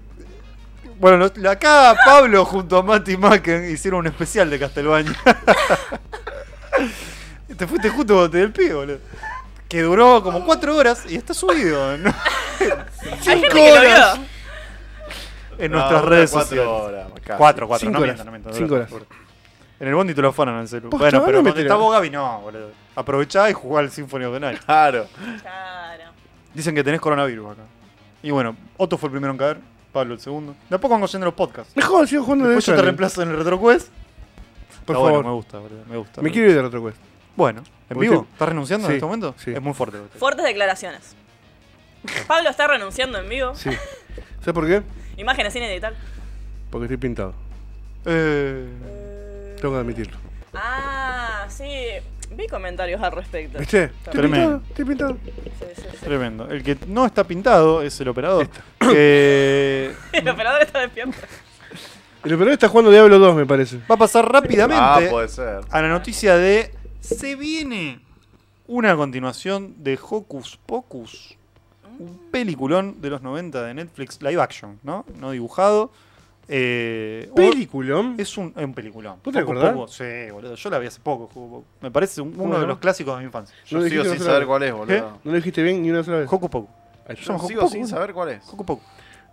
S1: Bueno, los- la- acá Pablo junto a Mati Macken hicieron un especial de Castelbaña. <laughs> Te fuiste justo cuando te di el pie, boludo. Que duró como cuatro horas y está subido ¿no?
S3: Hay gente que lo
S2: horas.
S3: vio.
S1: en
S4: No,
S1: nuestras
S4: dura
S1: redes
S4: cuatro
S1: sociales.
S4: horas, casi.
S1: Cuatro, cuatro,
S2: Cinco
S1: no
S2: horas.
S1: mientan, no mientan,
S2: Cinco
S1: dura
S2: horas.
S1: cuatro En el bondi te lo afanan en el celu.
S2: Posta,
S1: Bueno,
S2: no
S1: pero
S2: me
S1: cuando está
S2: tiraron.
S1: vos, Gaby, no, boludo. Aprovechá y jugá al Symphony of the Night.
S4: Claro.
S3: Claro.
S1: Dicen que tenés coronavirus acá. Y bueno, Otto fue el primero en caer, Pablo el segundo. De a poco van cayendo los podcasts.
S2: Mejor, sigo jugando de
S1: Después yo te reemplazo en el RetroQuest.
S2: Por
S1: Está bueno,
S2: favor.
S1: me gusta, boludo, me gusta.
S2: me quiero ir de RetroQuest.
S1: Bueno, ¿en
S2: Porque-
S1: vivo? ¿Estás renunciando
S2: Sí,
S1: en este momento?
S2: sí.
S1: Es muy fuerte. boludo.
S3: Fuertes declaraciones. Pablo está renunciando en vivo.
S2: Sí. ¿Sabes por qué?
S3: Imágenes sin editar.
S2: Porque estoy pintado.
S1: Eh,
S2: Tengo que admitirlo.
S3: Ah, sí. Vi comentarios al respecto.
S2: ¿Viste? Estoy pintado.
S1: Tremendo.
S2: Estoy pintado.
S3: Sí, sí, sí. <laughs>
S1: tremendo. El que no está pintado es el operador. Que
S3: El operador está despierto.
S2: <laughs> El operador está jugando Diablo 2, me parece.
S1: va a pasar
S4: Ah,
S1: rápidamente
S4: puede ser.
S1: a la noticia de se viene una continuación de Hocus Pocus, un peliculón de los 90 de Netflix, live action, ¿no? No dibujado. Eh, o-
S2: Peliculón.
S1: Es un, es un peliculón.
S2: ¿Vos te
S1: Hocus
S2: acordás?
S1: Pocus, Sí, boludo. Yo la vi hace poco. Hocus Pocus. Me parece un- uno
S2: Bueno.
S1: de los clásicos de mi infancia.
S4: Yo
S2: No
S4: sigo
S2: dijiste
S4: sin
S2: otra
S4: saber
S2: vez.
S4: cuál es, boludo.
S2: No lo dijiste bien ni una sola vez.
S1: Hocus Pocus.
S2: Ahí
S1: ¿Eh?
S2: está.
S1: Yo
S4: Yo
S1: me
S4: sigo
S1: poco,
S4: sin
S1: boludo.
S4: saber cuál es.
S1: Hocus Pocus.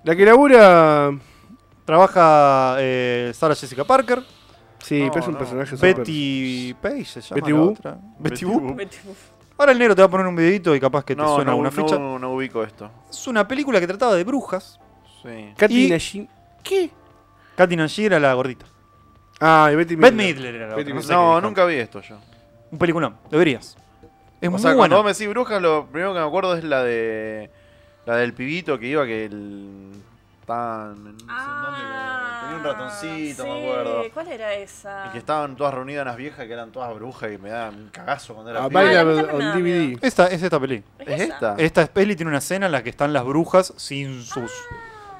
S2: La que labura.
S1: Trabaja eh, Sara Jessica Parker,
S2: Sí,
S4: No,
S2: pero es un
S4: no.
S2: personaje súper-
S1: Betty Page se llama
S2: Betty
S1: la
S2: Boop.
S1: otra.
S4: Betty
S1: Betty
S4: Boop.
S1: Boop.
S3: Vete, uf.
S1: Ahora el negro te va a poner un videito y capaz que te
S4: No,
S1: suena
S4: no,
S1: una ficha.
S4: no, no ubico esto.
S1: Es una película que trataba de brujas.
S4: Sí.
S2: Katy
S1: Y-
S2: Nashi- ¿Qué?
S1: Kathy Nanji era la gordita.
S2: Ah, y Betty
S1: Beth
S2: Midler.
S1: Midler era la
S2: Betty
S1: otra. No,
S2: Midler.
S1: sé
S4: No,
S1: qué dijo.
S4: nunca vi esto yo.
S1: Un peliculón. Deberías. Es
S4: O
S1: muy
S4: sea, cuando
S1: buena.
S4: vos me decís brujas, lo primero que me acuerdo es la de. La del pibito que iba que el. Tan. No sé en dónde, que tenía un ratoncito,
S3: Ah, sí.
S4: me acuerdo.
S3: ¿Cuál era esa?
S4: Y que estaban todas reunidas las viejas que eran todas brujas y me daban un cagazo cuando era
S2: Ah,
S4: pibe.
S3: baila-
S2: Available
S3: Ah, la puta
S2: on
S3: madre.
S2: DVD.
S1: Esta es esta peli.
S4: ¿Es esta?
S1: Esta peli tiene una escena en la que están las brujas sin sus,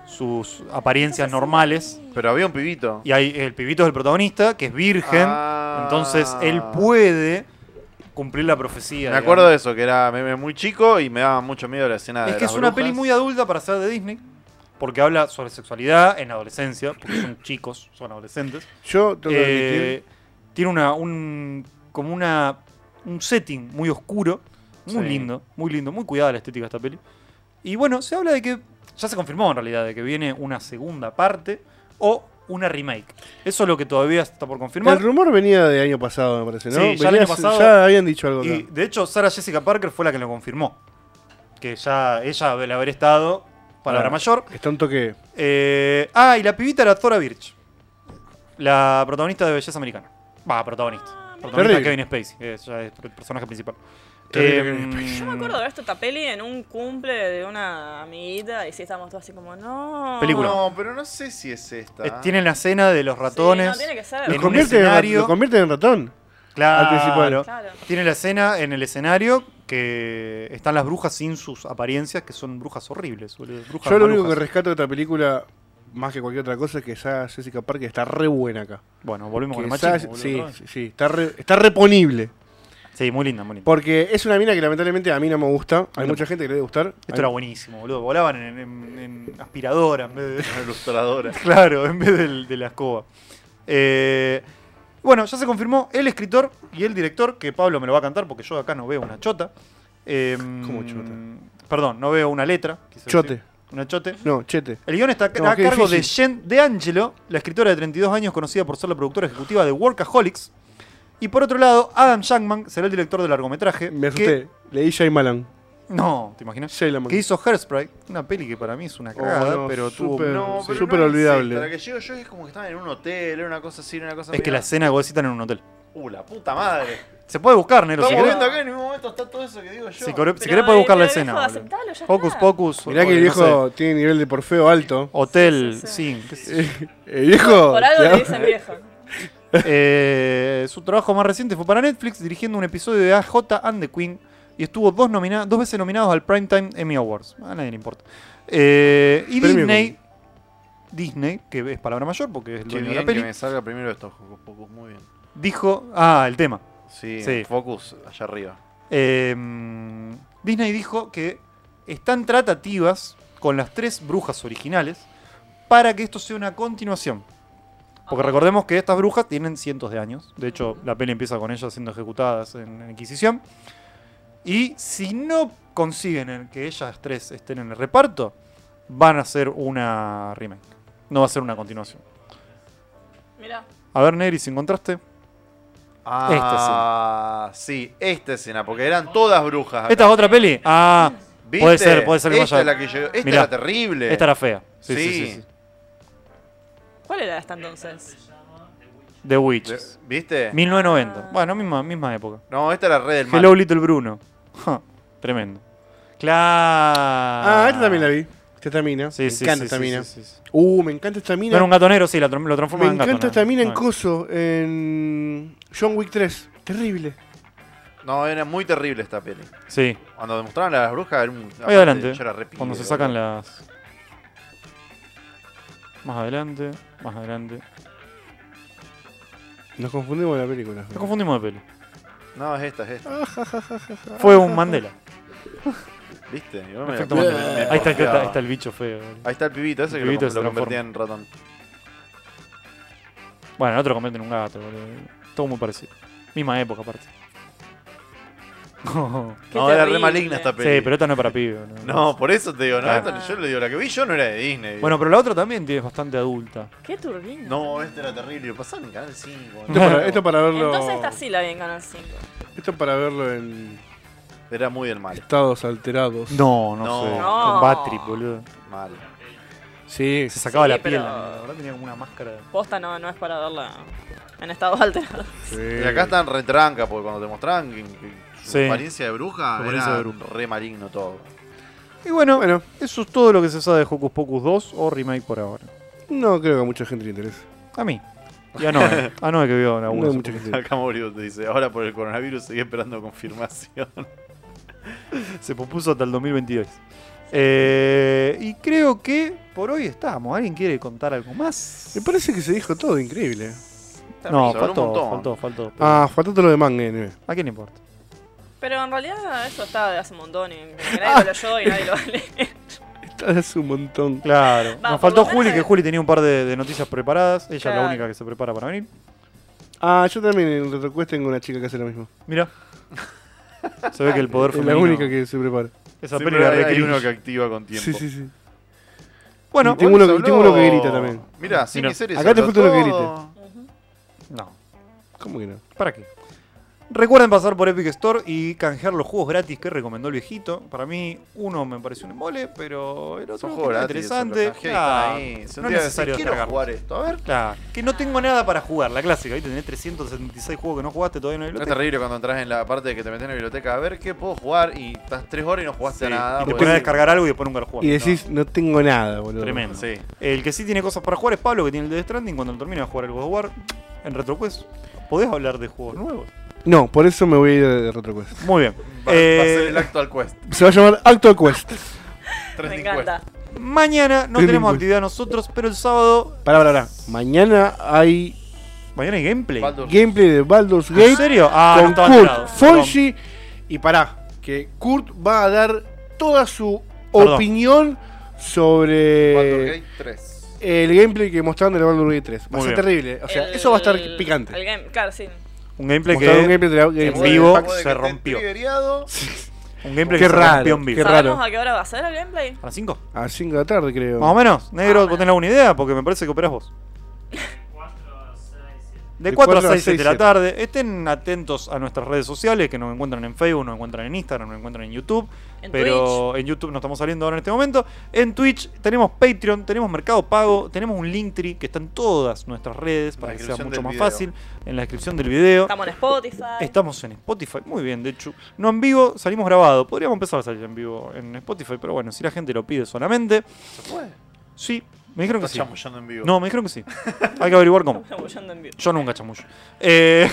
S1: sus apariencias normales.
S4: Pero había un pibito.
S1: Y hay el pibito es el protagonista, que es virgen.
S4: Ah.
S1: Entonces él puede cumplir la profecía.
S4: Me acuerdo
S1: digamos.
S4: de eso, que era me- me- muy chico y me daba mucho miedo la escena de
S1: Es que
S4: las
S1: es una
S4: brujas.
S1: peli muy adulta para ser de Disney. Porque habla sobre sexualidad en la adolescencia. Porque son chicos, son adolescentes.
S2: Yo tengo que
S1: Eh,
S2: admitir.
S1: tiene una, un, como una, un setting muy oscuro, muy
S4: Sí.
S1: lindo, muy lindo, muy cuidada la estética de esta peli. Y bueno, se habla de que, ya se confirmó en realidad, de que viene una segunda parte o una remake. Eso es lo que todavía está por confirmar.
S2: El rumor venía de año pasado, me parece, ¿no?
S1: Sí, ya el
S2: Venía-
S1: año pasado-
S2: ya habían dicho algo.
S1: Y
S2: acá.
S1: de hecho, Sara Jessica Parker fue la que lo confirmó. Que ya ella, del haber estado, palabra
S2: Ah.
S1: mayor.
S2: Está un toque.
S1: Eh, ah, y la pibita era Thora Birch. La protagonista de Belleza Americana. Va, protagonista.
S3: Ah,
S1: Protagonista
S2: Terrible.
S1: de Kevin Spacey. que Es, ya es el personaje principal.
S2: Terrible
S1: Eh,
S2: Kevin Spacey.
S3: Yo me acuerdo de ver esta peli en un cumple de una amiguita y sí estábamos todos así como, no.
S1: Película.
S4: No, pero no sé si es esta.
S1: eh, Tienen la escena de los
S3: Sí,
S1: ratones.
S3: no, tiene que ser.
S1: en
S2: Lo
S1: un
S2: convierte, en,
S1: escenario-
S2: lo convierte en ratón.
S1: Claro.
S2: Al principal.
S3: Claro.
S1: Tiene la escena en el escenario que están las brujas sin sus apariencias, que son brujas horribles. boludo, brujas
S2: Yo lo único que
S1: malujas.
S2: rescato de esta película, más que cualquier otra cosa, es que esa Jessica Parker está re buena acá.
S1: Bueno, volvemos con
S2: Que
S1: el
S2: esa-
S1: machismo.
S2: sí,
S1: boludo.
S2: sí, sí, está, re- está reponible.
S1: Sí, muy linda, muy linda.
S2: Porque es una mina que lamentablemente a mí no me gusta. Hay
S1: No.
S2: mucha gente que le debe gustar.
S1: Esto era buenísimo, boludo. Volaban en, en- en aspiradora en vez de.
S4: <laughs> Una ilustradora.
S1: Claro, <laughs> en vez del- de la escoba. Eh, bueno, ya se confirmó el escritor y el director, que Pablo me lo va a cantar porque yo acá no veo una chota. Eh,
S2: ¿Cómo chota?
S1: Perdón, no veo una letra. quise
S2: Chote.
S1: decir. Una chote.
S2: No, chete.
S1: El guión está a
S2: No, qué
S1: cargo de
S2: difícil.
S1: Jen DeAngelo, la escritora de 32 años conocida por ser la productora ejecutiva de Workaholics. Y por otro lado, Adam Shankman será el director del largometraje.
S2: Me
S1: que-
S2: asusté. Leí Jay Malan.
S1: No, ¿te imaginas?
S2: Shaylaman.
S1: Que hizo Hairspray, una peli que para mí es una cagada,
S2: Oh, no,
S1: pero tuvo
S2: súper.
S4: No, pero
S2: Súper
S4: no es
S2: olvidable.
S4: esta, La que llego yo es como que estaban en un hotel, era una cosa así, era una cosa
S1: Es que la
S4: media-
S1: escena gocitan en un hotel.
S4: Uh, la
S1: <laughs>
S4: puta madre.
S1: Se puede buscar, Nero,
S4: Estamos
S1: si querés.
S4: viendo acá en ningún momento está todo eso que digo yo.
S1: Si, cor- si
S3: Pero
S1: querés podés buscar la
S3: el
S1: escena.
S3: viejo,
S1: boludo.
S3: aceptalo, ya
S1: Focus,
S3: está.
S1: pocus.
S2: Mirá que el
S1: no sé,
S2: <laughs>
S1: Oh,
S2: viejo tiene nivel de porfeo alto.
S1: hotel,
S3: Sí,
S1: sí.
S3: sí,
S1: qué sé yo.
S2: <laughs>
S1: <laughs>
S2: El viejo.
S3: Por algo
S2: te
S3: le
S2: da-
S3: dicen viejo.
S1: Eh, su trabajo más reciente fue para Netflix, dirigiendo un episodio de AJ and the Queen. Y estuvo dos, nomina- dos veces nominados al Primetime Emmy Awards. A nadie le importa. Eh, y
S2: Premio
S1: Disney. Disney, que es palabra mayor porque es el
S4: Qué
S1: dueño de
S4: bien
S1: la
S4: que
S1: peli,
S4: me salga primero esto, Hocus Pocus, muy bien.
S1: dijo. Ah, el tema.
S4: Sí,
S1: Sí.
S4: Focus allá arriba.
S1: Eh, Disney dijo que están tratativas con las tres brujas originales para que esto sea una continuación. Porque recordemos que estas brujas tienen cientos de años. De hecho, la peli empieza con ellas siendo ejecutadas en en Inquisición. Y si no consiguen el que ellas tres estén en el reparto, van a hacer una remake. No va a ser una continuación.
S3: Mira,
S1: A ver, Neri, si encontraste.
S4: Ah, sí, esta escena, porque eran todas brujas. acá.
S1: ¿Esta es otra peli? Ah,
S4: ¿Viste?
S1: puede ser, puede ser que
S4: Esta,
S1: vaya-
S4: es la que yo- esta
S1: Mirá,
S4: era terrible.
S1: esta era fea. Sí, sí, sí.
S4: Sí.
S1: sí.
S3: ¿cuál era esta entonces?
S1: The Witches.
S4: De- ¿Viste?
S1: 1990. Ah. Bueno, misma, misma época.
S4: No, esta era re del mal.
S1: Hello, Little Bruno. Ja, tremendo. Claro.
S2: Ah, esta también la vi. Esta esta mina.
S1: Sí,
S2: me
S1: sí,
S2: encanta
S1: sí,
S2: esta
S1: sí,
S2: mina.
S1: sí, sí, sí.
S2: Uh, me encanta esta mina.
S1: No era un gato negro, sí, la trom- lo transforma
S2: me
S1: en gato.
S2: encanta esta
S1: nada.
S2: mina en
S1: Ah.
S2: Coso, en John Wick 3. Terrible.
S4: No, era muy terrible esta peli.
S1: Sí,
S4: Cuando demostraban a las brujas, era un.
S1: ahí adelante.
S4: yo era re pibe,
S1: Cuando se sacan
S4: boludo.
S1: las. Más adelante, más adelante.
S2: Nos confundimos la película.
S1: Nos confundimos de peli.
S4: No, es esta, es esta.
S1: Fue un Mandela.
S4: ¿Viste? Yo me-
S1: Efecto
S4: me-
S1: Mandela.
S4: me- me
S1: Ahí está, ahí está,
S4: porfiaba.
S1: ahí está el bicho feo.
S4: Ahí está el pibito ese
S1: El
S4: que
S1: pibito
S4: lo,
S1: se
S4: lo
S1: transforma.
S4: convertía en ratón.
S1: Bueno, el otro convierte en un gato, boludo. Todo muy parecido. Misma época, aparte. <laughs> Oh.
S3: Qué
S4: No, era re
S3: terrible.
S4: maligna esta peli.
S1: sí, pero esta no es para pibes. boludo.
S4: No, por eso te digo, no,
S1: Ah.
S4: esta- yo le digo, la que vi yo no era de Disney.
S1: Bueno, pero la otra también es bastante adulta.
S3: Qué turbina.
S4: No, esta era terrible. Pasaban en Canal 5.
S2: Esto para, esto para verlo.
S3: Entonces esta sí la vi en Canal 5.
S2: Esto para verlo en
S4: Era muy del mal.
S2: estados alterados.
S1: No, no,
S4: No.
S1: sé.
S3: No.
S1: Con Batrip, boludo.
S4: Mal.
S2: Sí.
S1: Se sacaba
S3: Sí,
S1: la piel.
S3: pero-
S1: La verdad tenía como una máscara.
S3: Posta no, no es para verla en estado alterados.
S2: sí.
S4: Y acá están retranca, porque cuando te mostraban que- que su
S1: Sí.
S4: apariencia de bruja
S1: Apariencia
S4: era
S1: de bruja.
S4: re maligno todo.
S1: Y bueno,
S2: Bueno,
S1: eso es todo lo que se sabe de Hocus Pocus 2 o remake por ahora.
S2: no creo que a mucha gente le interese.
S1: A mí. Y a <laughs> Noé. A Noé que vio la
S2: No
S1: uno
S2: hay
S1: hace
S2: mucha
S1: poco.
S2: gente.
S4: Acá Morio te dice, ahora por el coronavirus seguí esperando confirmación.
S1: Se propuso hasta el 2022. Eh, y creo que por hoy estamos. ¿Alguien quiere contar algo más?
S2: Me parece que se dijo todo, increíble.
S1: No,
S4: <laughs> Se habló un
S1: faltó, faltó,
S4: montón.
S1: faltó.
S2: Ah, faltó todo lo de Mangue, nene.
S1: ¿A quién le importa?
S3: Pero en realidad eso está de hace un montón y que nadie lo leyó y nadie lo
S1: <laughs>
S3: lee.
S2: Estás hace un montón.
S1: Claro. Nos
S3: Va, por
S1: faltó
S3: lo menos
S1: Juli, que
S3: el-
S1: Juli tenía un par de, de noticias preparadas. Ella es la
S3: Claro.
S1: única que se prepara para venir.
S2: Ah, yo también en Retroquest tengo una chica que hace lo mismo.
S1: Mira. Se ve que el poder
S2: <laughs> Es la
S1: femenino...
S2: única que se prepara.
S1: Esa
S4: Siempre
S1: peli la
S4: hay- hay
S1: requerí.
S4: uno que activa con tiempo.
S2: Sí, sí, sí.
S1: Bueno,
S2: Y tengo uno que- tengo uno que grita también.
S4: Mira, sí,
S1: Mirá.
S4: mi serie
S2: Acá te
S4: habló
S2: justo lo que
S4: todo.
S1: no.
S2: ¿Cómo que no?
S1: ¿Para qué? Recuerden pasar por Epic Store y canjear los juegos gratis que recomendó el viejito. Para mí, uno me pareció un embole, pero el otro
S4: Son
S1: es
S4: juegos gratis,
S1: interesante.
S4: son los canjeos,
S1: Claro,
S4: están ahí. Si un
S1: no es
S4: día decís,
S1: necesario
S4: quiero
S1: descargar.
S4: jugar esto. A ver,
S1: Claro, que no tengo nada para jugar, la clásica. Ahí tenés 376 juegos que no jugaste todavía en la
S4: No es
S1: biblioteca.
S4: terrible cuando entras en la parte de que te metes en la biblioteca a ver qué puedo jugar y estás tres horas y no jugaste a nada.
S1: y te
S4: porque-
S1: pones a descargar algo y después nunca lo jugás.
S2: Y decís, no tengo nada, boludo.
S1: Tremendo.
S4: Sí.
S1: El que sí tiene cosas para jugar es Pablo, que tiene el Death Stranding. Cuando termina de jugar el God of War, en RetroQuest, podés hablar de juegos nuevos.
S2: No, por eso me voy a ir de RetroQuest.
S1: Muy bien.
S4: Va, va a ser
S1: Eh,
S4: el actual quest.
S2: Se va a llamar Actual
S1: <laughs>
S2: Quest.
S3: Me
S4: Trending
S3: encanta.
S1: Mañana no
S2: Trending
S1: tenemos
S2: Quest.
S1: actividad nosotros, pero el sábado.
S2: Pará, pará, pará. Mañana hay
S1: Mañana hay gameplay.
S4: quest. Baldur.
S2: gameplay de Baldur's Gate.
S1: ¿En serio? Ah, no
S2: con
S1: estaba
S2: Kurt
S1: enterado. Perdón.
S2: Fonji. Y pará, que Kurt va a dar toda su
S1: Perdón.
S2: opinión
S4: Baldur's
S2: sobre
S4: Gate 3.
S2: el gameplay que mostraron de la Baldur's Gate 3. Va
S1: Muy
S2: a ser
S1: bien.
S2: terrible. O
S4: Eh,
S2: sea,
S3: El-
S2: eso va a estar
S3: el
S2: picante.
S3: game, claro, sí.
S1: Un gameplay que,
S2: Mostraron un gameplay de la Game-
S1: en vivo
S2: Pack-
S1: se rompió. un gameplay que
S2: Qué
S1: se
S2: raro,
S1: rompió en vivo.
S2: Qué
S3: ¿Sabemos
S2: raro.
S3: a qué hora va a ser el gameplay?
S1: ¿A las 5?
S2: A las 5 de la tarde, creo.
S1: Más o menos. Negro,
S3: Más o
S1: ¿vos tenés alguna idea? Porque me parece que operás vos. De
S2: De
S1: 4 a
S2: cuatro a
S1: 6,
S2: seis,
S1: de la
S2: siete.
S1: tarde. Estén atentos a nuestras redes sociales, que nos encuentran en Facebook, nos encuentran en Instagram, nos encuentran en YouTube.
S3: En
S1: pero en YouTube no estamos saliendo ahora en este momento. En Twitch tenemos Patreon, tenemos Mercado Pago, tenemos un Linktree que está en todas nuestras redes para
S4: La
S1: que sea
S4: descripción
S1: mucho
S4: del
S1: más fácil.
S4: video.
S1: En la descripción del video.
S3: Estamos en Spotify.
S1: Estamos en Spotify, muy bien, de hecho. No en vivo, salimos grabado. Podríamos empezar a salir en vivo en Spotify, pero bueno, si la gente lo pide solamente. Sí, me dijeron que
S4: Estás
S1: sí.
S4: chamullando en vivo.
S1: No, me dijeron que sí. Hay que averiguar cómo.
S3: <laughs> Estamos yendo en vivo.
S1: Yo nunca chamullo. Eh,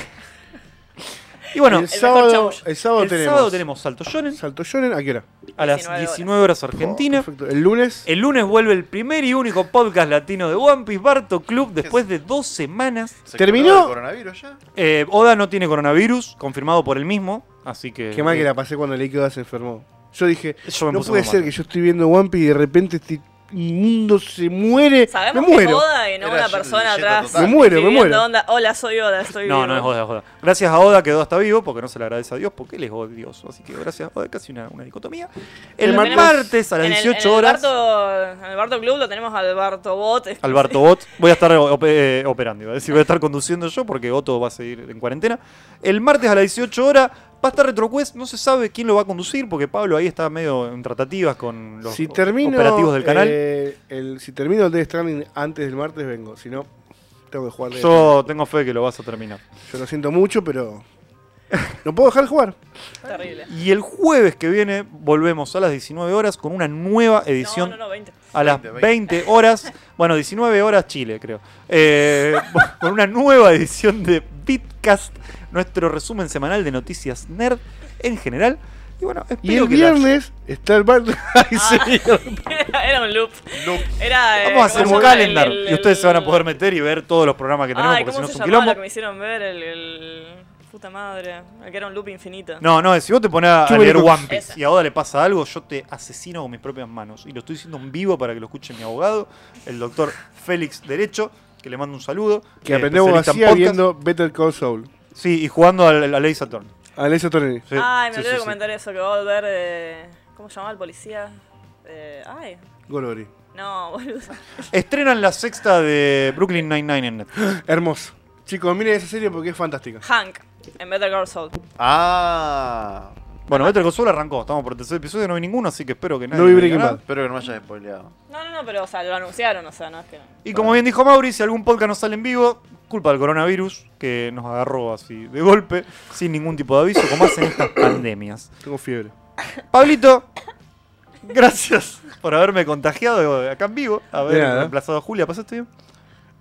S1: <laughs> y bueno,
S2: el,
S1: el,
S2: sábado,
S3: chamuyo.
S2: el sábado tenemos.
S1: sábado tenemos Salto Shonen
S2: Salto Shonen, ¿a qué hora?
S1: a las
S3: 19 horas.
S1: 19 horas Argentina.
S2: Oh, Perfecto. El lunes.
S1: El lunes vuelve el primer y único podcast latino de One Piece, Barto Club, después de dos semanas.
S4: ¿Se
S2: ¿Terminó?
S4: curó del coronavirus ya?
S1: Eh, Oda no tiene coronavirus, confirmado por él mismo, así que... eh,
S2: Qué mal que la pasé cuando el Oda se enfermó. Yo dije,
S1: Yo me
S2: no
S1: puse
S2: puede
S1: muy
S2: ser
S1: mal.
S2: que yo estoy viendo One Piece y de repente estoy mundo se muere. Me
S3: Sabemos que es
S2: muero.
S3: Oda y no
S4: Era
S3: una
S4: Ye-
S3: persona
S4: Yeto
S3: atrás.
S4: total.
S2: Me muero, me
S3: escribiendo
S2: muero.
S3: onda, Hola, soy Oda, estoy
S1: No,
S3: vivo".
S1: no es Oda, es Oda. Gracias a Oda quedó hasta vivo, porque no se le agradece a Dios, porque él es odioso. Así que gracias a Oda, casi una, una dicotomía. El
S3: Lo tenemos
S1: martes a las
S3: en el-
S1: 18
S3: en el
S1: horas,
S3: Barto- en el Barto Club lo tenemos al Barto Bot.
S1: Alberto Bot, voy a estar op- eh, operando, iba a decir, voy a estar conduciendo yo, porque Otto va a seguir en cuarentena. El martes a las 18 horas va a estar RetroQuest, no se sabe quién lo va a conducir, porque Pablo ahí está medio en tratativas con los
S2: si termino,
S1: operativos del canal.
S2: eh, el, si termino el Death Stranding antes del martes, vengo. Si no, tengo que jugar. Death
S1: Yo tengo fe que lo vas a terminar.
S2: Stranding. Yo lo siento mucho, pero. No puedo dejar de jugar.
S3: Terrible.
S1: Y el jueves que viene volvemos a las 19 horas con una nueva edición
S3: No, no, no, 20.
S1: a las
S4: 20,
S1: 20 horas, bueno, 19 horas Chile, creo, eh, <laughs> con una nueva edición de Bitcast, nuestro resumen semanal de noticias nerd en general. Y bueno, espero
S2: Y el
S1: que la- <laughs>
S2: viernes está el bar. Ay, señor.
S3: <laughs> Era un loop. Era, eh,
S1: Vamos a
S3: ¿cómo
S1: hacer
S3: se
S1: un
S3: llama?
S1: calendar
S3: Ah, El- el-
S1: y ustedes se van a poder meter y ver todos los programas que tenemos
S3: Ay,
S1: porque si
S3: ¿cómo
S1: no
S3: se
S1: es un
S3: llamaba
S1: quilombo.
S3: lo que me hicieron ver? El, el- Puta madre. El que era un loop infinito.
S1: No, no, si vos te pones a
S2: Yo
S1: leer
S2: creo que-
S1: One Piece
S3: Esa.
S1: y a Oda le pasa algo, yo te asesino con mis propias manos. Y lo estoy diciendo en vivo para que lo escuche mi abogado, el doctor Félix Derecho, que le mando un saludo.
S2: Que
S1: eh,
S2: aprendemos
S1: especialista en
S2: vacía
S1: podcast.
S2: viendo Better Call Saul.
S1: Sí, y jugando a la ley Saturn.
S2: Alessio Tornelli.
S1: Sí,
S3: Ay, me
S1: sí,
S3: olvidé
S1: sí,
S3: de
S1: sí.
S3: comentar eso, que va a volver. eh, ¿Cómo se llamaba el policía? Eh, ay,
S2: Golori.
S3: no, boludo.
S1: Estrenan la sexta de Brooklyn Nine-Nine en Netflix.
S2: Hermoso. Chicos, miren esa serie porque es fantástica.
S3: Hank, en Better Girl Soul.
S4: Ah.
S1: Bueno, Better Call Saul arrancó. Estamos por el tercer episodio, no vi ninguno, así que espero que nadie.
S2: No vi
S1: me
S2: Breaking
S1: diga nada.
S2: Bad.
S4: Espero que no me hayas spoileado.
S3: No, no, no, pero, o sea, lo anunciaron, o sea, no es que.
S1: Y como bien dijo Mauri, si algún podcast no sale en vivo, culpa del coronavirus, que nos agarró así de golpe, sin ningún tipo de aviso, como hacen estas pandemias.
S2: Tengo fiebre.
S1: Pablito, gracias por haberme contagiado acá en vivo,
S2: De
S1: haber
S2: nada.
S1: reemplazado a Julia. ¿Pasaste bien?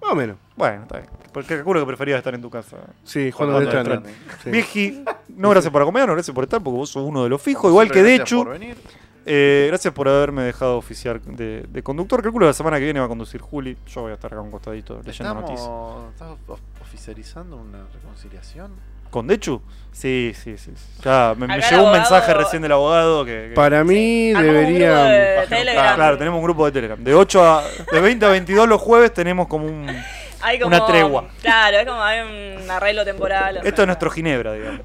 S2: Más o menos.
S1: Bueno, está bien. Porque calculo que preferías estar en tu casa.
S2: Sí,
S4: Cuando
S2: jugando de
S4: de
S2: Stranding.
S4: Stranding.
S2: Sí.
S1: Vieji, no gracias por acompañarnos, gracias por estar, porque vos sos uno de los fijos, igual que
S4: Siempre
S1: de
S4: gracias
S1: hecho.
S4: por venir.
S1: Eh, gracias por haberme dejado oficiar de, de conductor. Calculo que la semana que viene va a conducir Juli. Yo voy a estar acá a un costadito leyendo noticias.
S4: Estamos, ¿Estás of- oficializando una reconciliación?
S1: ¿Con Dechu? Sí, sí, sí. sí. Ya, me, me
S3: Acá el
S1: llegó un
S3: abogado-
S1: mensaje recién del abogado que... que-
S2: Para mí
S3: Armamos un grupo
S2: deberían.
S3: de Telegram.
S1: Claro, tenemos un grupo de Telegram. De 8 a... De 20 a 22 los jueves tenemos como un...
S3: Hay como-
S1: una tregua.
S3: Claro, es como hay un arreglo temporal. o sea,
S1: Esto es nuestro Ginebra,
S2: <laughs>
S1: digamos.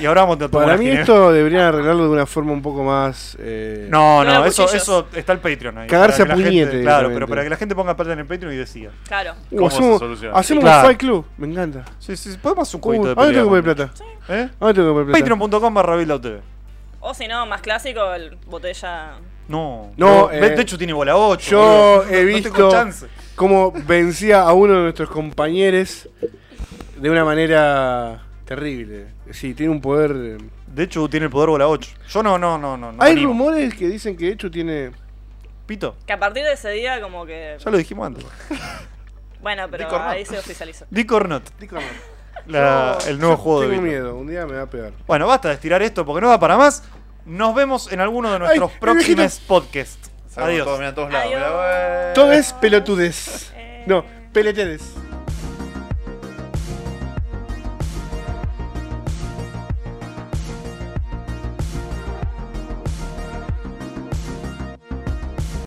S1: Y ahora vamos a tomar
S2: Para
S1: una
S2: mí
S1: Ginebra.
S2: esto deberían arreglarlo de una forma un poco más. eh,
S1: No,
S3: No,
S1: no,
S3: los
S1: eso,
S3: cuchillos.
S1: eso está el Patreon ahí.
S2: Cagarse
S1: Para
S2: a
S1: que la gente-
S2: puñete,
S1: Claro,
S2: directamente.
S1: pero para que la gente ponga plata en el Patreon y decida.
S3: Claro.
S2: o
S4: ¿Cómo se
S2: hacemos
S4: soluciona?
S2: hacemos
S1: Sí, claro.
S2: un Fight Club. Me encanta.
S1: Sí, sí, podemos hacer un
S2: Uh,
S1: jueguito de
S2: ¿A dónde
S1: pelea
S2: tengo que poner
S1: con-
S2: plata?
S1: ¿Eh?
S2: ¿A dónde tengo que poner plata?
S1: Patreon.com barra BailOutTV.
S3: O si no, más clásico, el botella.
S1: No.
S2: No,
S1: Pero
S2: eh,
S1: de hecho tiene bola 8.
S2: Yo he
S1: No tengo
S2: visto
S1: chance.
S2: cómo vencía a uno de nuestros compañeros de una manera terrible. Sí, tiene un poder. eh.
S1: De hecho tiene el poder bola 8. Yo no, no, no, no. no
S2: Hay
S1: animo.
S2: rumores que dicen que de hecho tiene.
S1: Pito,
S3: Que a partir de ese día, como que.
S1: ya lo dijimos antes.
S3: Bueno, pero
S4: Rico, ¿no?
S3: ahí se oficializó.
S1: Dick or Not,
S2: Digo, no.
S1: la-
S2: Yo-
S1: el nuevo
S2: yo
S1: juego de
S2: Tengo
S1: Vito.
S2: miedo, un día me va a pegar.
S1: Bueno, basta de estirar esto porque no da para más. Nos vemos en alguno de nuestros
S2: el
S1: próximos
S2: viejito.
S1: podcasts.
S4: Sabemos
S1: Adiós.
S4: Todos, miran a todos lados.
S3: Adiós.
S4: Mirá, bueno.
S2: Todo es pelotudes. No, peletedes.